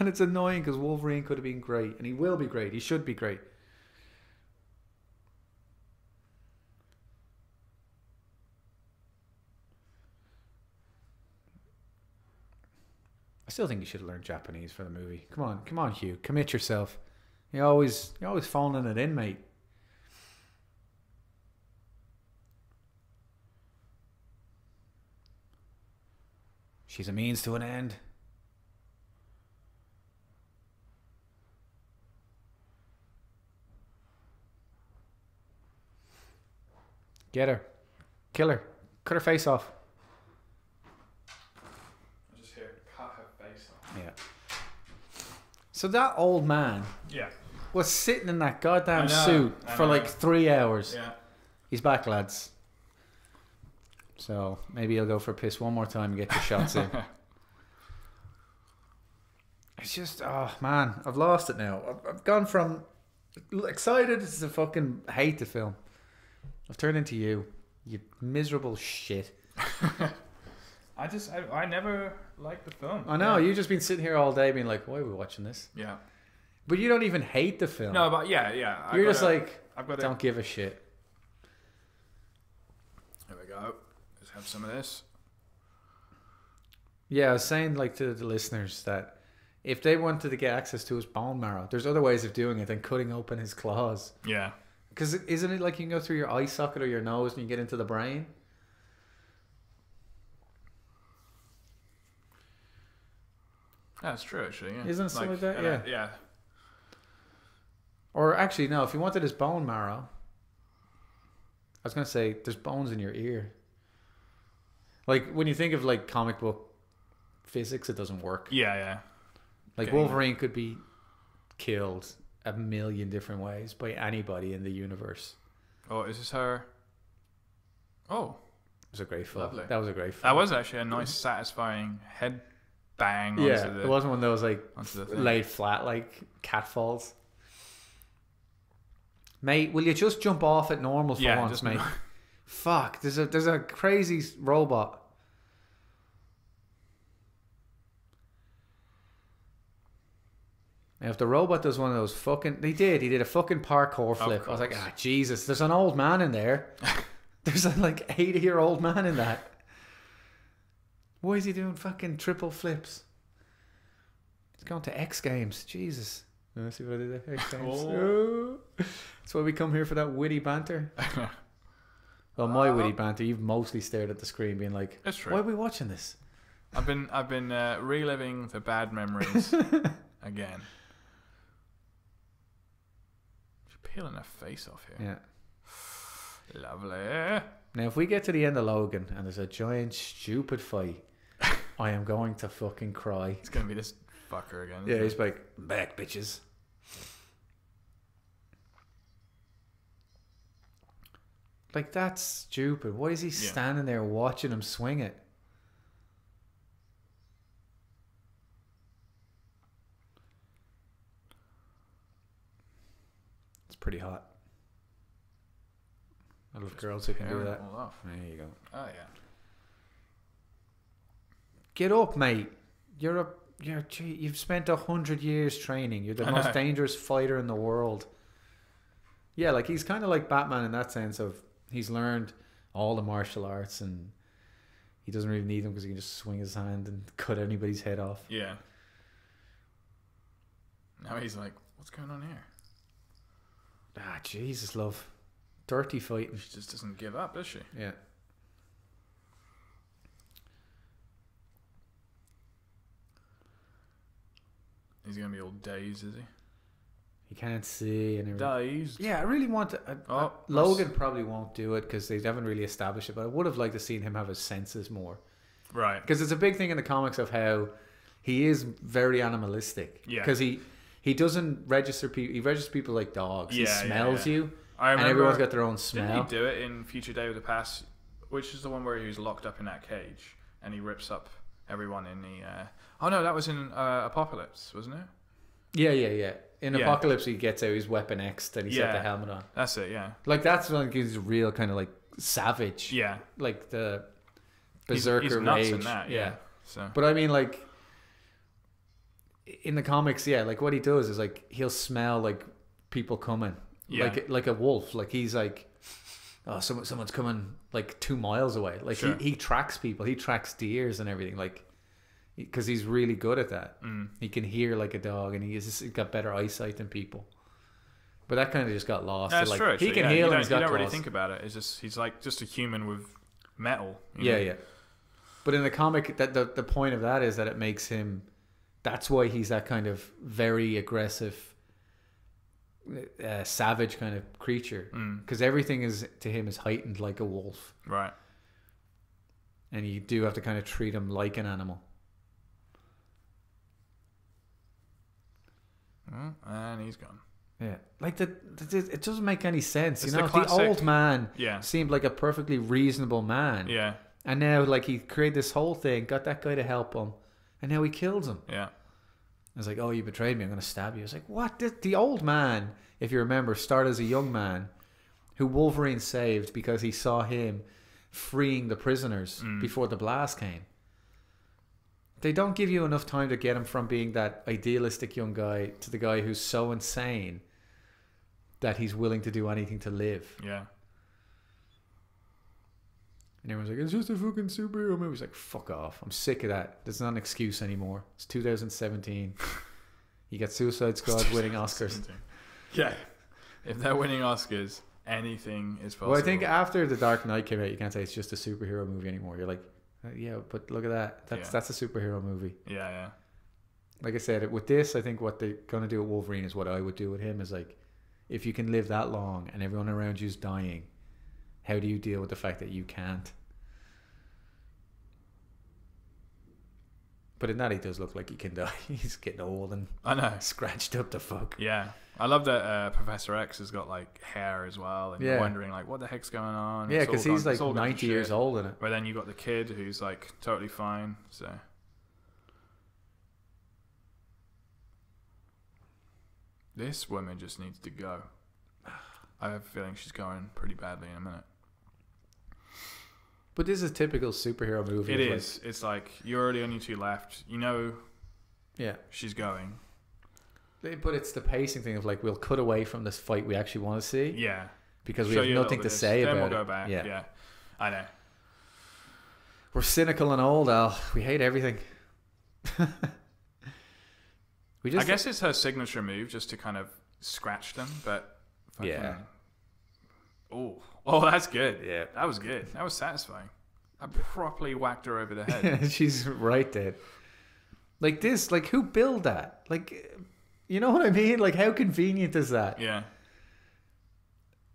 S2: And it's annoying because Wolverine could have been great, and he will be great. He should be great. I still think you should have learned Japanese for the movie. Come on, come on, Hugh, commit yourself. You always, you always phoning it in, mate. She's a means to an end. Get her. Kill her. Cut her face off.
S1: I just hear it cut her face off.
S2: Yeah. So that old man
S1: Yeah,
S2: was sitting in that goddamn
S1: I know,
S2: suit
S1: I
S2: for
S1: know.
S2: like three hours.
S1: yeah.
S2: He's back, lads. So maybe he'll go for a piss one more time and get your
S1: (laughs)
S2: shots in. It's just, oh man, I've lost it now. I've, I've gone from excited to fucking hate the film. I've turned into you, you miserable shit.
S1: I just I, I never liked the film.
S2: I know
S1: Yeah.
S2: you've just been sitting here all day being like, why are we watching this?
S1: yeah.
S2: But you don't even hate the film.
S1: No, but yeah, yeah. I've
S2: you're
S1: got
S2: just
S1: a-
S2: like,
S1: I've got
S2: don't give a shit.
S1: it. Here we go. Let's have some of this.
S2: Yeah, I was saying like to the listeners that if they wanted to get access to his bone marrow, there's other ways of doing it than cutting open his claws.
S1: Yeah.
S2: Because isn't it like you can go through your eye socket or your nose and you get into the brain?
S1: That's true, actually. Yeah.
S2: Isn't it something like that?
S1: and I- yeah.
S2: Or actually, no, if you wanted his bone marrow, I was going to say there's bones in your ear. Like when you think of like comic book physics, it doesn't work.
S1: Yeah, yeah.
S2: Like
S1: Getting-
S2: Wolverine could be killed a million different ways by anybody in the universe.
S1: Oh, is this her? Oh,
S2: It was a great film.
S1: Lovely.
S2: That was a great film.
S1: that was actually a nice, satisfying head bang.
S2: yeah,
S1: onto the,
S2: it wasn't one of those like
S1: onto the thing.
S2: laid flat like cat falls. mate, will you just jump off at normal for
S1: Yeah,
S2: once,
S1: just- (laughs)
S2: mate? Fuck, there's a there's a crazy s- robot. Now, if the robot does one of those fucking, they did. He did a fucking parkour flip. I was like,
S1: course.
S2: ah, Jesus. There's an old man
S1: (laughs)
S2: in there. there's a like eighty year old man in that. Why is he doing fucking triple flips? He's going to X Games. Jesus. Uh, see what I did there? X Games.
S1: Oh.
S2: Oh. (laughs) That's why we come here for that witty banter. Well, my witty banter, you've mostly stared at the screen being like,
S1: It's true.
S2: why are we watching this?
S1: I've been I've been uh, reliving the bad
S2: (laughs)
S1: memories again. She's peeling her face off here.
S2: Yeah.
S1: Lovely.
S2: Now, if we get to the end of Logan and there's a giant, stupid fight, I am going to fucking cry.
S1: It's gonna be this fucker again.
S2: Yeah,
S1: isn't
S2: he's like, back, bitches. Like, that's stupid. Why is he standing there watching him swing it? It's pretty hot. I love girls who
S1: it?
S2: can do
S1: Tearing
S2: that.
S1: it all off.
S2: There you go.
S1: Oh yeah.
S2: Get up, mate. You're a you're gee, you've spent a hundred years training. You're the
S1: I
S2: most
S1: know.
S2: dangerous fighter in the world. Yeah, like he's kind of like Batman in that sense of he's learned all the martial arts and he doesn't really need them because he can just swing his hand and cut anybody's head off.
S1: Yeah. Now he's like, what's going on here?
S2: Ah, Jesus, love, dirty fighting.
S1: She just doesn't give up, does she?
S2: Yeah.
S1: He's gonna be all dazed, is he?
S2: He can't see and everything.
S1: Dazed.
S2: Yeah, I really want to. I,
S1: Oh,
S2: I- Logan probably won't do it because they haven't really established it. But I would have liked to seen him have his senses more.
S1: Right.
S2: because it's a big thing in the comics of how he is very animalistic.
S1: Yeah.
S2: Because he he doesn't register people. He registers people like dogs.
S1: Yeah,
S2: he
S1: yeah,
S2: smells
S1: yeah.
S2: you,
S1: I
S2: and
S1: remember.
S2: everyone's got their own
S1: Didn't
S2: smell.
S1: he do it in Future Day with the Past, which is the one where he was locked up in that cage and he rips up everyone in the? Uh... Oh no, that was in uh, Apocalypse, wasn't it?
S2: yeah, yeah, yeah. In
S1: Yeah.
S2: Apocalypse, he gets out his Weapon X and he's got
S1: Yeah.
S2: the helmet on.
S1: That's it. Yeah,
S2: Like that's when he's real kind of like savage.
S1: yeah.
S2: Like the
S1: He's-
S2: berserker
S1: he's, nuts
S2: rage.
S1: in that. Yeah. So
S2: But I mean, like in the comics, yeah, like what he does is like he'll smell like people coming,
S1: Yeah.
S2: like like a wolf. Like he's like, oh, someone someone's coming like two miles away. Like
S1: Sure.
S2: he, he tracks people, he tracks deers and everything. Like because he's really good at that.
S1: mm,
S2: He can hear like a dog, and he has he's got better eyesight than people. But that kind of just got lost.
S1: that's
S2: like,
S1: true. Actually.
S2: He can
S1: yeah.
S2: heal,
S1: You
S2: and
S1: don't,
S2: he's got
S1: you don't really
S2: claws.
S1: think about it. It's just he's like just a human with metal. you
S2: Yeah,
S1: know?
S2: yeah. But in the comic, that the, the point of that is that it makes him. That's why he's that kind of very aggressive, uh, savage kind of creature.
S1: Mm,
S2: Because everything is to him is heightened like a wolf,
S1: right.
S2: and you do have to kind of treat him like an animal.
S1: Mm, and he's gone.
S2: Yeah, like the, the it doesn't make any sense.
S1: It's
S2: you
S1: the
S2: know, the,
S1: classic-
S2: old man (laughs)
S1: Yeah.
S2: seemed like a perfectly reasonable man,
S1: Yeah.
S2: and now like he created this whole thing, got that guy to help him, and now he kills him.
S1: Yeah.
S2: I was like, "Oh, you betrayed me. I'm going to stab you." I was like, "What?" The, the old man, if you remember, started as a young man who Wolverine saved because he saw him freeing the prisoners before the blast came. They don't give you enough time to get him from being that idealistic young guy to the guy who's so insane that he's willing to do anything to live.
S1: Yeah.
S2: And everyone's like, "It's just a fucking superhero movie." It's like, "Fuck off! I'm sick of that. That's not an excuse anymore. It's 2017." You got Suicide Squad winning Oscars.
S1: (laughs) Yeah. If they're winning Oscars, anything is possible.
S2: Well, I think after the Dark Knight came out, you can't say it's just a superhero movie anymore. You're like, "Uh, yeah, but look at that. That's
S1: Yeah.
S2: that's a superhero movie.
S1: Yeah. Yeah.
S2: Like I said, with this, I think what they're gonna do with Wolverine is what I would do with him is like, if you can live that long and everyone around you's dying, how do you deal with the fact that you can't? But in that, he does look like he can die. (laughs) He's getting old and
S1: I know.
S2: scratched up the fuck.
S1: Yeah, I love that uh, Professor X has got like hair as well, and you're
S2: Yeah.
S1: wondering like what the heck's going on.
S2: Yeah,
S1: It's all
S2: because he's
S1: gone-
S2: like
S1: it's all gone to
S2: 90 years
S1: shit.
S2: old in it.
S1: But then you got the kid who's like totally fine. So this woman just needs to go. I have a feeling she's going pretty badly in a minute.
S2: But this is a typical superhero movie.
S1: It
S2: of, like-
S1: is. It's like you're already on your two left. You know
S2: yeah.
S1: she's going.
S2: They- But it's the pacing thing of like we'll cut away from this fight we actually want to see
S1: Yeah.
S2: because we
S1: Show
S2: have
S1: you a little
S2: nothing
S1: bit
S2: to
S1: of this,
S2: say
S1: then
S2: about
S1: we'll go
S2: it.
S1: back. Yeah.
S2: Yeah.
S1: I know.
S2: We're cynical and old, Al. We hate everything. (laughs) we just
S1: I guess it's her signature move just to kind of scratch them, but fucking-
S2: Yeah.
S1: Oh, oh, that's good.
S2: Yeah. (laughs)
S1: that was good. That was satisfying. I properly whacked her over the
S2: (laughs)
S1: head.
S2: she's right dead. Like this, like who built that? Like you know what I mean? Like how convenient is that?
S1: yeah,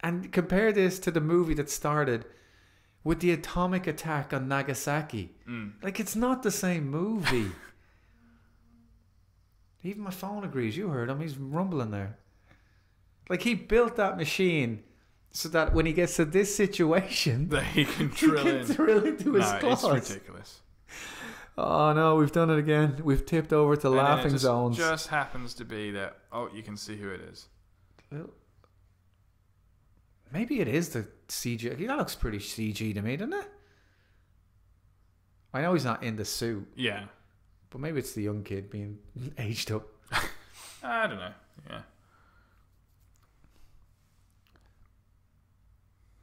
S2: And compare this to the movie that started with the atomic attack on Nagasaki.
S1: Mm.
S2: Like it's not the same movie. (laughs) Even my phone agrees. You heard him. He's rumbling there. Like he built that machine so that when he gets to
S1: (laughs)
S2: this situation,
S1: that he can
S2: he
S1: drill
S2: can
S1: in.
S2: drill into his
S1: No, it's
S2: claws.
S1: ridiculous.
S2: Oh no, we've done it again. We've tipped over to
S1: And then it
S2: laughing
S1: just,
S2: zones.
S1: Just happens to be that. Oh, you can see who it is.
S2: Well, Maybe it is the CG. That looks pretty CG to me, doesn't it? I know he's not in the suit,
S1: Yeah,
S2: but maybe it's the young kid being (laughs) aged up.
S1: I don't know. Yeah,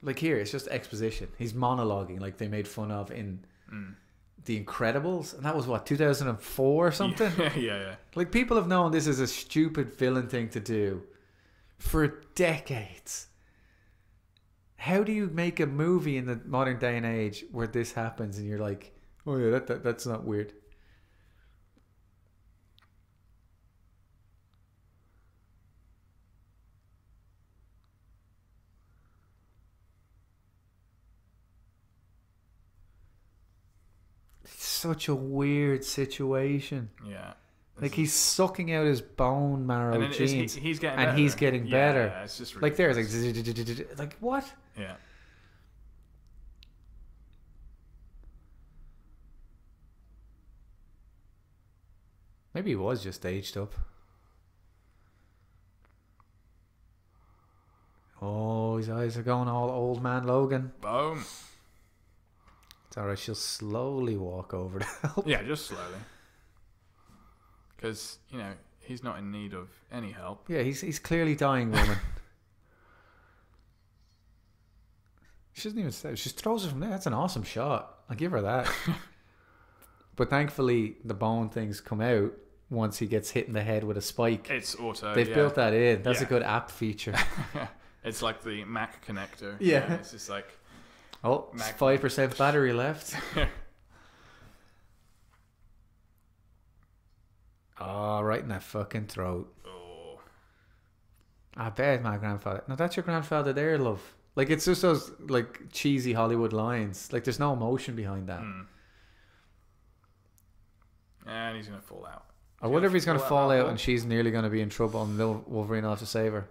S2: Like here, it's just exposition. He's monologuing, like they made fun of in
S1: Mm.
S2: The Incredibles, and that was what 2004 or something.
S1: (laughs) Yeah, yeah, yeah.
S2: Like people have known this is a stupid villain thing to do for decades. How do you make a movie in the modern day and age where this happens and you're like, oh yeah, that, that that's not weird. It's such a weird situation.
S1: yeah.
S2: Like he's sucking out his bone marrow
S1: and then it's-
S2: genes.
S1: he- he's getting
S2: Oh, and
S1: better.
S2: he's getting
S1: Yeah,
S2: better.
S1: Yeah, it's just
S2: like there's
S1: ridiculous.
S2: like like what?
S1: yeah.
S2: Maybe he was just aged up. Oh, his eyes are going all old man Logan.
S1: Boom.
S2: It's alright, she'll slowly walk over to (laughs) help.
S1: Yeah, just slowly. Because, you know, he's not in need of any help.
S2: Yeah, he's he's clearly dying, (laughs) woman. she doesn't even say. She just throws it from there. That's an awesome shot. I give her (laughs) that. but thankfully, the bone things come out once he gets hit in the head with a spike.
S1: It's auto.
S2: They've
S1: yeah.
S2: built that in. That's
S1: Yeah.
S2: a good app feature. (laughs)
S1: It's like the Mac connector.
S2: Yeah.
S1: It's just like,
S2: Oh,
S1: Mag-
S2: five percent battery (laughs) left. oh, right in that fucking throat.
S1: oh.
S2: I bet my grandfather. No, that's your grandfather there, love. Like it's just those like cheesy Hollywood lines. Like there's no emotion behind that.
S1: Mm. And he's going to fall out.
S2: I wonder if he's gonna
S1: Well,
S2: fall
S1: uh,
S2: out and she's nearly gonna be in trouble, and Lil Wolverine will have to save her.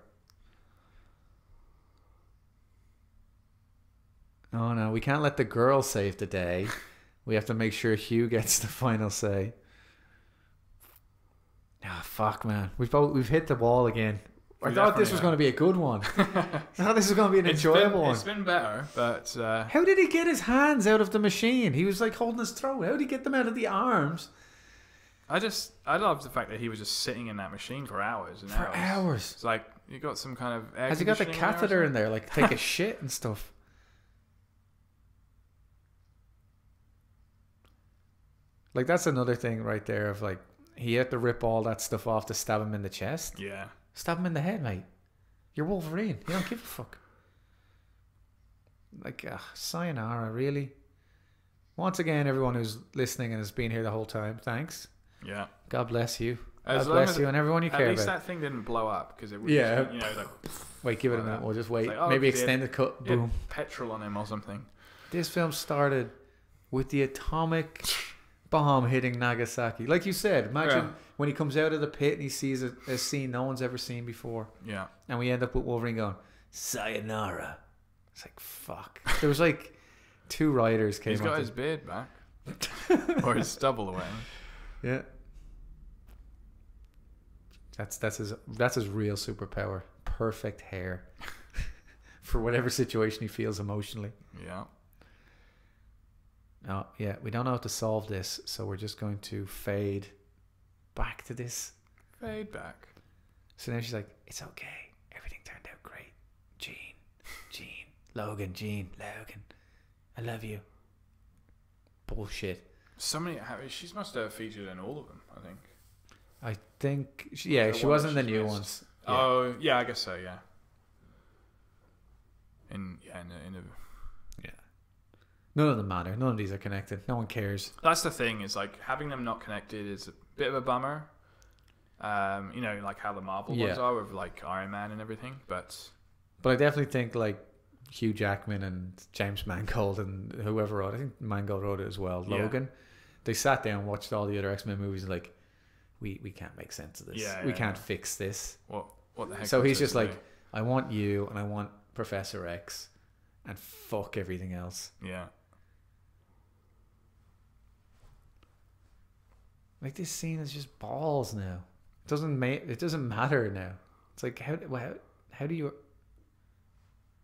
S2: Oh no, we can't let the girl save
S1: (laughs)
S2: the day. We have to make sure Hugh gets the final say. Ah, fuck, man. We've both, we've hit the wall again. I
S1: We
S2: thought
S1: definitely
S2: this was
S1: have.
S2: going to be a good one. I thought this was going to be an
S1: (laughs) It's been-
S2: enjoyable one.
S1: It's been better, but uh,
S2: How did he get his hands out of the machine? He was like holding his throat. How did he get them out of the arms?
S1: I just, I love the fact that he was just sitting in that machine for hours and
S2: For hours.
S1: It's like, you got some kind of air
S2: Has he got the
S1: conditioning there or
S2: catheter in there, like take a shit and stuff? Like that's another thing right there of like he had to rip all that stuff off to stab him in the chest.
S1: something? Yeah.
S2: Stab him in the head, mate. You're Wolverine. You don't give a fuck. Like, uh, sayonara, really. Once again, everyone who's listening and has been here the whole time, thanks.
S1: Yeah.
S2: God bless you. God
S1: As long
S2: bless
S1: as-
S2: you and everyone you
S1: At
S2: care
S1: least
S2: about.
S1: that thing didn't blow up because it was,
S2: Yeah.
S1: you know, like,
S2: Wait, give it a
S1: like
S2: minute.
S1: that.
S2: We'll just wait.
S1: It's like, oh,
S2: Maybe
S1: it's the end.
S2: extend the cut.
S1: it had
S2: Boom.
S1: petrol on him or something.
S2: This film started with the atomic bomb hitting Nagasaki. Like you said, imagine
S1: Yeah.
S2: when he comes out of the pit and he sees a, a scene no one's ever seen before,
S1: Yeah.
S2: and we end up with Wolverine going, "Sayonara." It's like fuck. There was like two writers came.
S1: He's got
S2: up
S1: his beard (laughs) back. or his stubble away.
S2: yeah. That's that's his that's his real superpower. Perfect hair. (laughs) for whatever situation he feels emotionally.
S1: Yeah.
S2: Oh, yeah, we don't know how to solve this, so we're just going to fade back to this.
S1: Fade back.
S2: So now she's like, it's okay. Everything turned out great. Gene, Gene, Logan, Gene, Logan. I love you. Bullshit.
S1: So many. how- She must have featured in all of them. I think.
S2: I think, she, yeah,
S1: The
S2: she
S1: one
S2: wasn't the
S1: that
S2: new
S1: she's
S2: ones. Yeah.
S1: Oh yeah, I guess so. Yeah. In yeah, in a, in a
S2: None of them matter. None of these are connected. No one cares.
S1: That's the thing is like having them not connected is a bit of a bummer. Um, you know, like how the Marvel ones
S2: Yeah.
S1: are with like Iron Man and everything, but
S2: But I definitely think like Hugh Jackman and James Mangold and whoever wrote, I think Mangold wrote it as well.
S1: Yeah.
S2: Logan, they sat down and watched all the other X Men movies and like, we we can't make sense of this.
S1: Yeah,
S2: we
S1: yeah,
S2: can't
S1: yeah.
S2: fix this.
S1: what what the heck?
S2: so
S1: was
S2: he's
S1: it
S2: just
S1: to
S2: like,
S1: do?
S2: I want you and I want Professor X, and fuck everything else.
S1: yeah,
S2: Like this scene is just balls now. It doesn't make it doesn't matter now. It's like how do- how how do you?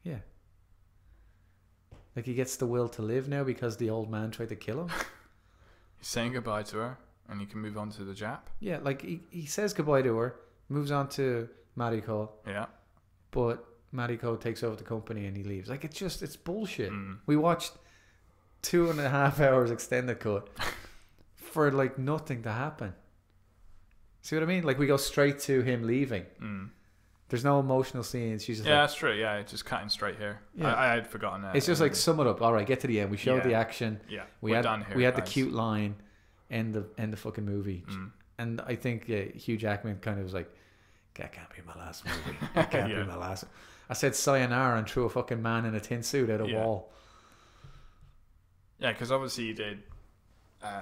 S2: Yeah. Like he gets the will to live now because the old man tried to kill him.
S1: he's saying goodbye to her, and he can move on to the Jap.
S2: Yeah, like he, he says goodbye to her, moves on to Mariko,
S1: Yeah,
S2: but Mariko takes over the company and he leaves. Like it's just it's bullshit.
S1: Mm.
S2: We watched two and a half hours extended cut for like nothing to happen. See what I mean? Like we go straight to him leaving.
S1: mm.
S2: There's no emotional scenes. She's just
S1: yeah,
S2: like,
S1: that's true. Yeah, it's just cutting straight here.
S2: Yeah.
S1: I, I had forgotten that.
S2: it's just like sum it up. All right, get to the end. We showed
S1: Yeah.
S2: the action.
S1: yeah,
S2: We
S1: we are
S2: had
S1: done here.
S2: we had the
S1: guys.
S2: cute line, end the end the fucking movie.
S1: Mm.
S2: And I think yeah, Hugh Jackman kind of was like, "That can't be my last
S1: (laughs)
S2: movie. That can't
S1: Yeah.
S2: be my last." I said "sayonara" and threw a fucking man in a tin suit at a
S1: Yeah.
S2: wall.
S1: Yeah, because obviously you did. Um,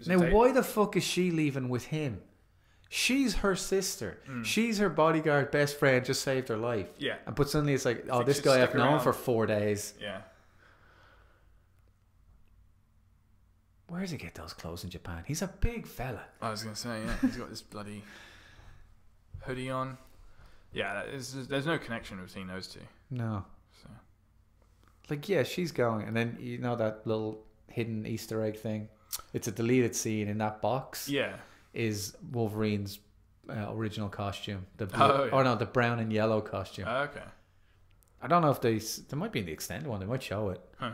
S1: is it
S2: Now,
S1: Dave-
S2: why the fuck is she leaving with him? She's her sister.
S1: Mm.
S2: She's her bodyguard, best friend, just saved her life.
S1: Yeah,
S2: And but suddenly it's like, oh,
S1: Think
S2: this
S1: she'd
S2: guy I've
S1: stick
S2: known
S1: around.
S2: for four days.
S1: yeah.
S2: Where does he get those clothes in Japan? He's a big fella.
S1: I was gonna say, yeah, he's got this bloody hoodie on. Yeah, that is, there's no connection between those two.
S2: No.
S1: So
S2: Like, yeah, she's going. And then, you know, that little hidden Easter egg thing? It's a deleted scene in that box.
S1: yeah,
S2: Is Wolverine's uh, original costume. The blue,
S1: Oh, yeah. Uh.
S2: Or no, the brown and yellow costume.
S1: okay,
S2: I don't know if they s- they might be in the extended one. They might show it.
S1: Huh.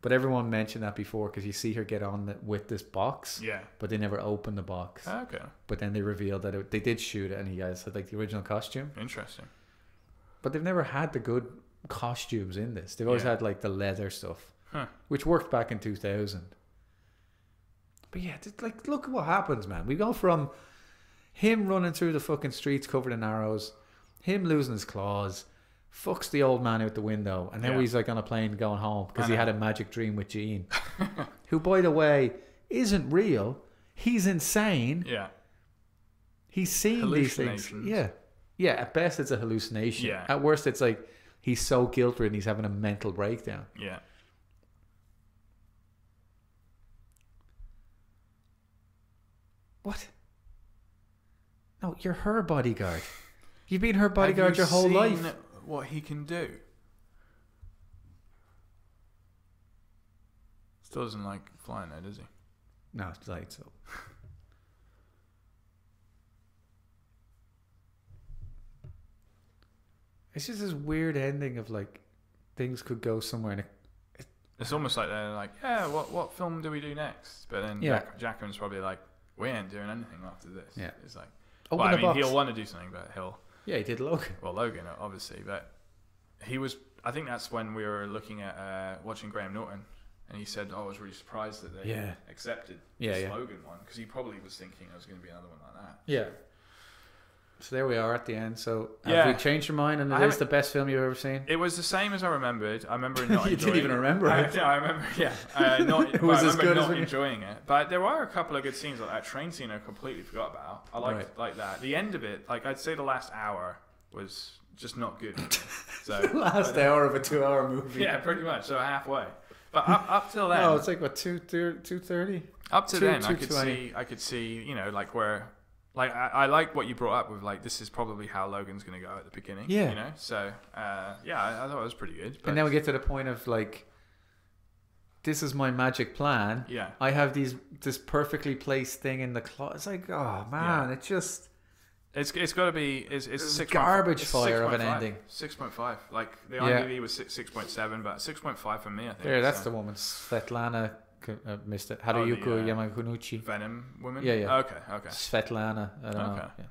S2: But everyone mentioned that before because you see her get on the, with this box,
S1: yeah,
S2: but they never open the box.
S1: okay,
S2: But then they revealed that it, they did shoot it, and you guys had like the original costume.
S1: interesting.
S2: But they've never had the good costumes in this. They've always
S1: Yeah.
S2: had like the leather stuff,
S1: Huh.
S2: which worked back in two thousand. But yeah, just, like look at what happens, man. We go from him running through the fucking streets covered in arrows, him losing his claws, fucks the old man out the window, and now
S1: Yeah.
S2: he's like on a plane going home because
S1: I
S2: he
S1: know.
S2: had a magic dream with Gene,
S1: (laughs)
S2: who, by the way, isn't real. He's insane.
S1: Yeah,
S2: He's seeing these things.
S1: Hallucinations.
S2: Yeah. Yeah, at best it's a hallucination.
S1: Yeah.
S2: At worst it's like he's so guilt ridden he's having a mental breakdown.
S1: yeah,
S2: What? No, you're her bodyguard. You've been her bodyguard
S1: Have
S2: your whole
S1: seen
S2: life.
S1: What he can do. Still doesn't like flying there, does he?
S2: No, it's like so. It's just this weird ending of like things could go somewhere and it
S1: It's almost like they're like, yeah, what what film do we do next? But then
S2: Yeah.
S1: Jack, Jackman's probably like, we ain't doing anything after this.
S2: Yeah.
S1: it's like,
S2: open
S1: well, I
S2: the
S1: mean,
S2: box.
S1: he'll want to do something, but he'll
S2: Yeah, he did Logan.
S1: well Logan obviously, but he was. I think that's when we were looking at uh, watching Graham Norton, and he said, "Oh, "I was really surprised that they
S2: Yeah.
S1: accepted
S2: Yeah,
S1: this
S2: yeah.
S1: Logan one because he probably was thinking there was going to be another one like that."
S2: Yeah. So there we are at the end. So have
S1: Yeah.
S2: we changed your mind and
S1: I
S2: it is
S1: haven't-
S2: the best film you've ever seen?
S1: It was the same as I remembered. I
S2: (laughs)
S1: remember not
S2: You didn't
S1: enjoying
S2: even remember
S1: I,
S2: it.
S1: no, I remember. Yeah,
S2: (laughs)
S1: uh, not,
S2: It
S1: it
S2: was
S1: was I
S2: as
S1: remember
S2: good as
S1: not
S2: when you-
S1: enjoying it. But there are a couple of good scenes like that train scene. I completely forgot about. I liked
S2: Right.
S1: like that. The end of it, like I'd say, the last hour was just not
S2: (laughs)
S1: good. So
S2: (laughs) Last hour of a two hour
S1: (laughs)
S2: movie.
S1: yeah, pretty much. So halfway. But up, up till then,
S2: No, it's like what two two thirty?
S1: Up to
S2: Two-
S1: then, I
S2: two
S1: could
S2: twenty.
S1: see, I could see, you know, like where, like I, I like what you brought up with like this is probably how Logan's going to go at the beginning.
S2: Yeah.
S1: you know. So uh, yeah, I, I thought it was pretty good. But
S2: And then we get to the point of like, this is my magic plan.
S1: yeah,
S2: I have these this perfectly placed thing in the closet. It's like, oh man, it just
S1: it's it's got to be it's it's six
S2: garbage fire of an ending.
S1: Six point five. Like the
S2: Yeah.
S1: IMDb was six six point seven, but six point five for me. I think. uh,
S2: there. That's
S1: so.
S2: the woman, Svetlana. K- Uh, missed it.
S1: Oh, the,
S2: Haruyuko
S1: uh,
S2: Yamaguchi.
S1: Venom woman.
S2: Yeah, yeah.
S1: Okay, okay.
S2: Svetlana. I don't know.
S1: Okay.
S2: Yeah.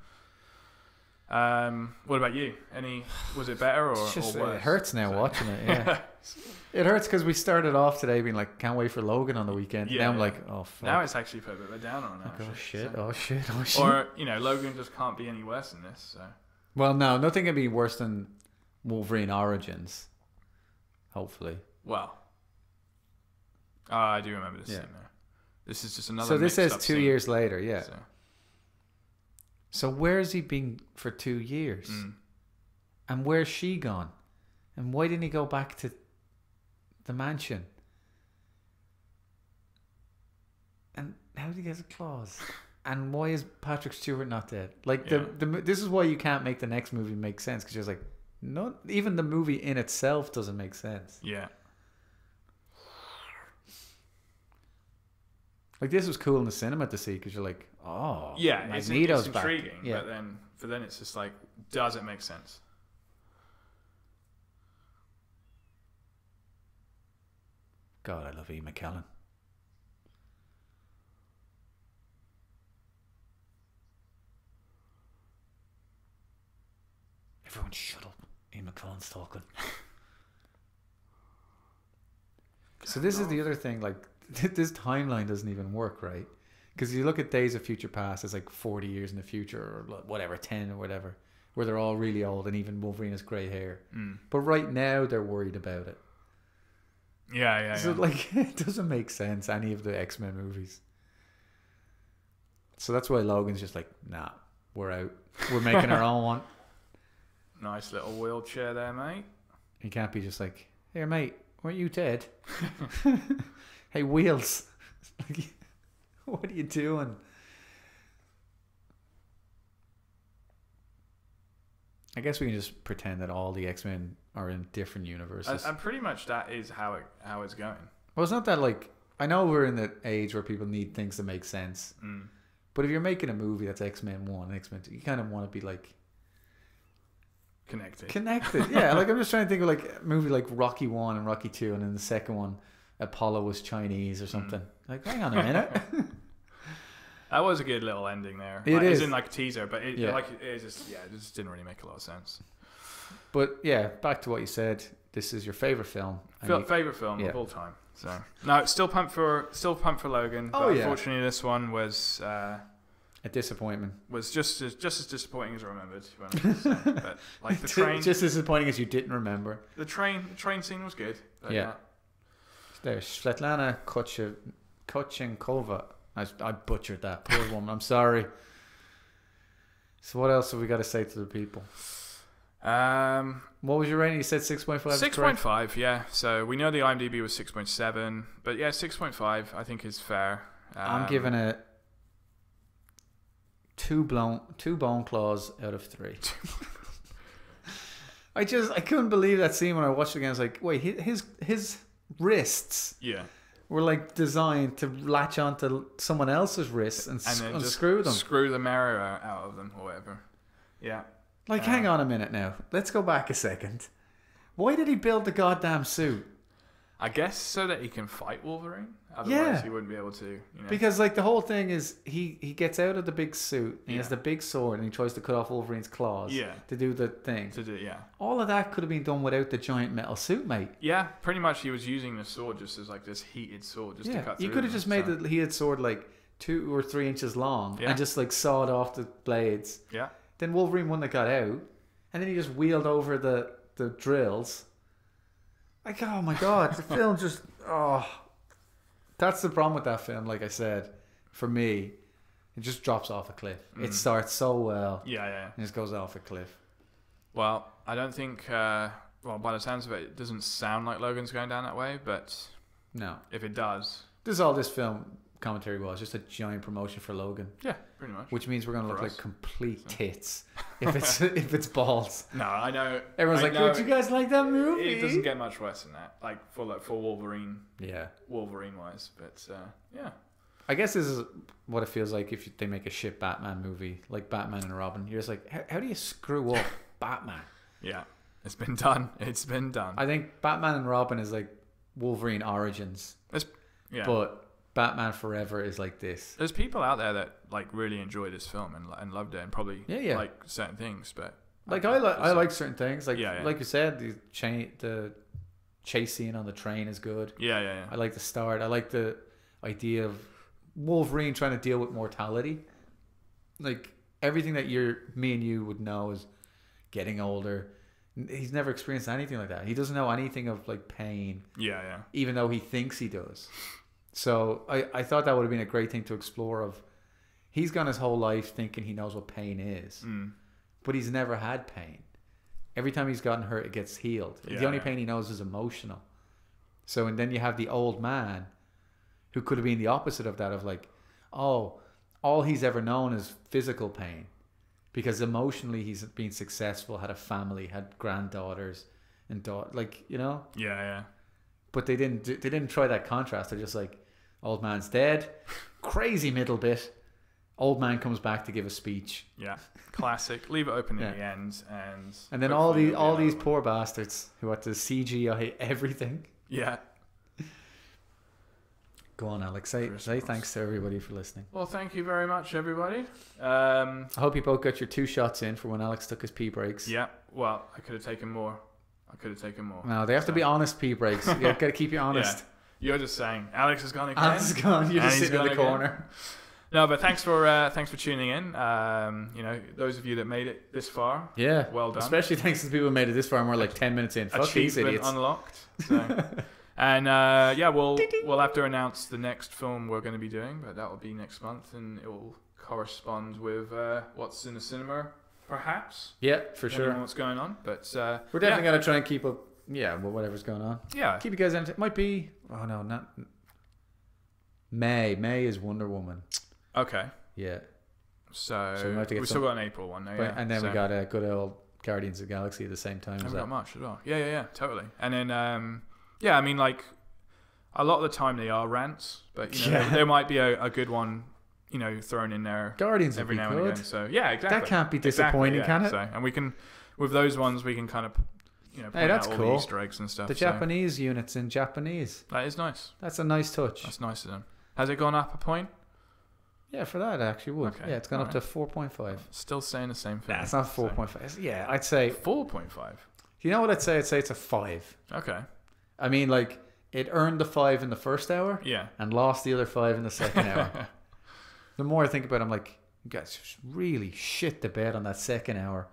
S1: Um, what about you? Any was it better or,
S2: It's just
S1: or worse?
S2: it hurts now
S1: So-
S2: watching it. Yeah,
S1: (laughs)
S2: it hurts because we started off today being like, can't wait for Logan on the weekend.
S1: Yeah,
S2: now I'm
S1: yeah.
S2: like, oh fuck.
S1: now it's actually put a bit of a downer on it.
S2: oh
S1: actually,
S2: shit.
S1: so-
S2: Oh shit. Oh shit.
S1: Or you know, Logan just can't be any worse than this. So
S2: well, no, nothing can be worse than Wolverine Origins. Hopefully.
S1: well, oh, I do remember this
S2: Yeah.
S1: scene now. This is just another.
S2: so this
S1: mixed
S2: says
S1: up
S2: two
S1: scene,
S2: years later. Yeah.
S1: so,
S2: So where's he been for two years?
S1: mm.
S2: And where's she gone? And why didn't he go back to the mansion? And how did he get his claws? And why is Patrick Stewart not dead? Like the,
S1: Yeah.
S2: the mo- this is why you can't make the next movie make sense because you're just like, no, even the movie in itself doesn't make sense.
S1: Yeah.
S2: Like this was cool in the cinema to see because you're like, oh,
S1: Yeah. It's, it's
S2: back.
S1: intriguing,
S2: Yeah,
S1: but then for then it's just like, does it make sense?
S2: God, I love E. McKellen. Everyone shut up. E. McKellen's talking. so this is the other thing, like (laughs) th- this timeline doesn't even work, right? Because you look at Days of Future Past as like 40 years in the future or lo- whatever, 10 or whatever, where they're all really old and even Wolverine has grey hair.
S1: Mm.
S2: But right now they're worried about it.
S1: Yeah, yeah,
S2: So
S1: yeah.
S2: like (laughs) it doesn't make sense any of the X Men movies. So that's why Logan's just like, nah, we're out. We're making our own one.
S1: nice little wheelchair there, mate.
S2: He can't be just like, here, mate, weren't you dead? (laughs) hey, wheels, (laughs) like, what are you doing? I guess we can just pretend that all the X Men are in different universes.
S1: And, and pretty much that is how it how it's going.
S2: well, it's not that like I know we're in the age where people need things to make sense.
S1: Mm.
S2: But if you're making a movie that's X Men One, X Men Two, you kind of want to be like
S1: Connected. (laughs)
S2: connected. yeah, like I'm just trying to think of like a movie like Rocky One and Rocky Two, and then the second one, Apollo was Chinese or
S1: Hmm.
S2: something. Like, hang on
S1: (laughs)
S2: a minute.
S1: That was a good little ending there.
S2: It
S1: It
S2: is.
S1: in like a teaser, but it,
S2: Yeah.
S1: like it just yeah, it just didn't really make a lot of sense.
S2: but yeah, back to what you said. This is your favorite film. and
S1: Fil-
S2: you-
S1: favorite film
S2: yeah.
S1: of all time. So no, still pumped for still pumped for Logan. but
S2: Oh, yeah.
S1: Unfortunately, this one was uh,
S2: a disappointment.
S1: was just as just as disappointing as I remembered. to be honest.
S2: (laughs)
S1: So, but like the train,
S2: just as disappointing as you didn't remember.
S1: the train, the train scene was good. but
S2: Yeah.
S1: not-
S2: There's Svetlana Koche- Kochenkova. I, I butchered that poor woman. I'm sorry. So what else have we got to say to the people?
S1: Um,
S2: What was your rating? You said six point five.
S1: six point five, yeah. So we know the IMDb was six point seven, but yeah, six point five I think is fair.
S2: I'm
S1: Um,
S2: giving it two blown two bone claws out
S1: (laughs)
S2: of three. I just I couldn't believe that scene when I watched it again. I was like, wait, hi- his his wrists
S1: yeah,
S2: were like designed to latch onto someone else's wrists and,
S1: and
S2: s-
S1: then just
S2: unscrew them.
S1: screw the marrow out of them or whatever. Yeah. uh,
S2: like, hang on a minute now. Let's go back a second. Why did he build the goddamn suit?
S1: I guess so that he can fight Wolverine. Otherwise,
S2: Yeah.
S1: he wouldn't be able to. You know.
S2: Because like the whole thing is he he gets out of the big suit. And He has
S1: Yeah.
S2: the big sword and he tries to cut off Wolverine's claws.
S1: Yeah.
S2: To do the thing.
S1: to do, yeah,
S2: All of that could have been done without the giant metal suit, mate.
S1: yeah. Pretty much, he was using the sword just as like this heated sword, just to
S2: yeah,
S1: cut.
S2: you
S1: through
S2: could have
S1: them,
S2: just made
S1: so-
S2: the heated sword like two or three inches long
S1: Yeah.
S2: and just like sawed off the blades.
S1: Yeah,
S2: Then Wolverine wouldn't have got out, and then he just wheeled over the the drills. Like, oh my god,
S1: (laughs)
S2: the film just oh, that's the problem with that film. Like I said, for me, it just drops off a cliff.
S1: Mm.
S2: It starts so well
S1: yeah, yeah. yeah.
S2: and just goes off a cliff.
S1: Well, I don't think. Uh, well, by the sounds of it, it doesn't sound like Logan's going down that way. But
S2: No,
S1: if it does,
S2: this is all this film commentary was just a giant promotion for Logan,
S1: Yeah, pretty much.
S2: which means we're gonna look
S1: For
S2: like
S1: us.
S2: complete
S1: (laughs)
S2: tits if it's if it's balls.
S1: no, I know. I
S2: Everyone's like,
S1: know
S2: "Would you guys like that
S1: it,
S2: movie?"
S1: it doesn't get much worse than that. Like for like for Wolverine,
S2: yeah,
S1: Wolverine wise, but uh, yeah,
S2: I guess this is what it feels like if you- they make a shit Batman movie, like Batman and Robin. You're just like, how, how do you screw
S1: (laughs)
S2: up Batman?
S1: yeah, it's been done. It's been done.
S2: I think Batman and Robin is like Wolverine Origins,
S1: There's yeah.
S2: but Batman Forever is like this.
S1: There's people out there that like really enjoy this film and and loved it and probably
S2: Yeah, yeah.
S1: like certain things, but
S2: Like I like I like certain things. Like
S1: Yeah, yeah.
S2: like you said, the chain the chase scene on the train is good.
S1: yeah, yeah,
S2: I like the start. I like the idea of Wolverine trying to deal with mortality. Like everything that you're me and you would know is getting older. N- He's never experienced anything like that. He doesn't know anything of like pain,
S1: yeah, yeah,
S2: even though he thinks he does. So I, I thought that would have been a great thing to explore of he's gone his whole life thinking he knows what pain is,
S1: yeah. Mm.
S2: but he's never had pain. Every time he's gotten hurt it gets healed.
S1: Yeah,
S2: the only
S1: yeah.
S2: pain he knows is emotional. So and then you have the old man who could have been the opposite of that of like, oh, all he's ever known is physical pain. Because emotionally he's been successful, had a family, had granddaughters and daughter like, you know?
S1: yeah, yeah.
S2: but they didn't do, they didn't try that contrast they're just like old
S1: (laughs)
S2: man's dead crazy middle bit old man comes back to give a speech
S1: Yeah, (laughs) classic. Leave it open
S2: Yeah.
S1: at the end, and
S2: and then all
S1: hopefully
S2: the
S1: there'll be
S2: all
S1: another
S2: these
S1: one.
S2: poor bastards who had to cgi everything
S1: yeah.
S2: go on alex say, say
S1: Christmas.
S2: thanks to everybody for listening
S1: Well, thank you very much, everybody. Um,
S2: i hope you both got your two shots in for when alex took his pee breaks
S1: yeah. Well, I could have taken more. I could have taken more.
S2: no they have to be honest pee
S1: (laughs)
S2: breaks you gotta keep you honest
S1: You're just saying Alex is gone again.
S2: alex is gone you're
S1: And
S2: just
S1: he's
S2: sitting in the
S1: gone again.
S2: corner
S1: No, but thanks for uh, thanks for tuning in. Um, you know, those of you that made it this far,
S2: yeah
S1: well done.
S2: especially thanks to the people who made it this far and we're like 10 minutes in fuck these
S1: Achievement
S2: idiots (laughs)
S1: unlocked. So. and uh, yeah, we'll we'll have to announce the next film we're going to be doing, but that will be next month, and it will correspond with uh, what's in the cinema, perhaps.
S2: yeah for
S1: Depending on
S2: sure
S1: what's going on? But uh,
S2: we're definitely gonna try and keep up yeah well, whatever's going on
S1: yeah,
S2: keep you guys entertained. Might be. Oh no, not May. May is Wonder Woman.
S1: yeah. Okay.
S2: Yeah,
S1: So,
S2: So we might have to get
S1: we've still got an April one, though,
S2: but,
S1: Oh, yeah.
S2: and then
S1: So-
S2: we got a good old Guardians of the Galaxy at the same time. as
S1: Haven't
S2: that.
S1: got much at all. Yeah, yeah, yeah, totally. And then, um, yeah, I mean, like a lot of the time they are rants, but you know,
S2: Yeah.
S1: there, there might be a, a good one, you know, thrown in there
S2: Guardians would
S1: every
S2: be
S1: now
S2: good.
S1: and again. So yeah, exactly.
S2: That can't be
S1: Exactly,
S2: disappointing,
S1: yeah.
S2: can it?
S1: So, and we can with those ones we can kind of you know point
S2: that's
S1: out all
S2: cool.
S1: the Easter eggs and stuff.
S2: the
S1: so
S2: Japanese units in Japanese.
S1: that is nice.
S2: That's a nice touch.
S1: That's nice of them. Has it gone up a point?
S2: yeah, for that I actually would.
S1: Okay,
S2: Yeah, it's gone up to
S1: alright.
S2: four point five.
S1: Still saying the same thing.
S2: That's not four point five. Yeah, I'd say.
S1: Four point five.
S2: You know what I'd say? I'd say it's a five.
S1: Okay.
S2: I mean, like it earned the five in the first hour
S1: Yeah.
S2: and lost the other five in the second hour.
S1: (laughs)
S2: the more I think about it, I'm like, you guys just really shit the bed on that second hour.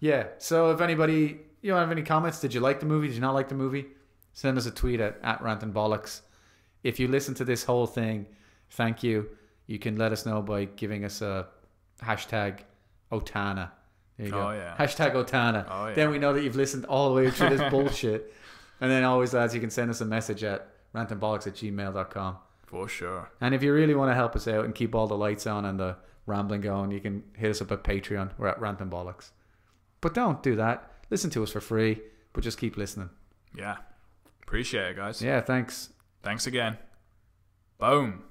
S2: Yeah. So if anybody, you don't have any comments, did you like the movie? Did you not like the movie? Send us a tweet at, at Rant and Bollocks. If you listen to this whole thing, thank you. You can let us know by giving us a hashtag Otana. There you go.
S1: Oh, yeah.
S2: Hashtag Otana.
S1: Oh, yeah.
S2: Then we know that you've listened all the way
S1: (laughs)
S2: through this bullshit. And then always, lads, you can send us a message at rantandbollocks at gmail.com.
S1: For sure.
S2: And if you really want to help us out and keep all the lights on and the rambling going, you can hit us up at Patreon. We're at Rant and Bollocks. But don't do that. Listen to us for free, but just keep listening.
S1: Yeah. Appreciate it, guys.
S2: Yeah, thanks.
S1: Thanks again. Boom.